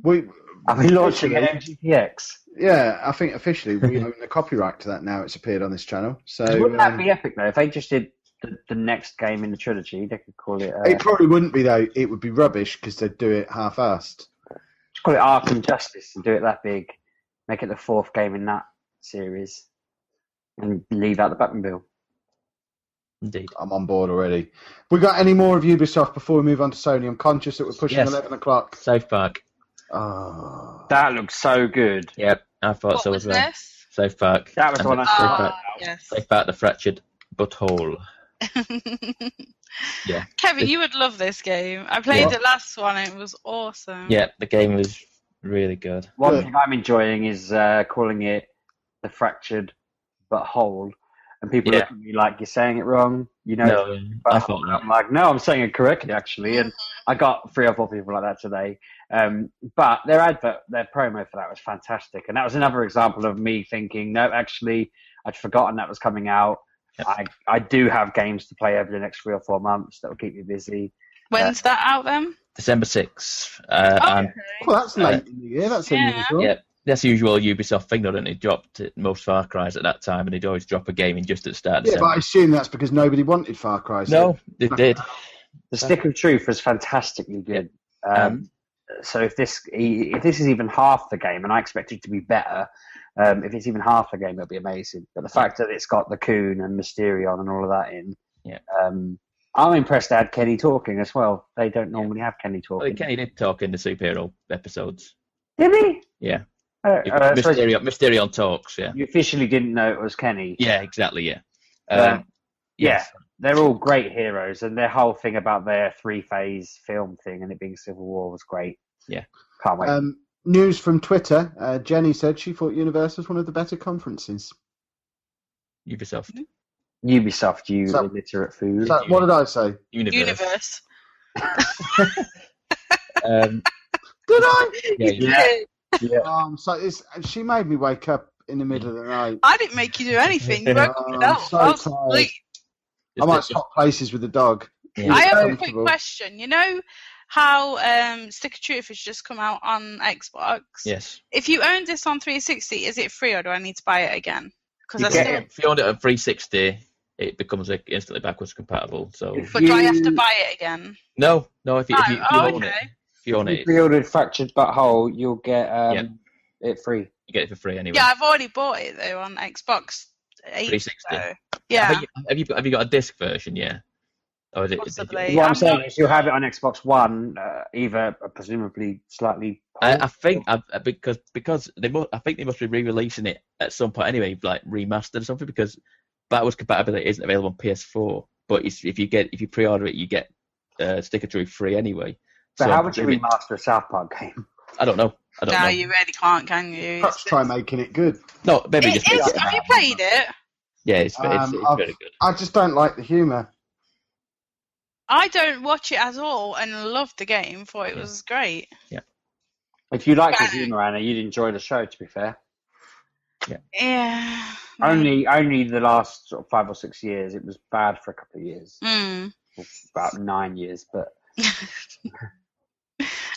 [SPEAKER 1] We,
[SPEAKER 2] I've been launching an
[SPEAKER 1] Officially.
[SPEAKER 2] MGPX.
[SPEAKER 1] yeah, I think officially we own the copyright to that now. It's appeared on this channel. So
[SPEAKER 2] Wouldn't
[SPEAKER 1] um,
[SPEAKER 2] that be epic though? If they just did the, the next game in the trilogy, they could call it uh,
[SPEAKER 1] it probably wouldn't be though. It would be rubbish because they'd do it half-assed.
[SPEAKER 2] just call it Arkham Justice and do it that big. Make it the fourth game in that series, and leave out the Batman bill.
[SPEAKER 4] Indeed.
[SPEAKER 1] I'm on board already. We got any more of Ubisoft before we move on to Sony? I'm conscious that we're pushing
[SPEAKER 4] Yes.
[SPEAKER 1] eleven o'clock.
[SPEAKER 4] South Park.
[SPEAKER 1] Oh.
[SPEAKER 2] That looks so good.
[SPEAKER 4] Yep, I thought
[SPEAKER 3] what
[SPEAKER 4] so
[SPEAKER 3] was
[SPEAKER 4] as well.
[SPEAKER 3] this?
[SPEAKER 4] South Park.
[SPEAKER 2] That was the
[SPEAKER 4] And
[SPEAKER 2] one I
[SPEAKER 4] South
[SPEAKER 2] saw.
[SPEAKER 4] Park,
[SPEAKER 3] Ah, yes.
[SPEAKER 4] South Park, the fractured butthole. Yeah.
[SPEAKER 3] Kevin, you would love this game. I played
[SPEAKER 4] Yeah.
[SPEAKER 3] the last one. It was awesome.
[SPEAKER 4] Yeah, the game was really good.
[SPEAKER 2] One
[SPEAKER 1] Yeah.
[SPEAKER 2] thing I'm enjoying is uh, calling it the fractured but whole, and people
[SPEAKER 4] Yeah.
[SPEAKER 2] look at me like you're saying it wrong. You know,
[SPEAKER 4] No, I
[SPEAKER 2] but
[SPEAKER 4] thought that.
[SPEAKER 2] I'm like, no, I'm saying it correctly actually. And I got three or four people like that today. Um, but their advert, their promo for that was fantastic, and that was another example of me thinking, no, actually, I'd forgotten that was coming out.
[SPEAKER 4] Yep.
[SPEAKER 2] I I do have games to play over the next three or four months that will keep me busy.
[SPEAKER 3] When's that out then?
[SPEAKER 4] December sixth. Uh,
[SPEAKER 3] Oh,
[SPEAKER 4] and
[SPEAKER 3] okay.
[SPEAKER 1] Well, that's late in the year. That's
[SPEAKER 3] Yeah.
[SPEAKER 1] unusual.
[SPEAKER 4] Yeah. that's the usual Ubisoft thing, though, don't they? Dropped most Far Cries at that time, and they'd always drop a game in just at the start. Of
[SPEAKER 1] Yeah, but I
[SPEAKER 4] December.
[SPEAKER 1] assume that's because nobody wanted Far Cry.
[SPEAKER 4] no, they did. Um,
[SPEAKER 2] The Stick of Truth was fantastically good. Um, so if this if this is even half the game, and I expect it to be better, um, if it's even half the game, it'll be amazing. But the fact that it's got the Coon and Mysterion and all of that in,
[SPEAKER 4] Yeah.
[SPEAKER 2] um, I'm impressed. They had Kenny talking as well. They don't normally have Kenny
[SPEAKER 4] Well,
[SPEAKER 2] talking.
[SPEAKER 4] Oh, Kenny did talk in the superhero episodes.
[SPEAKER 2] Did he?
[SPEAKER 4] Yeah.
[SPEAKER 2] Uh, uh, so
[SPEAKER 4] Mysterion, Mysterion talks. Yeah.
[SPEAKER 2] you officially didn't know it was Kenny.
[SPEAKER 4] Yeah, exactly. Yeah. Um,
[SPEAKER 2] Uh,
[SPEAKER 4] yes.
[SPEAKER 2] They're all great heroes, and their whole thing about their three phase film thing and it being Civil War was great.
[SPEAKER 4] Yeah.
[SPEAKER 2] can't wait.
[SPEAKER 1] Um, news from Twitter. Uh, Jenny said she thought Universe was one of the better conferences.
[SPEAKER 4] Ubisoft
[SPEAKER 2] Ubisoft, you
[SPEAKER 1] So-
[SPEAKER 2] illiterate fool.
[SPEAKER 1] So, what did I say?
[SPEAKER 4] Universe.
[SPEAKER 3] Universe.
[SPEAKER 2] Um,
[SPEAKER 1] Did I?
[SPEAKER 2] yeah,
[SPEAKER 3] You
[SPEAKER 2] yeah.
[SPEAKER 3] did.
[SPEAKER 2] yeah.
[SPEAKER 1] Um, so it's, she made me wake up in the middle of the night.
[SPEAKER 3] I didn't make you do anything. You woke up
[SPEAKER 1] Oh, I'm
[SPEAKER 3] yourself.
[SPEAKER 1] so
[SPEAKER 3] I was
[SPEAKER 1] tired.
[SPEAKER 3] asleep.
[SPEAKER 1] I might swap places with the dog.
[SPEAKER 4] Yeah.
[SPEAKER 3] I have a quick
[SPEAKER 1] Comfortable.
[SPEAKER 3] question. You know how um, Stick of Truth has just come out on Xbox?
[SPEAKER 4] Yes.
[SPEAKER 3] If you owned this on 360, is it free or do I need to buy it again? Because I
[SPEAKER 4] You
[SPEAKER 2] get
[SPEAKER 3] still.
[SPEAKER 4] get, if you own it at 360, it becomes like, instantly backwards compatible. So
[SPEAKER 1] If-
[SPEAKER 3] But do I have to
[SPEAKER 1] You-
[SPEAKER 3] buy it again?
[SPEAKER 4] no, no. If you, if you, if you
[SPEAKER 3] oh,
[SPEAKER 4] own
[SPEAKER 3] okay.
[SPEAKER 4] it, if you own
[SPEAKER 2] If you
[SPEAKER 4] it,
[SPEAKER 2] pre-ordered fractured butthole, you'll get um, it free.
[SPEAKER 4] you get it for free anyway.
[SPEAKER 3] Yeah, I've already bought it though on Xbox 8.
[SPEAKER 4] 360.
[SPEAKER 3] So. Yeah.
[SPEAKER 4] Have you, have you got have you got a disc version? Yeah. Or is it, did you-
[SPEAKER 3] Possibly.
[SPEAKER 2] what I'm,
[SPEAKER 3] I'm
[SPEAKER 2] saying
[SPEAKER 3] not-
[SPEAKER 2] is, you'll have it on Xbox One, uh, either uh, presumably slightly.
[SPEAKER 4] I,
[SPEAKER 2] old.
[SPEAKER 4] I think I, I- because because they must, I think they must be re-releasing it at some point anyway, like remastered or something. Because backwards compatibility isn't available on PS4, but it's, if you get if you pre-order it, you get uh, sticker through free anyway.
[SPEAKER 2] so, how would you
[SPEAKER 4] maybe-
[SPEAKER 2] remaster a South Park game?
[SPEAKER 4] I don't know. I don't
[SPEAKER 3] No,
[SPEAKER 4] know.
[SPEAKER 3] you really can't, can you?
[SPEAKER 1] Perhaps try making it good.
[SPEAKER 4] No, maybe
[SPEAKER 3] It
[SPEAKER 4] just make
[SPEAKER 3] is-
[SPEAKER 4] it-
[SPEAKER 3] have you played it?
[SPEAKER 4] yeah, it's, it's,
[SPEAKER 1] Um,
[SPEAKER 4] it's
[SPEAKER 1] I've-
[SPEAKER 4] very good.
[SPEAKER 1] I just don't like the humour.
[SPEAKER 3] I don't watch it at all and loved the game, thought it was great.
[SPEAKER 2] If you like the
[SPEAKER 3] Yeah.
[SPEAKER 2] humour, Anna, you'd enjoy the show. To be fair,
[SPEAKER 3] Yeah.
[SPEAKER 2] only only the last sort of five or six years, it was bad for a couple of years,
[SPEAKER 3] Mm.
[SPEAKER 2] about nine years. But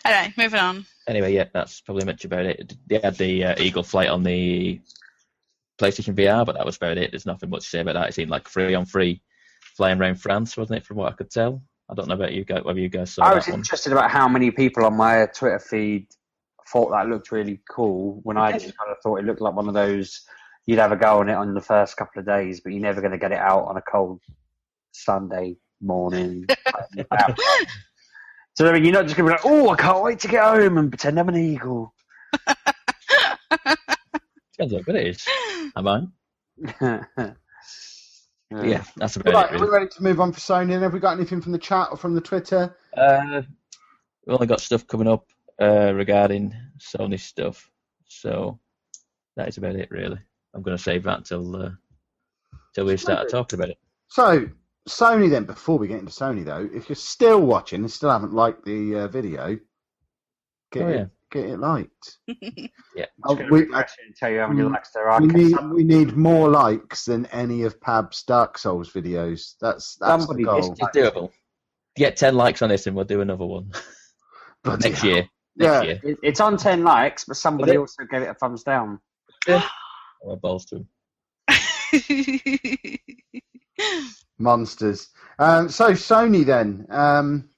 [SPEAKER 3] Anyway, moving on.
[SPEAKER 4] Anyway, yeah, that's probably much about it. They had the uh, Eagle flight on the PlayStation VR, but that was about it. There's nothing much to say about that. It seemed like free on free flying around France, wasn't it? From what I could tell. I don't know about you guys. Whether you guys saw
[SPEAKER 2] I
[SPEAKER 4] that
[SPEAKER 2] was
[SPEAKER 4] one.
[SPEAKER 2] interested about how many people on my Twitter feed thought that looked really cool when I just kind of thought it looked like one of those you'd have a go on it on the first couple of days, but you're never going to get it out on a cold Sunday morning. Do you know what I mean? You're not just going to be like, oh, I can't wait to get home and pretend I'm an eagle.
[SPEAKER 4] Depends how good it is. Am I? Yeah, that's about
[SPEAKER 1] Right,
[SPEAKER 4] it.
[SPEAKER 1] are we
[SPEAKER 4] Really.
[SPEAKER 1] ready to move on for Sony? And have we got anything from the chat or from the Twitter?
[SPEAKER 4] Uh, we've only got stuff coming up uh, regarding Sony stuff, so that is about it really. I'm going to save that till uh, till we start talking about it.
[SPEAKER 1] So, Sony then, before we get into Sony though, if you're still watching and still haven't liked the uh, video, get,
[SPEAKER 4] Oh, yeah.
[SPEAKER 1] it, get it liked.
[SPEAKER 4] Yeah.
[SPEAKER 1] Oh,
[SPEAKER 2] It's gonna
[SPEAKER 1] we,
[SPEAKER 2] refresh you and tell you how many
[SPEAKER 1] Mm.
[SPEAKER 2] likes there are.
[SPEAKER 1] we
[SPEAKER 2] Okay,
[SPEAKER 1] need,
[SPEAKER 2] some-
[SPEAKER 1] we need more likes than any of Pab's Dark Souls videos. That's, that's the
[SPEAKER 2] Somebody
[SPEAKER 1] goal.
[SPEAKER 2] missed
[SPEAKER 4] It's doable. Get ten likes on this, and we'll do another one
[SPEAKER 1] Bloody
[SPEAKER 4] next
[SPEAKER 1] hell.
[SPEAKER 4] year. Next
[SPEAKER 1] Yeah.
[SPEAKER 4] year,
[SPEAKER 2] it- It's on 10 likes, but somebody
[SPEAKER 4] it?
[SPEAKER 2] also gave it a thumbs down.
[SPEAKER 4] Well, balls to him.
[SPEAKER 1] monsters. Um, so Sony then, um,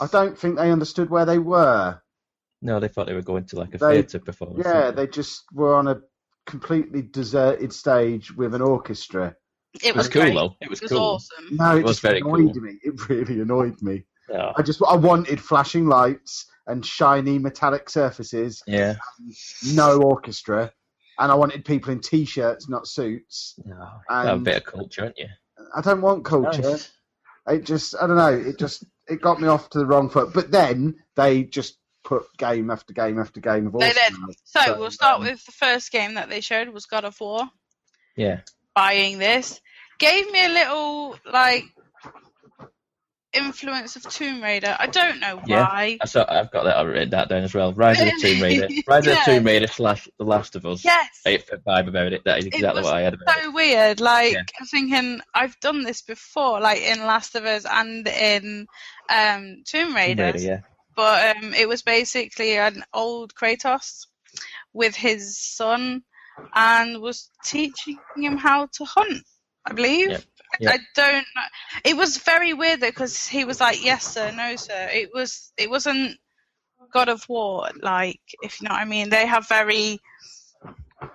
[SPEAKER 1] I don't think they understood where they were.
[SPEAKER 4] No, they thought they were going to like a
[SPEAKER 1] They-
[SPEAKER 4] theatre performance.
[SPEAKER 1] Yeah,
[SPEAKER 4] didn't
[SPEAKER 1] they just were on a completely deserted stage with an orchestra.
[SPEAKER 3] it
[SPEAKER 4] It was
[SPEAKER 3] was
[SPEAKER 4] cool
[SPEAKER 3] great.
[SPEAKER 4] though. It was
[SPEAKER 3] It was
[SPEAKER 4] cool.
[SPEAKER 3] awesome.
[SPEAKER 1] No, it,
[SPEAKER 4] It was
[SPEAKER 1] just
[SPEAKER 4] very
[SPEAKER 1] annoyed
[SPEAKER 4] cool.
[SPEAKER 1] me. It really annoyed me.
[SPEAKER 4] Yeah.
[SPEAKER 1] I just I wanted flashing lights and shiny metallic surfaces,
[SPEAKER 4] Yeah.
[SPEAKER 1] no orchestra, and I wanted people in t-shirts, not suits.
[SPEAKER 4] No,
[SPEAKER 1] And-
[SPEAKER 4] That a bit of culture, aren't you?
[SPEAKER 1] I don't want
[SPEAKER 4] Oh,
[SPEAKER 1] culture.
[SPEAKER 4] Nice.
[SPEAKER 1] it just I don't know, it just it got me off to the wrong foot. But then they just put game after game after game of all
[SPEAKER 3] They did. So,
[SPEAKER 1] So,
[SPEAKER 3] we'll start
[SPEAKER 1] um,
[SPEAKER 3] with the first game that they showed was God of War.
[SPEAKER 4] Yeah.
[SPEAKER 3] Buying this gave me a little like influence of Tomb Raider. I don't know
[SPEAKER 4] Yeah.
[SPEAKER 3] why.
[SPEAKER 4] I saw, I've got that. I written that down as well. Rise of the
[SPEAKER 3] Really?
[SPEAKER 4] Tomb Raider. Rise of
[SPEAKER 3] Yeah.
[SPEAKER 4] the Tomb Raider slash The Last of Us.
[SPEAKER 3] Yes.
[SPEAKER 4] Eight foot five about it. That is exactly
[SPEAKER 3] was
[SPEAKER 4] what I had about it.
[SPEAKER 3] so weird. Like
[SPEAKER 4] Yeah.
[SPEAKER 3] I'm thinking, I've done this before, like in Last of Us and in um, Tomb
[SPEAKER 4] Tomb
[SPEAKER 3] Raider.
[SPEAKER 4] Raider, yeah.
[SPEAKER 3] But um, it was basically an old Kratos with his son, and was teaching him how to hunt. I believe.
[SPEAKER 4] Yeah.
[SPEAKER 3] I-
[SPEAKER 4] Yeah.
[SPEAKER 3] I don't. know. It was very weird though, because he was like, "Yes, sir. No, sir." It was. It wasn't God of War, like if you know what I mean. They have very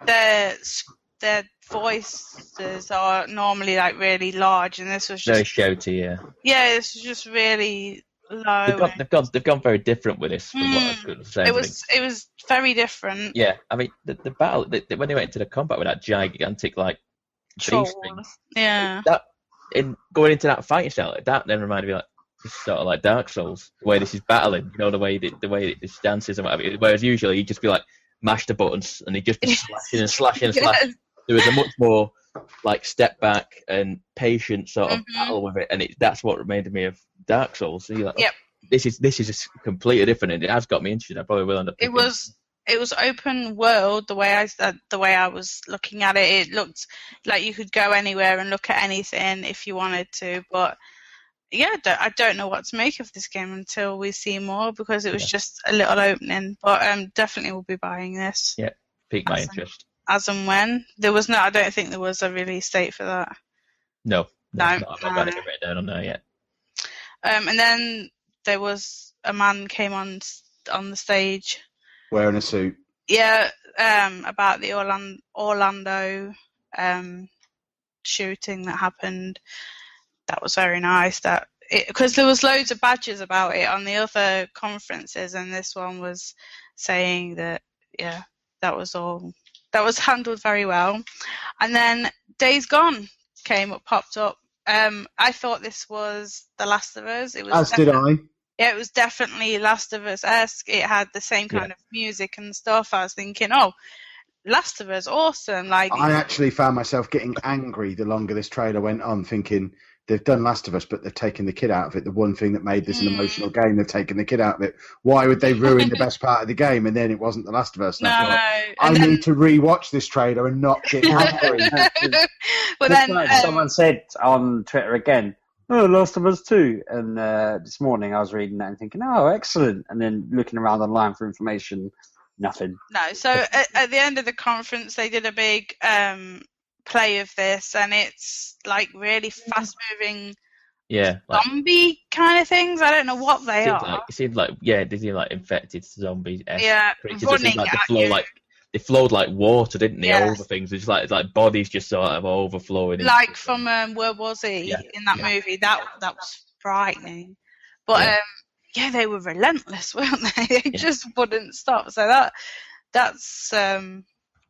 [SPEAKER 3] their s- their voices are normally like really large, and this was just
[SPEAKER 4] Very shouty, yeah.
[SPEAKER 3] yeah, this was just really low.
[SPEAKER 4] They've gone,
[SPEAKER 3] and
[SPEAKER 4] they've gone, they've gone very different with this from what I
[SPEAKER 3] Oh, Mm.
[SPEAKER 4] could say.
[SPEAKER 3] it was it was very different.
[SPEAKER 4] Yeah, I mean the, the battle the, the- when they went into the combat with that gigantic like
[SPEAKER 3] Troll.
[SPEAKER 4] beast thing.
[SPEAKER 3] Yeah,
[SPEAKER 4] That in going into that fighting style, that then reminded me like this is sort of like Dark Souls, the way this is battling. You know the way that, the way that this dances and whatever. Whereas usually you just be like mash the buttons and they just be
[SPEAKER 3] Yes.
[SPEAKER 4] slashing and slashing and slashing.
[SPEAKER 3] yeah,
[SPEAKER 4] There was a much more like step back and patient sort of
[SPEAKER 3] Mhm.
[SPEAKER 4] battle with it, and it, that's what reminded me of Dark Souls. So you're like,
[SPEAKER 3] Yep.
[SPEAKER 4] this is this is just completely different, and it has got me interested. I probably will end up.
[SPEAKER 3] It
[SPEAKER 4] picking
[SPEAKER 3] was it was open world the way I uh, the way I was looking at it. It looked like you could go anywhere and look at anything if you wanted to, but yeah, I don't- I don't know what to make of this game until we see more because it was
[SPEAKER 4] Yeah.
[SPEAKER 3] just a little opening. But um, definitely will be buying this
[SPEAKER 4] piqued my
[SPEAKER 3] Awesome.
[SPEAKER 4] interest.
[SPEAKER 3] as and when there was no. I don't think there was a release date for that.
[SPEAKER 4] No, no,
[SPEAKER 3] No,
[SPEAKER 4] it's not. I've not got
[SPEAKER 3] uh,
[SPEAKER 4] it written down on there yet.
[SPEAKER 3] Um, and then there was a man came on s- on the stage
[SPEAKER 1] Wearing a suit.
[SPEAKER 3] yeah, um, about the Orlando, Orlando um, shooting that happened. That was very nice. That because there was loads of badges about it on the other conferences, and this one was saying that yeah, that was all. That was handled very well. And then Days Gone came up, popped up. Um, I thought this was The Last of Us. It was
[SPEAKER 1] As did
[SPEAKER 3] definitely-
[SPEAKER 1] I.
[SPEAKER 3] yeah, it was definitely Last of Us esque. It had the same kind of music and stuff. I was thinking, oh, Last of Us, awesome! Like,
[SPEAKER 1] I actually found myself getting angry the longer this trailer went on, thinking they've done Last of Us, but they've taken the kid out of it. The one thing that made this an
[SPEAKER 3] Mm.
[SPEAKER 1] emotional game, they've taken the kid out of it. Why would they ruin the best part of the game? And then it wasn't The Last of Us. And
[SPEAKER 3] no,
[SPEAKER 1] I,
[SPEAKER 3] no.
[SPEAKER 1] thought, I
[SPEAKER 3] And then-
[SPEAKER 1] need to re-watch this trailer and not get angry.
[SPEAKER 3] but
[SPEAKER 2] Just
[SPEAKER 3] then,
[SPEAKER 2] like
[SPEAKER 3] um,
[SPEAKER 2] someone said on Twitter again, "Oh, Last of Us 2. And uh, this morning I was reading that and thinking, "Oh, excellent!" And then looking around online for information, nothing.
[SPEAKER 3] no. So at, at the end of the conference, they did a big um, play of this, and it's like really fast moving
[SPEAKER 4] Yeah, like,
[SPEAKER 3] zombie kind of things. I don't know what they
[SPEAKER 4] seemed
[SPEAKER 3] are.
[SPEAKER 4] like, it seemed like yeah, they seemed like infected zombies.
[SPEAKER 3] yeah,
[SPEAKER 4] creatures. It seemed
[SPEAKER 3] running
[SPEAKER 4] like they
[SPEAKER 3] at
[SPEAKER 4] flow
[SPEAKER 3] you.
[SPEAKER 4] like they flowed like water, didn't they?
[SPEAKER 3] Yeah.
[SPEAKER 4] Over things, it's like it's like bodies just sort of overflowing. into
[SPEAKER 3] like
[SPEAKER 4] things.
[SPEAKER 3] from um, World War Z
[SPEAKER 4] Yeah,
[SPEAKER 3] in that
[SPEAKER 4] yeah.
[SPEAKER 3] movie. That that was frightening. But
[SPEAKER 4] Yeah.
[SPEAKER 3] yeah. um yeah, they were relentless, weren't they? They
[SPEAKER 4] Yeah.
[SPEAKER 3] just wouldn't stop. So that that's um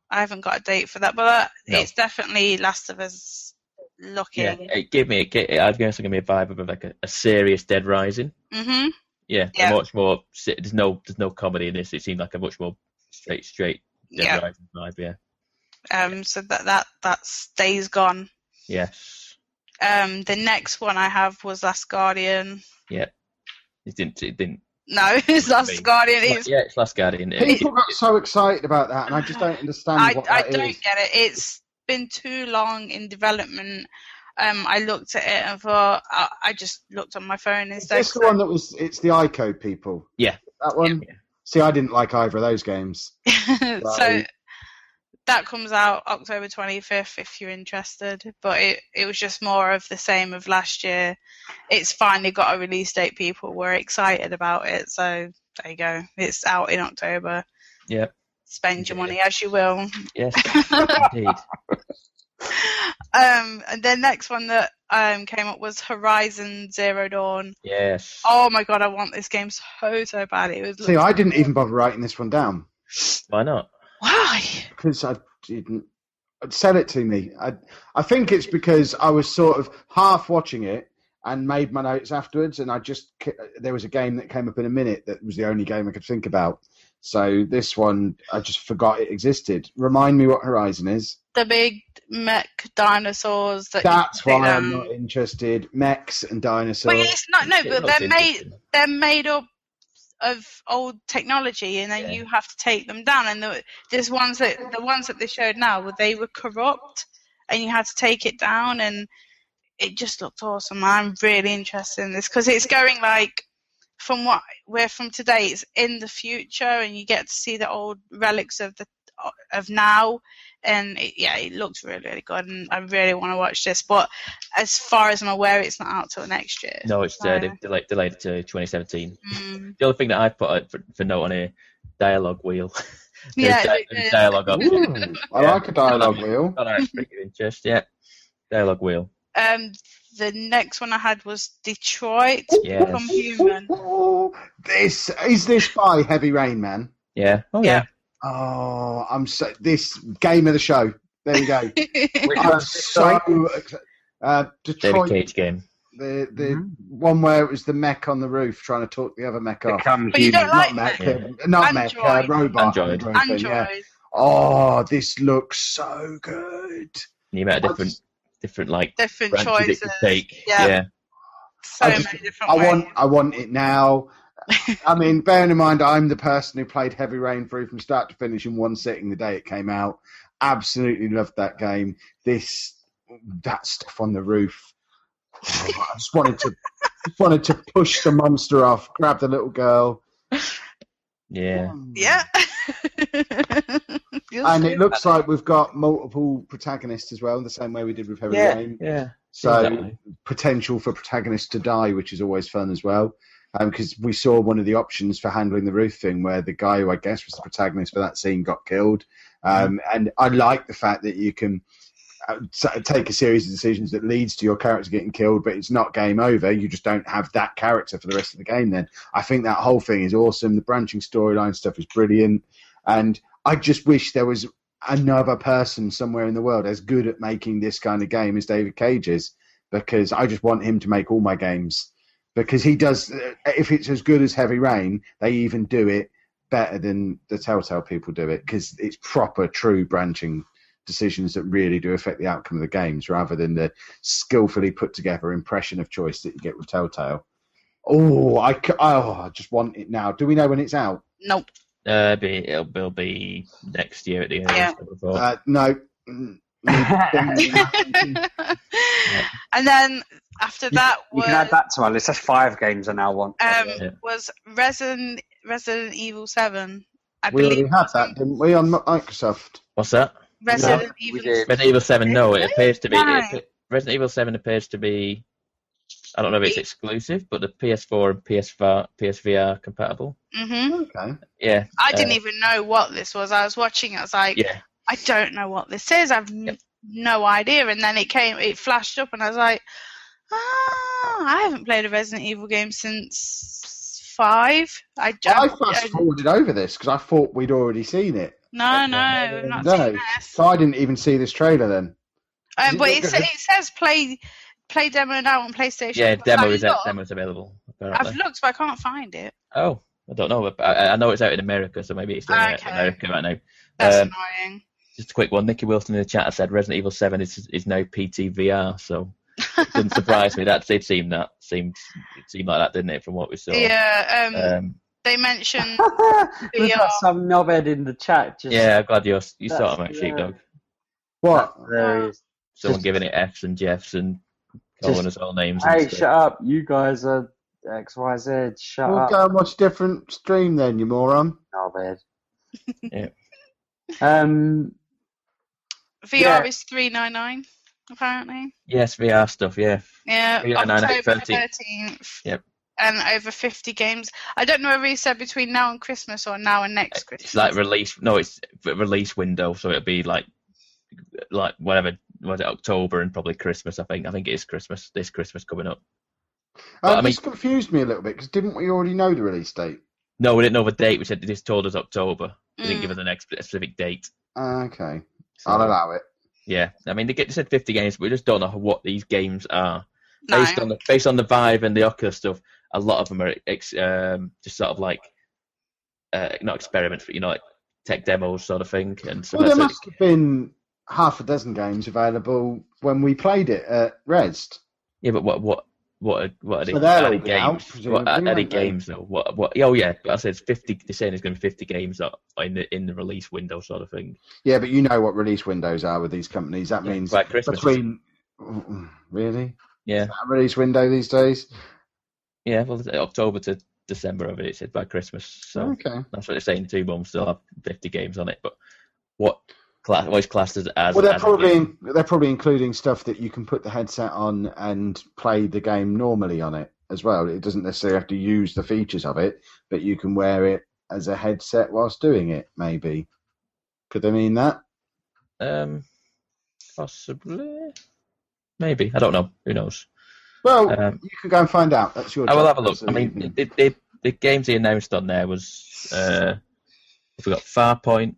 [SPEAKER 3] I haven't got a date for that, but that,
[SPEAKER 4] No.
[SPEAKER 3] it's definitely Last of Us looking.
[SPEAKER 4] yeah, it gave me. It gave, I guess it gave me a vibe of like a, a serious Dead Rising.
[SPEAKER 3] Mhm.
[SPEAKER 4] Yeah, a
[SPEAKER 3] Yeah.
[SPEAKER 4] much more. se- There's no there's no comedy in this. It seemed like a much more straight straight Dead
[SPEAKER 3] Yeah.
[SPEAKER 4] Rising vibe. Yeah.
[SPEAKER 3] Um so that that that's Days Gone.
[SPEAKER 4] Yes.
[SPEAKER 3] Um the next one I have was Last Guardian.
[SPEAKER 4] It didn't. It didn't.
[SPEAKER 3] No, it's
[SPEAKER 4] Me.
[SPEAKER 3] Last Guardian. It's,
[SPEAKER 4] yeah, it's Last Guardian. It-
[SPEAKER 1] People got so excited about that, and I just don't understand
[SPEAKER 3] I,
[SPEAKER 1] what
[SPEAKER 3] I
[SPEAKER 1] that is.
[SPEAKER 3] don't get it. It's been too long in development. Um, I looked at it and thought I, I just looked on my phone
[SPEAKER 1] Is
[SPEAKER 3] instead.
[SPEAKER 1] this the one that was? It's the ICO people.
[SPEAKER 4] Yeah.
[SPEAKER 1] that one.
[SPEAKER 4] Yeah.
[SPEAKER 1] See, I didn't like either of those games.
[SPEAKER 3] so
[SPEAKER 1] Right.
[SPEAKER 3] that comes out October 25th if you're interested. But it, it was just more of the same of last year. It's finally got a release date. People were excited about it. So there you go. It's out in October.
[SPEAKER 4] Yeah.
[SPEAKER 3] Spend your money as you will.
[SPEAKER 4] Yes, indeed.
[SPEAKER 3] Um, and then next one that um, came up was Horizon Zero Dawn.
[SPEAKER 4] Yes.
[SPEAKER 3] Oh my god, I want this game so so bad. It was
[SPEAKER 1] See, I didn't even bother writing this one down
[SPEAKER 4] Why not?
[SPEAKER 3] why?
[SPEAKER 1] because I didn't. I'd sell it to me. I I think it's because I was sort of half watching it and made my notes afterwards, and I just c- there was a game that came up in a minute that was the only game I could think about. So this one, I just forgot it existed. Remind me what Horizon is.
[SPEAKER 3] The big mech dinosaurs that. you
[SPEAKER 1] That's
[SPEAKER 3] can
[SPEAKER 1] why
[SPEAKER 3] take
[SPEAKER 1] I'm
[SPEAKER 3] down.
[SPEAKER 1] not interested. Mechs and
[SPEAKER 3] Well,
[SPEAKER 1] dinosaurs.
[SPEAKER 3] it's not no,
[SPEAKER 4] It
[SPEAKER 3] but
[SPEAKER 4] looks
[SPEAKER 3] they're made
[SPEAKER 4] interesting.
[SPEAKER 3] they're made up of old technology, and then
[SPEAKER 4] Yeah.
[SPEAKER 3] you have to take them down. And the, there's ones that the ones that they showed now, well, they were corrupt, and you had to take it down. And it just looked awesome. I'm really interested in this because it's going like from what we're from today, it's in the future, and you get to see the old relics of the of now. And it, yeah, it looks really, really good, and I really want to watch this. But as far as I'm aware, it's not out till next year.
[SPEAKER 4] No, it's uh,
[SPEAKER 3] Why?
[SPEAKER 4] de- delayed, delayed to 2017.
[SPEAKER 3] Mm.
[SPEAKER 4] The other thing that I've put out for, for note on here, dialogue wheel. There's
[SPEAKER 3] Yeah,
[SPEAKER 4] di-
[SPEAKER 3] it-
[SPEAKER 4] there's
[SPEAKER 3] it-
[SPEAKER 4] dialogue option.
[SPEAKER 1] Ooh, I
[SPEAKER 4] Yeah.
[SPEAKER 1] like a dialogue wheel.
[SPEAKER 4] Got out for your interest, yeah. Dialogue wheel.
[SPEAKER 3] Um, the next one I had was Detroit
[SPEAKER 4] Yes.
[SPEAKER 3] Become Human.
[SPEAKER 1] Ooh, Oh, this is this by Heavy Rain Man.
[SPEAKER 4] Yeah. Oh yeah.
[SPEAKER 3] Yeah.
[SPEAKER 1] Oh, I'm so this game of the show. There you go.
[SPEAKER 4] Which
[SPEAKER 1] I'm
[SPEAKER 4] one's this
[SPEAKER 1] so
[SPEAKER 4] on?
[SPEAKER 1] ex- uh,
[SPEAKER 4] David
[SPEAKER 1] Detroit,
[SPEAKER 4] Cage game.
[SPEAKER 1] the the
[SPEAKER 2] Mhm.
[SPEAKER 1] one where it was the mech on the roof trying to talk the other mech off.
[SPEAKER 2] Become
[SPEAKER 3] But you
[SPEAKER 2] human.
[SPEAKER 3] don't like
[SPEAKER 1] not mech,
[SPEAKER 4] mech.
[SPEAKER 1] uh, not mech, uh,
[SPEAKER 3] Android.
[SPEAKER 1] robot.
[SPEAKER 4] Android.
[SPEAKER 1] Android thing,
[SPEAKER 3] Android.
[SPEAKER 1] yeah. Oh, this looks so good.
[SPEAKER 4] The amount of
[SPEAKER 1] What's-
[SPEAKER 4] different, different like
[SPEAKER 3] Different
[SPEAKER 4] branches it
[SPEAKER 3] choices.
[SPEAKER 4] could take.
[SPEAKER 3] Yeah.
[SPEAKER 4] Yeah.
[SPEAKER 3] so
[SPEAKER 1] I just-
[SPEAKER 3] many different
[SPEAKER 1] I
[SPEAKER 3] ways.
[SPEAKER 1] want, I want it now. I mean, bearing in mind, I'm the person who played Heavy Rain through from start to finish in one sitting the day it came out. Absolutely loved that game. This, that stuff on the roof. Oh, I just wanted to, just wanted to push the monster off, grab the little girl.
[SPEAKER 4] Yeah.
[SPEAKER 3] yeah. You'll
[SPEAKER 1] And
[SPEAKER 3] see.
[SPEAKER 1] it looks like we've got multiple protagonists as well, the same way we did with Heavy
[SPEAKER 4] Yeah.
[SPEAKER 1] Rain.
[SPEAKER 4] Yeah.
[SPEAKER 1] So
[SPEAKER 4] Exactly.
[SPEAKER 1] potential for protagonists to die, which is always fun as well. Because we saw one of the options for handling the roof thing, where the guy who I guess was the protagonist for that scene got killed. Um, And I like the fact that you can uh, t- take a series of decisions that leads to your character getting killed, but it's not game over. You just don't have that character for the rest of the game. Then I think that whole thing is awesome. The branching storyline stuff is brilliant, and I just wish there was another person somewhere in the world as good at making this kind of game as David Cage is because I just want him to make all my games because he does. If it's as good as Heavy Rain, they even do it better than the Telltale people do it because it's proper, true branching decisions that really do affect the outcome of the games rather than the skillfully put together impression of choice that you get with Telltale. Oh, I, c- oh, I just want it now. Do we know when it's out?
[SPEAKER 3] Nope.
[SPEAKER 4] Uh, be, it'll, it'll be next year at the earliest.
[SPEAKER 3] Yeah.
[SPEAKER 4] I would have thought.
[SPEAKER 1] Uh, no. Mm, mm.
[SPEAKER 3] and then after that
[SPEAKER 2] You
[SPEAKER 3] was
[SPEAKER 2] can add that to my list. That's five games I now want.
[SPEAKER 3] um
[SPEAKER 4] Yeah.
[SPEAKER 3] was Resident Resident Evil Seven. I
[SPEAKER 1] we already
[SPEAKER 3] believe
[SPEAKER 1] had that, didn't we, on Microsoft?
[SPEAKER 4] What's that?
[SPEAKER 3] Resident
[SPEAKER 2] We
[SPEAKER 3] Evil.
[SPEAKER 2] did.
[SPEAKER 4] Resident Evil Seven? No, it
[SPEAKER 3] Really?
[SPEAKER 4] appears to be.
[SPEAKER 3] Why?
[SPEAKER 4] It, appear- Resident Evil Seven appears to be. I don't know if it's
[SPEAKER 3] Eight?
[SPEAKER 4] exclusive, but the PS4 and PSVR, PSVR compatible.
[SPEAKER 3] hmm
[SPEAKER 1] Okay.
[SPEAKER 4] Yeah,
[SPEAKER 3] I didn't
[SPEAKER 4] Uh,
[SPEAKER 3] even know what this was. I was watching. it. I was like,
[SPEAKER 4] yeah,
[SPEAKER 3] I don't know what this is. I've n- no idea. And then it came, it flashed up, and I was like, ah, I haven't played a Resident Evil game since five. I,
[SPEAKER 1] I
[SPEAKER 3] I,
[SPEAKER 1] fast forwarded over this because I thought we'd already seen it.
[SPEAKER 3] no, no, I've not
[SPEAKER 1] No.
[SPEAKER 3] seen this.
[SPEAKER 1] So I didn't even see this trailer then.
[SPEAKER 3] Um, but
[SPEAKER 1] Is it
[SPEAKER 3] it,
[SPEAKER 1] not
[SPEAKER 3] sa-
[SPEAKER 1] good?
[SPEAKER 3] it says play play demo now on PlayStation.
[SPEAKER 4] yeah.
[SPEAKER 3] Plus.
[SPEAKER 4] Demo
[SPEAKER 3] I've
[SPEAKER 4] is
[SPEAKER 3] looked-
[SPEAKER 4] demo is available. Apparently.
[SPEAKER 3] I've looked, but I can't find it.
[SPEAKER 4] Oh, I don't know. but I, I know it's out in America, so maybe it's still out
[SPEAKER 3] Okay.
[SPEAKER 4] in America right now.
[SPEAKER 3] That's
[SPEAKER 4] Um,
[SPEAKER 3] annoying.
[SPEAKER 4] Just a quick one. Nikki Wilson in the chat said Resident Evil Seven is is now PTVR, so it doesn't surprise me. That did seem that seemed it seemed like that, didn't it? From what we saw.
[SPEAKER 3] yeah, um,
[SPEAKER 4] Um,
[SPEAKER 3] they mentioned.
[SPEAKER 2] We've
[SPEAKER 3] Yeah.
[SPEAKER 2] got some knobhead in the chat. Just
[SPEAKER 4] yeah, I'm glad you you saw
[SPEAKER 2] That's-
[SPEAKER 4] him out,
[SPEAKER 2] yeah.
[SPEAKER 4] sheepdog.
[SPEAKER 1] What?
[SPEAKER 2] There he is.
[SPEAKER 4] Someone
[SPEAKER 2] Just-
[SPEAKER 4] giving it F's and Jeffs and calling us all names. and
[SPEAKER 2] Hey,
[SPEAKER 4] stuff.
[SPEAKER 2] shut up! You guys are X Y Z. Shut
[SPEAKER 1] We'll
[SPEAKER 4] uh,
[SPEAKER 2] up,
[SPEAKER 1] go and watch a different stream then, you moron. Uh,
[SPEAKER 2] knobhead.
[SPEAKER 4] Yeah.
[SPEAKER 2] Um.
[SPEAKER 3] VR
[SPEAKER 2] Yeah.
[SPEAKER 3] is three nine nine, apparently.
[SPEAKER 4] Yes, VR stuff. Yeah,
[SPEAKER 3] Yeah,
[SPEAKER 4] Yeah, and then
[SPEAKER 3] October
[SPEAKER 4] at 13th.
[SPEAKER 3] thirteenth.
[SPEAKER 4] Yep.
[SPEAKER 3] And over fifty games. I don't know whether he said between now and Christmas or now and next Christmas.
[SPEAKER 4] it's like release. No, it's re- release window, so it'll be like like whatever was it October and probably Christmas. I think I think it is Christmas. This Christmas coming up. But,
[SPEAKER 1] Uh,
[SPEAKER 4] I mean-
[SPEAKER 1] this confused me a little bit because didn't we already know the release date?
[SPEAKER 4] No, we didn't know the date. We said they just told us October. They
[SPEAKER 3] Mm.
[SPEAKER 4] didn't give us an ex- a specific date.
[SPEAKER 1] Uh, okay.
[SPEAKER 4] So,
[SPEAKER 1] I'll allow it.
[SPEAKER 4] yeah, I mean they, get, they said 50 games, but we just don't know what these games are.
[SPEAKER 3] No.
[SPEAKER 4] Based on the based on the vibe and the Oculus stuff, a lot of them are ex, um, just sort of like uh, not experiments, but you know, like tech demos sort of thing. And so
[SPEAKER 1] well, there
[SPEAKER 4] that's it.
[SPEAKER 1] must have been half a dozen games available when we played it at Rest.
[SPEAKER 4] Yeah, but what what what are, what are they?
[SPEAKER 1] So they'll
[SPEAKER 4] are
[SPEAKER 1] all
[SPEAKER 4] they
[SPEAKER 1] be out,
[SPEAKER 4] games? What are,
[SPEAKER 1] presumably,
[SPEAKER 4] are they
[SPEAKER 1] won't they?
[SPEAKER 4] games though? What what? Oh yeah, but I said it's fifty. They're saying there's going to be fifty games that are in the in the release window sort of thing.
[SPEAKER 1] Yeah, but you know what release windows are with these companies. That
[SPEAKER 4] Yeah,
[SPEAKER 1] means
[SPEAKER 4] by Christmas.
[SPEAKER 1] between. Mm, Really?
[SPEAKER 4] Yeah,
[SPEAKER 1] That release window these days?
[SPEAKER 4] yeah. Well, it's uh, October to December of it. It said by Christmas. So
[SPEAKER 1] Okay.
[SPEAKER 4] that's what they're saying. Two months they'll have fifty games on it. But what class? What is classed as? as
[SPEAKER 1] Well, they're
[SPEAKER 4] as a
[SPEAKER 1] probably
[SPEAKER 4] game?
[SPEAKER 1] they're probably including stuff that you can put the headset on and play the game normally on it as well. It doesn't necessarily have to use the features of it, but you can wear it as a headset whilst doing it. Maybe could they mean that?
[SPEAKER 4] um possibly maybe I don't know. Who knows?
[SPEAKER 1] Well,
[SPEAKER 4] Um,
[SPEAKER 1] you can go and find out. That's your.
[SPEAKER 4] I will
[SPEAKER 1] job.
[SPEAKER 4] have a look.
[SPEAKER 1] That's
[SPEAKER 4] I
[SPEAKER 1] the
[SPEAKER 4] mean,
[SPEAKER 1] evening.
[SPEAKER 4] the, the, the games he announced on there was uh, we got Farpoint,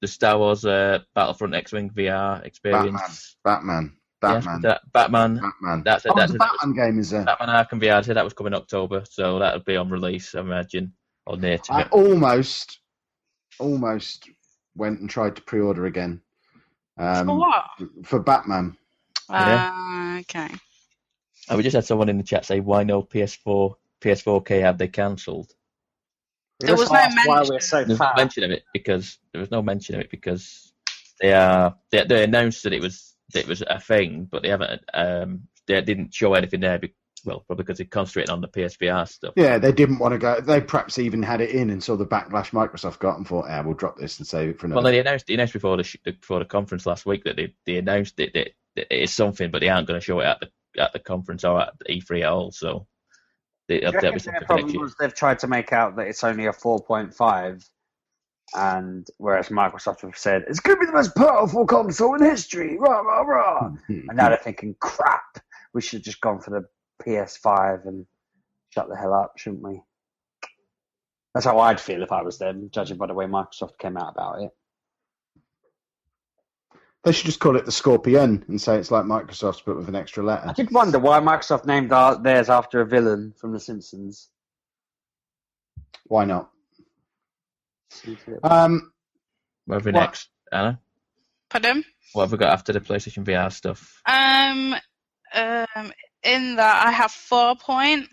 [SPEAKER 4] the Star Wars uh, Battlefront X-wing VR experience,
[SPEAKER 1] Batman,
[SPEAKER 4] Yes,
[SPEAKER 1] Batman,
[SPEAKER 4] that- Batman.
[SPEAKER 1] Batman.
[SPEAKER 4] That's it.
[SPEAKER 1] oh,
[SPEAKER 4] That's
[SPEAKER 1] the
[SPEAKER 4] it.
[SPEAKER 1] Batman game is there.
[SPEAKER 4] Batman Arkham VR. I said that was coming October, so that'll be on release, I imagine, or near to
[SPEAKER 1] I
[SPEAKER 4] it.
[SPEAKER 1] almost, almost went and tried to pre-order again. Um,
[SPEAKER 3] For what?
[SPEAKER 1] For Batman.
[SPEAKER 3] Uh, okay.
[SPEAKER 4] And Oh, we just had someone in the chat say, "Why no PS4? PS4K have they cancelled?"
[SPEAKER 2] We
[SPEAKER 3] There was
[SPEAKER 2] just
[SPEAKER 3] no
[SPEAKER 2] asked why
[SPEAKER 3] mention.
[SPEAKER 2] we're so
[SPEAKER 4] There's no
[SPEAKER 2] fat.
[SPEAKER 4] mention of it because there was no mention of it because they are they, they announced that it was that it was a thing, but they haven't um they didn't show anything there. Be, well, probably because they're concentrating on the PSVR stuff.
[SPEAKER 1] Yeah, they didn't want to go. They perhaps even had it in and saw the backlash Microsoft got and thought, "Yeah, we'll drop this and save it for another."
[SPEAKER 4] Well, they announced they announced before the sh- before the conference last week that they, they announced it that, that it is something, but they aren't going to show it at the at the conference or at E3 at all. So they,
[SPEAKER 2] Do you
[SPEAKER 4] that'll
[SPEAKER 2] reckon
[SPEAKER 4] be
[SPEAKER 2] their
[SPEAKER 4] something for next
[SPEAKER 2] problem
[SPEAKER 4] year.
[SPEAKER 2] was they've tried to make out that it's only a 4.5, and whereas Microsoft have said it's going to be the most powerful console in history, rah rah rah,
[SPEAKER 1] Hmm.
[SPEAKER 2] and now they're thinking crap. We should have just gone for the PS5 and shut the hell up, shouldn't we? That's how I'd feel if I was them, judging by the way Microsoft came out about it.
[SPEAKER 1] They should just call it the Scorpion and say it's like Microsoft's, but with an extra
[SPEAKER 2] I
[SPEAKER 1] letter.
[SPEAKER 2] did wonder why Microsoft named our- theirs after a villain from The Simpsons.
[SPEAKER 1] Why not? Um,
[SPEAKER 4] What have we
[SPEAKER 1] What?
[SPEAKER 4] next, Anna?
[SPEAKER 3] Pardon?
[SPEAKER 4] What have we got after the PlayStation VR stuff?
[SPEAKER 3] Um, um, in that I have four point.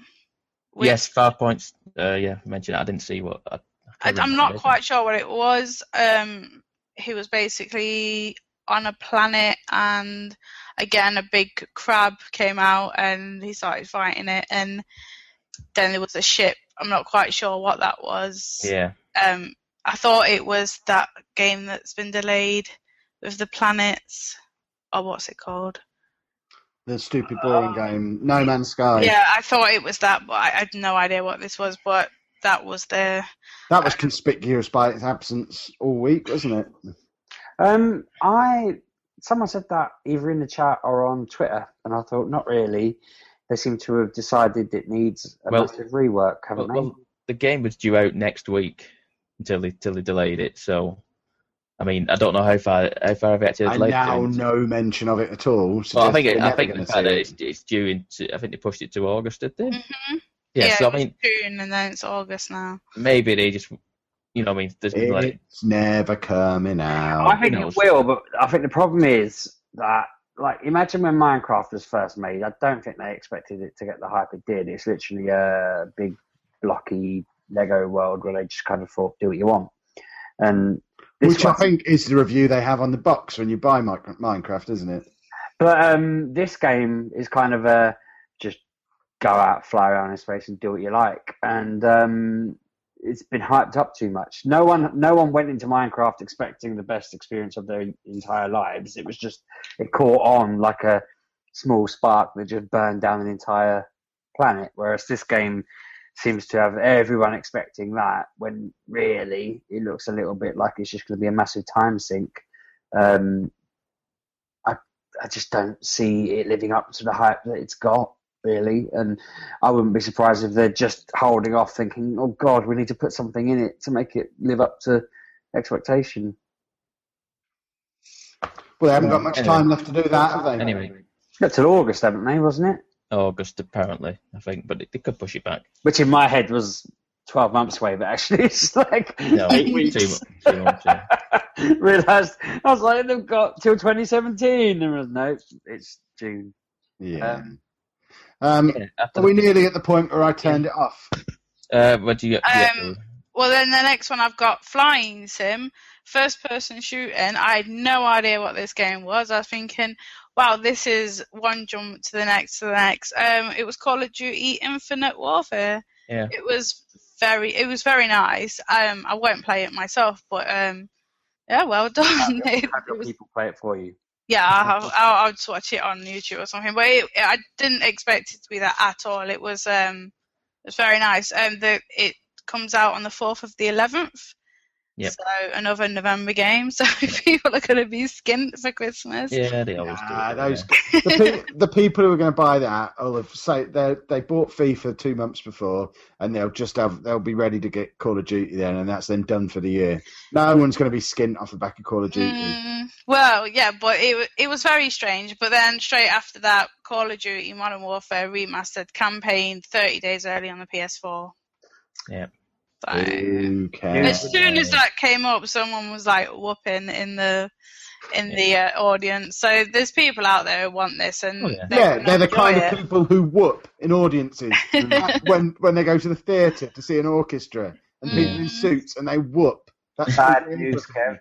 [SPEAKER 3] which
[SPEAKER 4] yes, five points. Uh, yeah, I mentioned that. I didn't see what. I, I
[SPEAKER 3] I,
[SPEAKER 4] can't
[SPEAKER 3] I'm
[SPEAKER 4] remember
[SPEAKER 3] not
[SPEAKER 4] what it is.
[SPEAKER 3] quite sure what it was. Um, he was basically on a planet, and again, a big crab came out, and he started fighting it, and then there was a ship. I'm not quite sure what that was.
[SPEAKER 4] Yeah,
[SPEAKER 3] Um, I thought it was that game that's been delayed with the planets, or what's it called?
[SPEAKER 1] the stupid boring
[SPEAKER 4] Uh,
[SPEAKER 1] game, No Man's Sky.
[SPEAKER 3] Yeah, I thought it was that, but I, I had no idea what this was. But that was the
[SPEAKER 1] That was conspicuous by its absence all week, wasn't it?
[SPEAKER 2] Um, I someone said that either in the chat or on Twitter, and I thought not really. They seem to have decided it needs a
[SPEAKER 4] Well-
[SPEAKER 2] massive rework,
[SPEAKER 4] well,
[SPEAKER 2] haven't
[SPEAKER 4] well, the game was due out next week until they till they delayed it. So, I mean, I don't know how far how far have actually
[SPEAKER 1] And
[SPEAKER 4] delayed.
[SPEAKER 1] now
[SPEAKER 4] it.
[SPEAKER 1] no mention of it at all.
[SPEAKER 4] Well, I
[SPEAKER 1] suggests
[SPEAKER 4] think it,
[SPEAKER 1] we're
[SPEAKER 4] I
[SPEAKER 1] never
[SPEAKER 4] think
[SPEAKER 1] gonna
[SPEAKER 4] the
[SPEAKER 1] see
[SPEAKER 4] fact that it's, it's due into I think they pushed it to August, did they?
[SPEAKER 3] Mhm.
[SPEAKER 4] Yeah, so
[SPEAKER 3] it
[SPEAKER 4] I
[SPEAKER 3] was
[SPEAKER 4] mean,
[SPEAKER 3] June, and then it's August now.
[SPEAKER 4] maybe they just you know I mean there's like
[SPEAKER 1] It's never coming out.
[SPEAKER 2] they? I think
[SPEAKER 4] who
[SPEAKER 2] it
[SPEAKER 4] knows?
[SPEAKER 2] will, but I think the problem is that like imagine when Minecraft was first made. I don't think they expected it to get the hype it did. It's literally a big blocky Lego world where they just kind of thought, do what you want, and this
[SPEAKER 1] Which I
[SPEAKER 2] one-
[SPEAKER 1] think is the review they have on the box when you buy Mi- Minecraft, isn't it?
[SPEAKER 2] But um, this game is kind of a just go out, fly around in space, and do what you like. And um, it's been hyped up too much. No one, no one went into Minecraft expecting the best experience of their entire lives. It was just it caught on like a small spark that just burned down an entire planet. Whereas this game seems to have everyone expecting that when really it looks a little bit like it's just going to be a massive time sink. Um, I just don't see it living up to the hype that it's got, really. And I wouldn't be surprised if they're just holding off, thinking, "Oh God, we need to put something in it to make it live up to expectation."
[SPEAKER 1] Well, they haven't got much
[SPEAKER 4] Anyway.
[SPEAKER 1] time left to do that, have they?
[SPEAKER 4] anyway
[SPEAKER 2] It's got till August, haven't they? Wasn't it?
[SPEAKER 4] August apparently I think, but they could push it back.
[SPEAKER 2] Which in my head was twelve months away, but actually it's like
[SPEAKER 4] No,
[SPEAKER 2] eight
[SPEAKER 4] two
[SPEAKER 2] weeks.
[SPEAKER 4] mo- two months, yeah.
[SPEAKER 2] Realised I was like, they've got till twenty seventeen, and I was, no, it's June.
[SPEAKER 1] Yeah.
[SPEAKER 2] Um,
[SPEAKER 1] Um,
[SPEAKER 4] Yeah,
[SPEAKER 1] are
[SPEAKER 4] after
[SPEAKER 1] we nearly at the point where I turned it off?
[SPEAKER 4] the- uh, what do you get?
[SPEAKER 3] Um, Well, then the next one I've got Flying Sim, first person shooting. I had no idea what this game was. I was thinking, wow, this is one jump to the next to the next. Um, it was Call of Duty Infinite Warfare.
[SPEAKER 4] Yeah.
[SPEAKER 3] It was very, it was very nice. Um, I won't play it myself, but um, yeah, well done.
[SPEAKER 2] I've
[SPEAKER 3] It-
[SPEAKER 2] got
[SPEAKER 3] it was-
[SPEAKER 2] people play it for you.
[SPEAKER 3] yeah, I'll, I'll, I'll just watch it on YouTube or something. But it, I didn't expect it to be that at all. It was um, it was very nice. Um, the it comes out on the fourth of the eleventh.
[SPEAKER 4] Yep.
[SPEAKER 3] So another November game. So people are going to be skint for Christmas.
[SPEAKER 4] yeah, they always do.
[SPEAKER 1] Nah,
[SPEAKER 4] it, don't
[SPEAKER 1] those,
[SPEAKER 4] they?
[SPEAKER 1] the, pe- the people who are going to buy that will have say they they bought FIFA two months before, and they'll just have they'll be ready to get Call of Duty then, and that's then done for the year. No one's going to be skint off the back of Call of Duty.
[SPEAKER 3] Mm, well, yeah, but it wa- it was very strange. But then straight after that, Call of Duty Modern Warfare remastered campaign thirty days early on the PS4.
[SPEAKER 4] Yep.
[SPEAKER 3] So-
[SPEAKER 1] Who
[SPEAKER 2] Yeah.
[SPEAKER 1] cares?
[SPEAKER 3] As soon as that came up, someone was like whooping in the in the uh, audience. So there's people out there who want this, and
[SPEAKER 4] Oh, yeah.
[SPEAKER 3] they're
[SPEAKER 1] yeah,
[SPEAKER 3] gonna
[SPEAKER 1] they're the
[SPEAKER 3] enjoy
[SPEAKER 1] kind
[SPEAKER 3] it.
[SPEAKER 1] of people who whoop in audiences when when they go to the theatre to see an orchestra and people in
[SPEAKER 3] Mm.
[SPEAKER 1] suits and they whoop. That's
[SPEAKER 2] Bad
[SPEAKER 1] the-
[SPEAKER 2] news, Kev.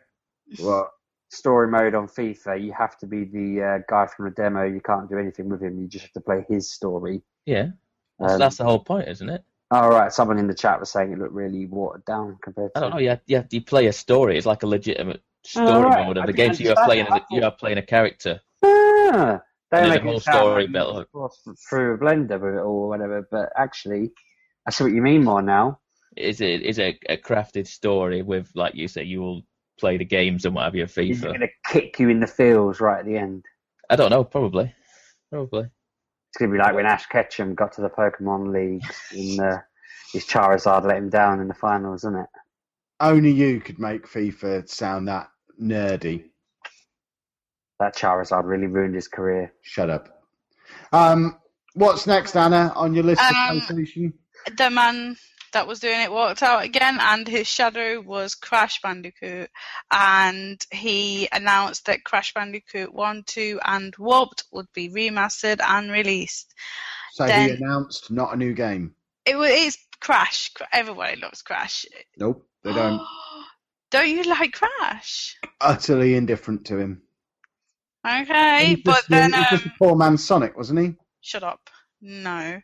[SPEAKER 1] What?
[SPEAKER 2] Story mode on FIFA, you have to be the uh, guy from the demo. You can't do anything with him. You just have to play his story.
[SPEAKER 4] Yeah, that's,
[SPEAKER 2] Um,
[SPEAKER 4] that's the whole point, isn't it?
[SPEAKER 2] All right. Someone in the chat was saying it looked really watered down compared to.
[SPEAKER 4] I don't know. You, have- you, have- you play a story. It's like a legitimate
[SPEAKER 2] Oh,
[SPEAKER 4] story
[SPEAKER 2] right.
[SPEAKER 4] mode
[SPEAKER 2] I
[SPEAKER 4] of the
[SPEAKER 2] didn't
[SPEAKER 4] game. So you are
[SPEAKER 2] understand
[SPEAKER 4] playing
[SPEAKER 2] that.
[SPEAKER 4] a, you are playing a character.
[SPEAKER 2] Ah, they
[SPEAKER 4] And then
[SPEAKER 2] make
[SPEAKER 4] the
[SPEAKER 2] it
[SPEAKER 4] whole
[SPEAKER 2] sound
[SPEAKER 4] story
[SPEAKER 2] like
[SPEAKER 4] built up.
[SPEAKER 2] you through a blender with it or whatever. But actually, I see what you mean more now.
[SPEAKER 4] It's a, it's a, a crafted story with, like you say, you will play the games and whatever you
[SPEAKER 2] He's
[SPEAKER 4] FIFA.
[SPEAKER 2] going to kick you in the feels right at the end.
[SPEAKER 4] I don't know. Probably, probably.
[SPEAKER 2] It's going to be like when Ash Ketchum got to the Pokemon League and uh, his Charizard let him down in the finals, isn't it?
[SPEAKER 1] Only you could make FIFA sound that nerdy.
[SPEAKER 2] That Charizard really ruined his career.
[SPEAKER 1] Shut up. Um, what's next, Anna, on your list
[SPEAKER 3] Um,
[SPEAKER 1] of PlayStation?
[SPEAKER 3] the man that was doing it walked out again, and his shadow was Crash Bandicoot. And he announced that Crash Bandicoot 1, 2, and Warped would be remastered and released.
[SPEAKER 1] So
[SPEAKER 3] then-
[SPEAKER 1] he announced not a new game.
[SPEAKER 3] It wa- it's Crash. Cr- Everybody loves Crash.
[SPEAKER 1] Nope, they don't.
[SPEAKER 3] Don't you like Crash?
[SPEAKER 1] utterly indifferent to him.
[SPEAKER 3] Okay,
[SPEAKER 1] He's
[SPEAKER 3] but
[SPEAKER 1] just-
[SPEAKER 3] then
[SPEAKER 1] he's
[SPEAKER 3] um,
[SPEAKER 1] just a poor man Sonic, wasn't he?
[SPEAKER 3] shut up. No.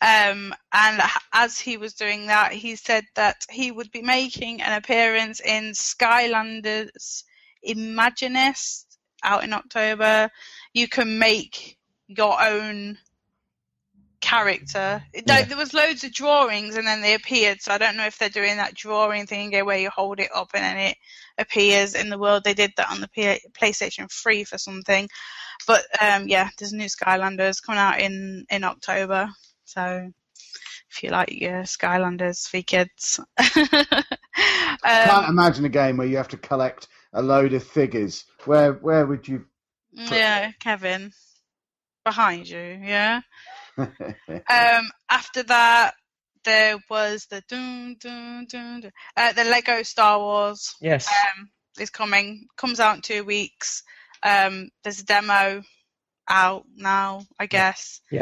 [SPEAKER 3] Um, and h- as he was doing that, he said that he would be making an appearance in Skylanders Imaginist out in October. You can make your own character. It-
[SPEAKER 4] Yeah.
[SPEAKER 3] There was loads of drawings and then they appeared, so I don't know if they're doing that drawing thing again where you hold it up and then it appears in the world. They did that on the P- PlayStation 3 for something. But um, yeah, there's a new Skylanders coming out in, in October. So if you like your Skylanders for your kids.
[SPEAKER 1] Can't
[SPEAKER 3] um,
[SPEAKER 1] imagine a game where you have to collect a load of figures. Where where would you?
[SPEAKER 3] yeah, Kevin. Behind you, yeah. Um, after that, there was the dun, dun, dun, dun, uh, the Lego Star Wars
[SPEAKER 4] Yes.
[SPEAKER 3] um, is coming. Comes out in two weeks. Um, there's a demo out now, I guess.
[SPEAKER 1] This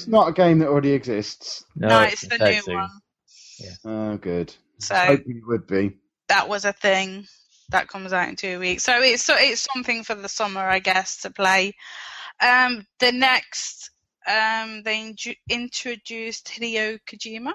[SPEAKER 1] is
[SPEAKER 3] um,
[SPEAKER 1] not a game that already exists.
[SPEAKER 4] Oh,
[SPEAKER 3] No, it's, the new
[SPEAKER 4] Tetsu.
[SPEAKER 3] one.
[SPEAKER 1] Oh, good.
[SPEAKER 3] So
[SPEAKER 1] Hoping it would be.
[SPEAKER 3] that was a thing that comes out in two weeks. So it's so it's something for the summer, I guess, to play. Um, the next, um, they inju- introduced Hideo Kojima.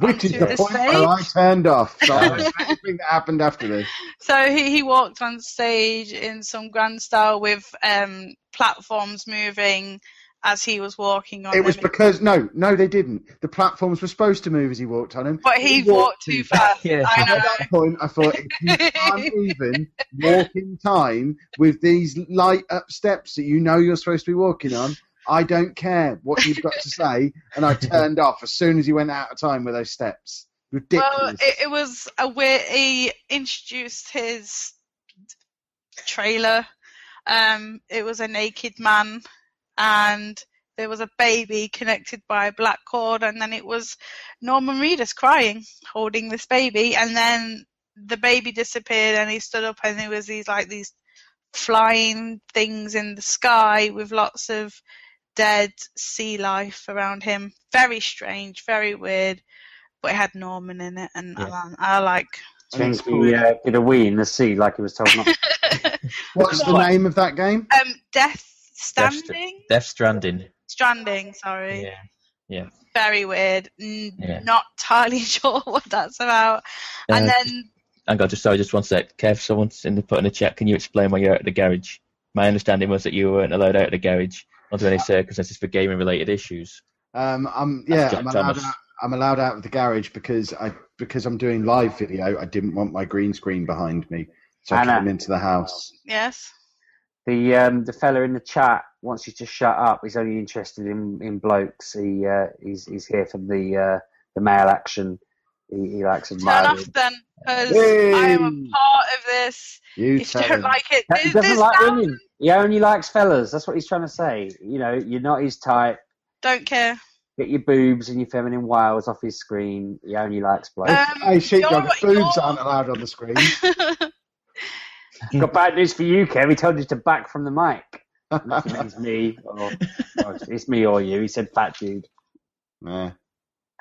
[SPEAKER 1] Which is
[SPEAKER 3] Onto
[SPEAKER 1] the
[SPEAKER 3] the
[SPEAKER 1] point where I
[SPEAKER 3] stage.
[SPEAKER 1] turned off. So I don't know anything that happened after this.
[SPEAKER 3] So he, he walked on stage in some grand style with um, platforms moving as he was walking on
[SPEAKER 1] It was
[SPEAKER 3] them.
[SPEAKER 1] because no, no, they didn't. The platforms were supposed to move as he walked on them.
[SPEAKER 3] but he walked too fast.
[SPEAKER 4] Yeah.
[SPEAKER 3] I
[SPEAKER 1] At
[SPEAKER 3] know.
[SPEAKER 1] that point, I thought if you can't even walk in time with these light up steps that you know you're supposed to be walking on, I don't care what you've got to say. And I turned off as soon as he went out of time with those steps. Ridiculous.
[SPEAKER 3] Well, it, it was a weird. He introduced his trailer. Um, it was a naked man, and there was a baby connected by a black cord, and then it was Norman Reedus crying, holding this baby, and then the baby disappeared, and he stood up, and there was these like these flying things in the sky with lots of dead sea life around him. Very strange, very weird. But it had Norman in it, and
[SPEAKER 4] Yeah.
[SPEAKER 3] I, I like.
[SPEAKER 1] And it's
[SPEAKER 2] Think he
[SPEAKER 1] called-
[SPEAKER 2] uh, did a wee in the sea like he was told not to.
[SPEAKER 1] What's the name of that game?
[SPEAKER 3] Um, Death Standing,
[SPEAKER 4] Death Stranding.
[SPEAKER 3] Stranding. Sorry,
[SPEAKER 4] Yeah.
[SPEAKER 3] very weird. N-
[SPEAKER 4] Yeah.
[SPEAKER 3] Not entirely sure what that's about. and
[SPEAKER 4] Uh,
[SPEAKER 3] then
[SPEAKER 4] Hang on, just sorry, just one sec. Kev, someone's in the put in the chat. Can you explain why you're out of the garage? My understanding was that you weren't allowed out of the garage under
[SPEAKER 3] Uh,
[SPEAKER 4] any circumstances for gaming related issues.
[SPEAKER 1] Um, I'm
[SPEAKER 4] That's
[SPEAKER 1] yeah,
[SPEAKER 4] Jack
[SPEAKER 1] I'm allowed,
[SPEAKER 4] Thomas.
[SPEAKER 1] out, I'm allowed out of the garage because I because I'm doing live video. I didn't want my green screen behind me, so I
[SPEAKER 2] Anna.
[SPEAKER 1] came into the house.
[SPEAKER 3] yes,
[SPEAKER 2] The um, the fella in the chat wants you to shut up. He's only interested in, in blokes. He uh, he's he's here for the uh, the male action. He, he likes
[SPEAKER 3] turn
[SPEAKER 2] admiring.
[SPEAKER 3] off then, because
[SPEAKER 1] Yay!
[SPEAKER 3] I am a part of this.
[SPEAKER 1] You
[SPEAKER 3] if you
[SPEAKER 1] tell
[SPEAKER 3] don't
[SPEAKER 1] him.
[SPEAKER 3] like it,
[SPEAKER 2] He
[SPEAKER 3] this,
[SPEAKER 2] doesn't
[SPEAKER 3] this
[SPEAKER 2] like
[SPEAKER 3] sound-
[SPEAKER 2] women. He only likes fellas. That's what he's trying to say. You know, you're not his type.
[SPEAKER 3] don't care.
[SPEAKER 2] Get your boobs and your feminine wiles off his screen.
[SPEAKER 1] Uh,
[SPEAKER 2] He only likes blokes.
[SPEAKER 3] Um,
[SPEAKER 1] hey sheepdog,
[SPEAKER 3] you're-
[SPEAKER 1] boobs
[SPEAKER 3] you're-
[SPEAKER 2] Hmm?
[SPEAKER 1] aren't allowed on the screen.
[SPEAKER 2] Got bad news for you, Kev. He told you to back from the mic. it's me, or or it's- it's me or you. He said fat dude.
[SPEAKER 1] Yeah.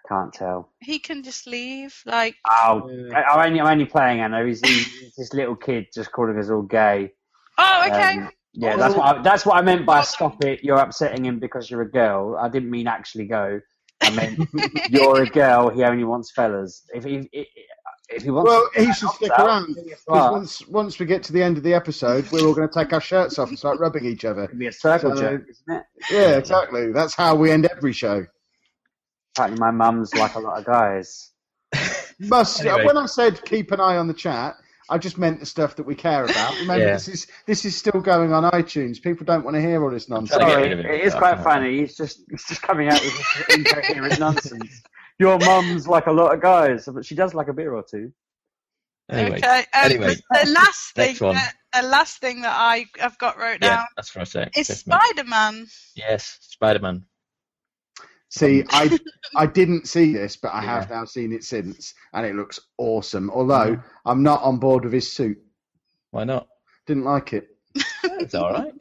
[SPEAKER 2] Can't tell.
[SPEAKER 3] He can just leave. Like,
[SPEAKER 2] Oh, I- I'm only, I'm only playing. I know he's, he's this little kid just calling us all gay.
[SPEAKER 3] oh, okay.
[SPEAKER 2] Um, yeah, that's what I, that's what I meant by stop it. You're upsetting him because you're a girl. I didn't mean actually go. I meant you're a girl. He only wants fellas. If he if he wants,
[SPEAKER 1] Well, he should stick
[SPEAKER 2] Well,
[SPEAKER 1] around because
[SPEAKER 2] well.
[SPEAKER 1] once once we get to the end of the episode, we're all going to take our shirts off and start rubbing each
[SPEAKER 2] it
[SPEAKER 1] other.
[SPEAKER 2] could be a circle
[SPEAKER 1] So-
[SPEAKER 2] jerk, isn't it?
[SPEAKER 1] Yeah, exactly. That's how we end every show.
[SPEAKER 2] Apparently, my mum's like a lot of guys.
[SPEAKER 1] Must
[SPEAKER 4] Anyway.
[SPEAKER 1] uh, when I said keep an eye on the chat, I just meant the stuff that we care about. Remember,
[SPEAKER 4] Yeah.
[SPEAKER 1] this is this is still going on iTunes. People don't want to hear all this nonsense.
[SPEAKER 4] trying to get
[SPEAKER 2] Sorry,
[SPEAKER 4] rid of Oh, it.
[SPEAKER 2] it is quite funny. He's just he's just coming out with this incoherent nonsense. Your mum's like a lot of guys, but she does like a beer or two.
[SPEAKER 4] Anyway,
[SPEAKER 3] okay. Um,
[SPEAKER 4] anyway.
[SPEAKER 3] The last thing,
[SPEAKER 4] Next one.
[SPEAKER 3] that, the last thing that I have got wrote
[SPEAKER 4] yeah,
[SPEAKER 3] down
[SPEAKER 4] that's what I say.
[SPEAKER 3] is
[SPEAKER 4] Fifth Man.
[SPEAKER 3] Spider Man.
[SPEAKER 4] Yes, Spider Man.
[SPEAKER 1] See, I I didn't see this, but I have now seen it since, and it looks awesome. Although I'm not on board with his suit.
[SPEAKER 4] Why not?
[SPEAKER 1] Didn't like it.
[SPEAKER 4] It's all right.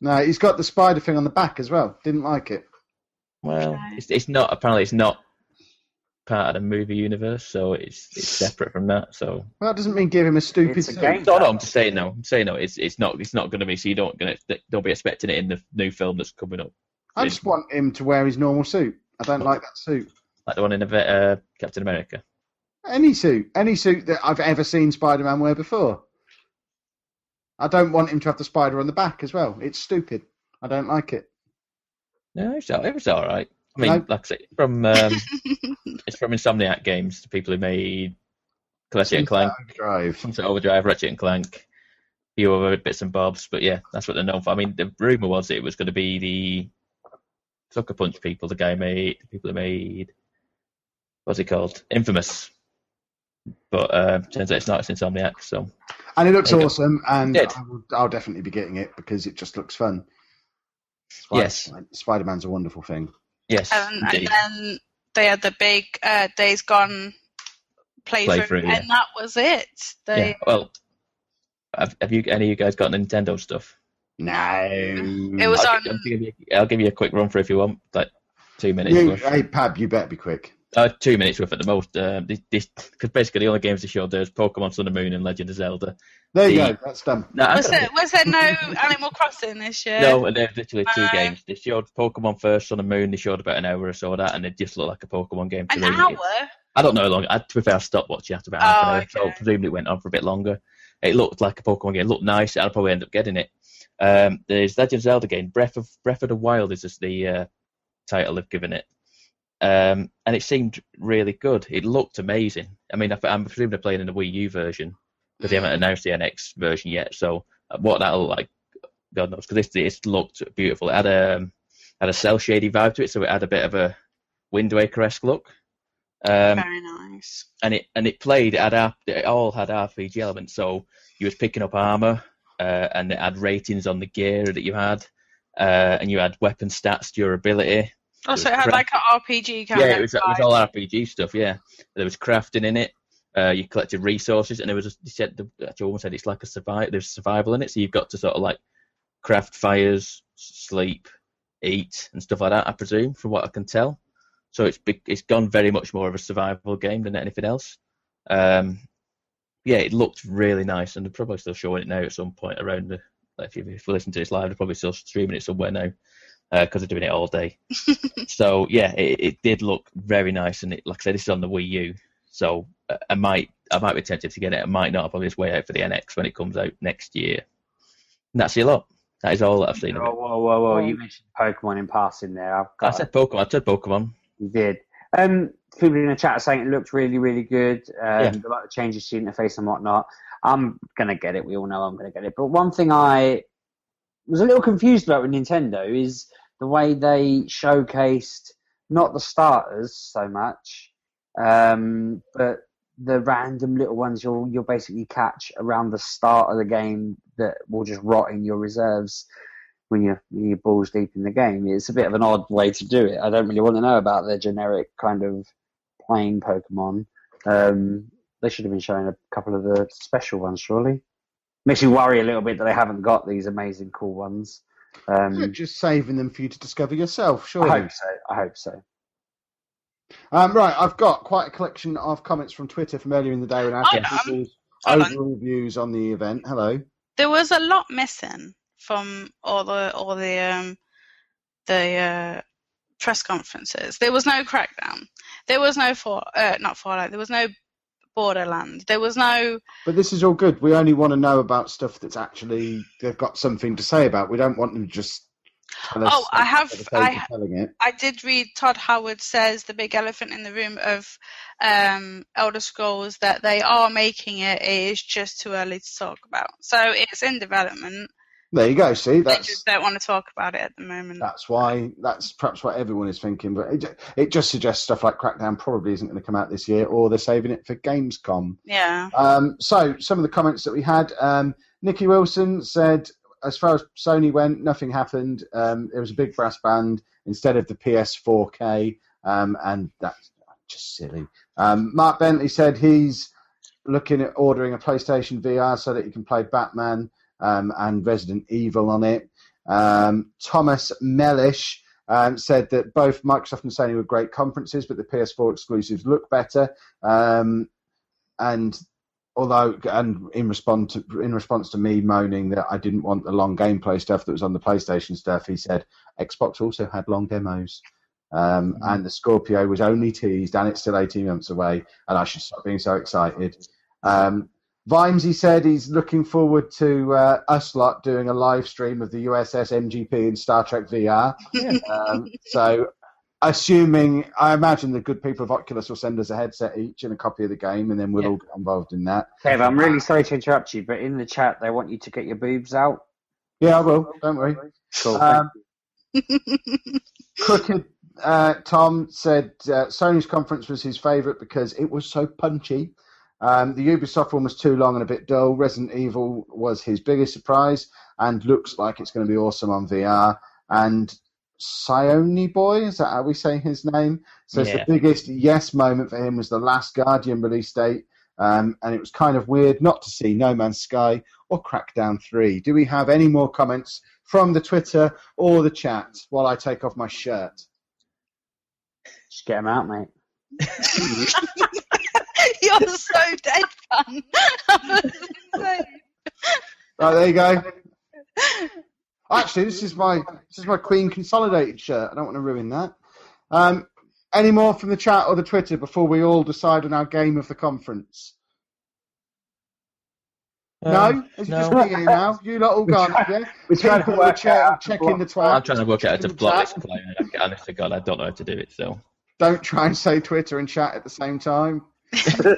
[SPEAKER 1] No, he's got the spider thing on the back as well. Didn't like it.
[SPEAKER 4] Well,
[SPEAKER 3] Okay.
[SPEAKER 4] it's, it's not. Apparently, it's not part of the movie universe, so it's it's separate from that. So
[SPEAKER 1] Well, that doesn't mean give him a stupid
[SPEAKER 2] It's a
[SPEAKER 1] suit.
[SPEAKER 2] game.
[SPEAKER 4] no, no. I'm just saying no. I'm saying no. It's it's not. It's not going to be. So you don't gonna don't be expecting it in the new film that's coming up,
[SPEAKER 1] I just want him to wear his normal suit. I don't like that suit.
[SPEAKER 4] like the one in uh, Captain America.
[SPEAKER 1] Any suit, any suit that I've ever seen Spider-Man wear before. I don't want him to have the spider on the back as well. It's stupid. I don't like it.
[SPEAKER 4] No, it's all, it was all right. I mean,
[SPEAKER 1] No.
[SPEAKER 4] like I say, from um, it's from Insomniac Games, the people who made Ratchet and Clank,
[SPEAKER 1] Drive.
[SPEAKER 4] Sunset Overdrive, Ratchet and Clank, a few other bits and bobs. But yeah, that's what they're known for. I mean, the rumor was it was going to be the Sucker Punch people, the guy made the people who made what's it called, Infamous. But uh, turns out it's not. It's Insomniac. So
[SPEAKER 1] And it looks
[SPEAKER 4] There you go.
[SPEAKER 1] awesome, and
[SPEAKER 4] Dead.
[SPEAKER 1] I will, I'll definitely be getting it because it just looks fun. Spider-
[SPEAKER 4] Yes.
[SPEAKER 1] Spider-Man's a wonderful thing.
[SPEAKER 4] yes,
[SPEAKER 3] Um, and
[SPEAKER 4] indeed.
[SPEAKER 3] then they had the big uh, Days Gone playthrough,
[SPEAKER 4] Playthrough, yeah.
[SPEAKER 3] and that was it. They,
[SPEAKER 4] yeah. Well, have, have you any of you guys got Nintendo stuff?
[SPEAKER 1] No.
[SPEAKER 3] It was
[SPEAKER 4] I'll,
[SPEAKER 3] on-
[SPEAKER 4] I'll give you, I'll give you a quick run through if you want, like two minutes.
[SPEAKER 1] You,
[SPEAKER 4] worth.
[SPEAKER 1] hey, Pab, you better be quick.
[SPEAKER 4] Uh, two minutes worth at the most. Uh, this because basically the only games they showed there was Pokemon Sun and Moon and Legend of Zelda.
[SPEAKER 1] There you
[SPEAKER 4] The-
[SPEAKER 1] go. That's done.
[SPEAKER 4] No, I'm
[SPEAKER 3] was,
[SPEAKER 4] gonna-
[SPEAKER 3] there, was there no Animal Crossing this year?
[SPEAKER 4] no, and they're literally two
[SPEAKER 3] Bye.
[SPEAKER 4] games. They showed Pokemon first, Sun and Moon. They showed about an hour or so of that, and it just looked like a Pokemon game to
[SPEAKER 3] An
[SPEAKER 4] me.
[SPEAKER 3] hour?
[SPEAKER 4] I don't know how long. I, to be fair, I stopped watching after about half an
[SPEAKER 3] Oh,
[SPEAKER 4] hour, so
[SPEAKER 3] okay.
[SPEAKER 4] presumably it went on for a bit longer. It looked like a Pokemon game. It looked nice. I'll probably end up getting it. Um, there's Legend of Zelda game. Breath of Breath of the Wild is just the uh, title they've given it, um, and it seemed really good. It looked amazing. I mean, I, I'm presuming they're playing in the Wii U version because they haven't
[SPEAKER 3] Mm.
[SPEAKER 4] announced the NX version yet. So uh, what that'll like, God knows. Because this it's looked beautiful. It had a um, had a cell shady vibe to it, so it had a bit of a Wind Waker esque look. Um,
[SPEAKER 3] Very nice.
[SPEAKER 4] and it and it played it had R- it all had RPG elements. So you was picking up armor, uh, and it had ratings on the gear that you had, uh, and you had weapon stats, durability.
[SPEAKER 3] Also, Oh, it
[SPEAKER 4] Cra-
[SPEAKER 3] had like an RPG kind
[SPEAKER 4] yeah,
[SPEAKER 3] of
[SPEAKER 4] it was, it was
[SPEAKER 3] vibe.
[SPEAKER 4] all RPG stuff. Yeah, there was crafting in it. Uh, you collected resources, and there was a, you said the the actual woman said it's like a survival. There's survival in it, so you've got to sort of like craft fires, sleep, eat, and stuff like that. I presume, from what I can tell. So it's be- it's gone very much more of a survival game than anything else. Um, yeah, it looked really nice, and they're probably still showing it now at some point around the. Like if you, if you listen to this live, they're probably still streaming it somewhere now because they're doing it all day. so yeah, it, it did look very nice, and it, like I said, this is on the Wii U, so uh, I might I might be tempted to get it. I might not. I'll probably just wait out for the NX when it comes out next year. And that's a lot. That is all that I've seen.
[SPEAKER 2] Whoa,
[SPEAKER 4] Of it.
[SPEAKER 2] Oh, whoa, whoa, whoa! You mentioned Pokemon in passing there. I've
[SPEAKER 4] I
[SPEAKER 2] got
[SPEAKER 4] said Pokemon. I said Pokemon.
[SPEAKER 2] You did. Um, people in the chat are saying it looked really, really good. Um,
[SPEAKER 4] Yeah.
[SPEAKER 2] They like the changes to the interface and whatnot. I'm gonna get it. We all know I'm gonna get it. But one thing I was a little confused about with Nintendo is the way they showcased not the starters so much, um, but the random little ones you'll you'll basically catch around the start of the game that will just rot in your reserves when you're, when you're balls deep in the game. It's a bit of an odd way to do it. I don't really want to know about their generic kind of playing Pokemon. Um, they should have been showing a couple of the special ones, surely. Makes you worry a little bit that they haven't got these amazing cool ones.
[SPEAKER 1] You're
[SPEAKER 2] Um,
[SPEAKER 1] just saving them for you to discover yourself,
[SPEAKER 2] I
[SPEAKER 1] surely.
[SPEAKER 2] hope so. I hope so.
[SPEAKER 1] Um, right, I've got quite a collection of comments from Twitter from earlier in the day when I asked
[SPEAKER 3] Hold on.
[SPEAKER 1] people's
[SPEAKER 3] Hold on.
[SPEAKER 1] overall views on the event. Hello.
[SPEAKER 3] There was a lot missing from all the all the um, the uh, press conferences. There was no crackdown. There was no for uh, not Fallout. There was no Borderland. There was no
[SPEAKER 1] But this is all good. We only want to know about stuff that's actually they've got something to say about. We don't want them to just tell us.
[SPEAKER 3] Oh, I have-
[SPEAKER 1] for the sake
[SPEAKER 3] I
[SPEAKER 1] of
[SPEAKER 3] ha-
[SPEAKER 1] telling it.
[SPEAKER 3] I did read Todd Howard says the big elephant in the room of um, Elder Scrolls that they are making it. It is just too early to talk about. So it's in development.
[SPEAKER 1] There you go. See,
[SPEAKER 3] they
[SPEAKER 1] that's
[SPEAKER 3] just don't want to talk about it at the moment.
[SPEAKER 1] that's why that's perhaps what everyone is thinking. But it, ju- it just suggests stuff like Crackdown probably isn't going to come out this year, or they're saving it for Gamescom.
[SPEAKER 3] Yeah.
[SPEAKER 1] Um, so some of the comments that we had, um, Nikki Wilson said, as far as Sony went, nothing happened. Um, it was a big brass band instead of the PS4K, um, and that's just silly. Um, Mark Bentley said he's looking at ordering a PlayStation VR so that he can play Batman um, and Resident Evil on it. Um, Thomas Mellish um, said that both Microsoft and Sony were great conferences, but the PS4 exclusives look better. Um, and although and in response to, in response to me moaning that I didn't want the long gameplay stuff that was on the PlayStation stuff, he said Xbox also had long demos. Um, And the Scorpio was only teased, and it's still 18 months away, and I should stop being so excited. Um, Vimes, he said he's looking forward to uh, us lot doing a live stream of the USS MGP in Star Trek VR. um, so, assuming, I imagine the good people of Oculus will send us a headset each and a copy of the game, and then we'll
[SPEAKER 4] Yeah.
[SPEAKER 1] all get involved in that.
[SPEAKER 2] Kev, I'm really sorry to interrupt you, but in the chat they want you to get your boobs out.
[SPEAKER 1] Yeah, I will. Don't worry.
[SPEAKER 2] Cool.
[SPEAKER 1] Um, Crooked uh, Tom said uh, Sony's conference was his favourite because it was so punchy. Um, the Ubisoft one was too long and a bit dull. Resident Evil was his biggest surprise and looks like it's going to be awesome on VR. And Sione Boy, is that how we say his name? Says
[SPEAKER 4] Yeah.
[SPEAKER 1] the biggest yes moment for him was the last Guardian release date. Um, and it was kind of weird not to see No Man's Sky or Crackdown 3. Do we have any more comments from the Twitter or the chat while I take off my shirt?
[SPEAKER 2] Just get them out, mate.
[SPEAKER 3] You're so deadpan.
[SPEAKER 1] Oh, there you go. Actually, this is my this is my Queen consolidated shirt. I don't want to ruin that. Um, any more from the chat or the Twitter before we all decide on our game of the conference?
[SPEAKER 4] Um,
[SPEAKER 1] no, it's just
[SPEAKER 4] no.
[SPEAKER 1] me here now. You lot all gone. Yeah,
[SPEAKER 2] We tried to
[SPEAKER 1] People in
[SPEAKER 2] work
[SPEAKER 1] the chat
[SPEAKER 2] out
[SPEAKER 1] are checking the
[SPEAKER 4] I'm
[SPEAKER 1] twat.
[SPEAKER 4] trying to work out how to block this play. I honest to God, I don't know how to do it. So
[SPEAKER 1] Don't try and say Twitter and chat at the same time.
[SPEAKER 2] the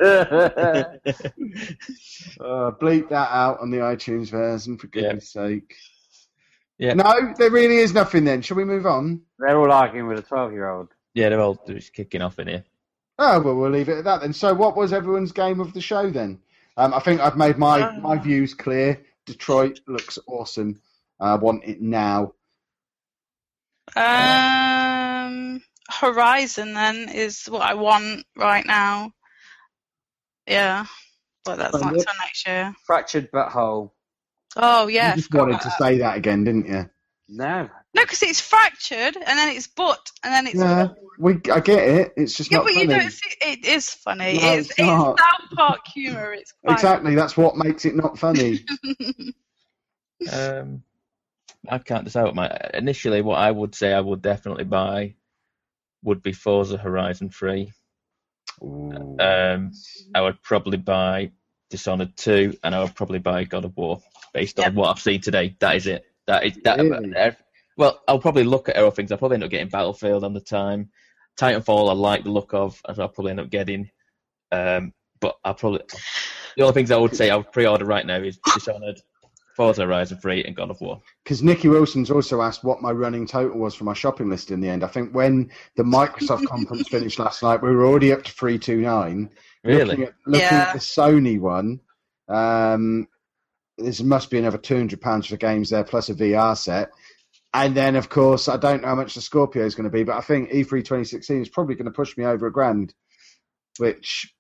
[SPEAKER 1] Uh, bleep that out on the iTunes version for
[SPEAKER 4] Yeah.
[SPEAKER 1] goodness sake.
[SPEAKER 4] Yeah.
[SPEAKER 1] No, there really is nothing. Then shall we move on?
[SPEAKER 2] They're all arguing with a 12 year old.
[SPEAKER 4] yeah, they're all just kicking off in here.
[SPEAKER 1] Oh well, we'll leave it at that then. So, what was everyone's game of the show then? Um, I think I've made my
[SPEAKER 3] Ah.
[SPEAKER 1] my views clear. Detroit looks awesome. I want it now.
[SPEAKER 3] um, Horizon then is what I want right now. Yeah, but that's not
[SPEAKER 1] Well,
[SPEAKER 3] till next year.
[SPEAKER 2] Fractured but whole.
[SPEAKER 3] Oh yeah,
[SPEAKER 1] you just
[SPEAKER 3] forgot
[SPEAKER 1] wanted
[SPEAKER 3] about
[SPEAKER 1] to
[SPEAKER 3] that.
[SPEAKER 1] say that again, didn't you?
[SPEAKER 2] No.
[SPEAKER 3] no, because it's fractured and then it's but and then it's
[SPEAKER 1] Yeah, we I get it. It's just
[SPEAKER 3] yeah,
[SPEAKER 1] not
[SPEAKER 3] but
[SPEAKER 1] funny.
[SPEAKER 3] you don't see it is funny.
[SPEAKER 1] No, it's
[SPEAKER 3] it's, it's
[SPEAKER 1] not.
[SPEAKER 3] South Park humor. It's quite
[SPEAKER 1] exactly. That's what makes it not funny.
[SPEAKER 4] Um, I've counted this out. My initially, what I would say I would definitely buy would be Forza Horizon Three.
[SPEAKER 1] Ooh.
[SPEAKER 4] Um, I would probably buy Dishonored Two, and I would probably buy God of War based
[SPEAKER 3] Yep.
[SPEAKER 4] on what I've seen today. That is it. That is that.
[SPEAKER 1] Really?
[SPEAKER 4] ev- well, I'll probably look at other things. I'll probably end up getting Battlefield on the time. Titanfall, I like the look of, and I'll probably end up getting. Um, but I'll probably the only things I would say I would pre-order right now is Dishonored, Forza Horizon Three, and God of War.
[SPEAKER 1] Because Nikki Wilson's also asked what my running total was for my shopping list in the end. I think when the Microsoft conference finished last night, we were already up to 329. Looking
[SPEAKER 4] Really?
[SPEAKER 1] at, looking
[SPEAKER 3] Yeah.
[SPEAKER 1] at the Sony one, um, this must be another £200 for games there, plus a VR set. And then, of course, I don't know how much the Scorpio is going to be, but I think E E3 2016 is probably going to push me over a grand, which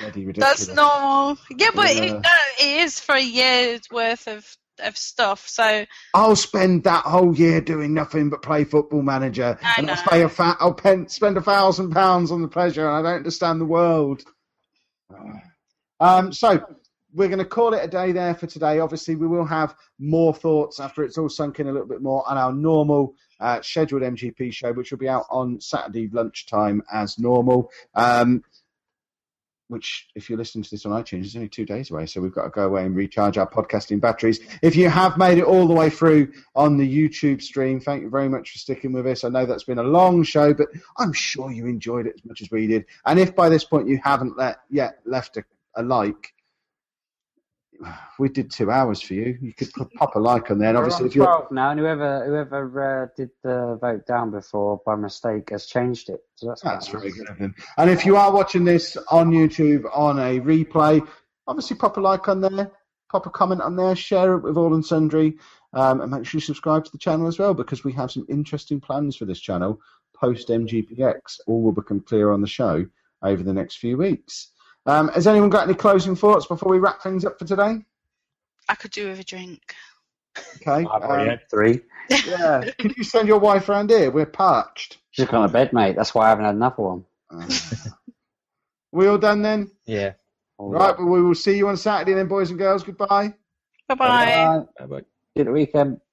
[SPEAKER 1] Bloody ridiculous.
[SPEAKER 3] That's normal. Yeah, but it,
[SPEAKER 1] Yeah.
[SPEAKER 3] no, it is for a year's worth of, of stuff. So
[SPEAKER 1] I'll spend that whole year doing nothing but play Football Manager,
[SPEAKER 3] I
[SPEAKER 1] and I'll
[SPEAKER 3] know.
[SPEAKER 1] pay a fa- I'll pen- spend a thousand pounds on the pleasure, and I don't understand the world. Um, so we're going to call it a day there for today. Obviously, we will have more thoughts after it's all sunk in a little bit more on our normal uh, scheduled MGP show, which will be out on Saturday lunchtime as normal. Um, which, if you're listening to this on iTunes, is only two days away. So we've got to go away and recharge our podcasting batteries. If you have made it all the way through on the YouTube stream, thank you very much for sticking with us. I know that's been a long show, but I'm sure you enjoyed it as much as we did. And if by this point you haven't let, yet left a, a like, we did two hours for you. You could put- pop a like on there. And obviously, if
[SPEAKER 2] We're on
[SPEAKER 1] you're
[SPEAKER 2] 12 now, and whoever whoever uh, did the vote down before by mistake has changed it. So that's,
[SPEAKER 1] That's
[SPEAKER 2] quite
[SPEAKER 1] very
[SPEAKER 2] nice.
[SPEAKER 1] good of them. And if you are watching this on YouTube on a replay, obviously pop a like on there, pop a comment on there, share it with all and sundry, um, and make sure you subscribe to the channel as well because we have some interesting plans for this channel post MGPX. All will become clear on the show over the next few weeks. Um, has anyone got any closing thoughts before we wrap things up for today?
[SPEAKER 3] I could do with a drink.
[SPEAKER 1] Okay.
[SPEAKER 2] I've already
[SPEAKER 1] um,
[SPEAKER 2] had three.
[SPEAKER 1] yeah. Could you send your wife round here? We're parched.
[SPEAKER 2] She's gone to bed, mate. That's why I haven't had another one.
[SPEAKER 1] Uh, we all done then?
[SPEAKER 4] Yeah.
[SPEAKER 2] All
[SPEAKER 1] Right, but we will see you on Saturday then, boys and girls. Goodbye.
[SPEAKER 3] Bye bye.
[SPEAKER 2] Bye.
[SPEAKER 4] Bye-bye.
[SPEAKER 2] See you at the weekend.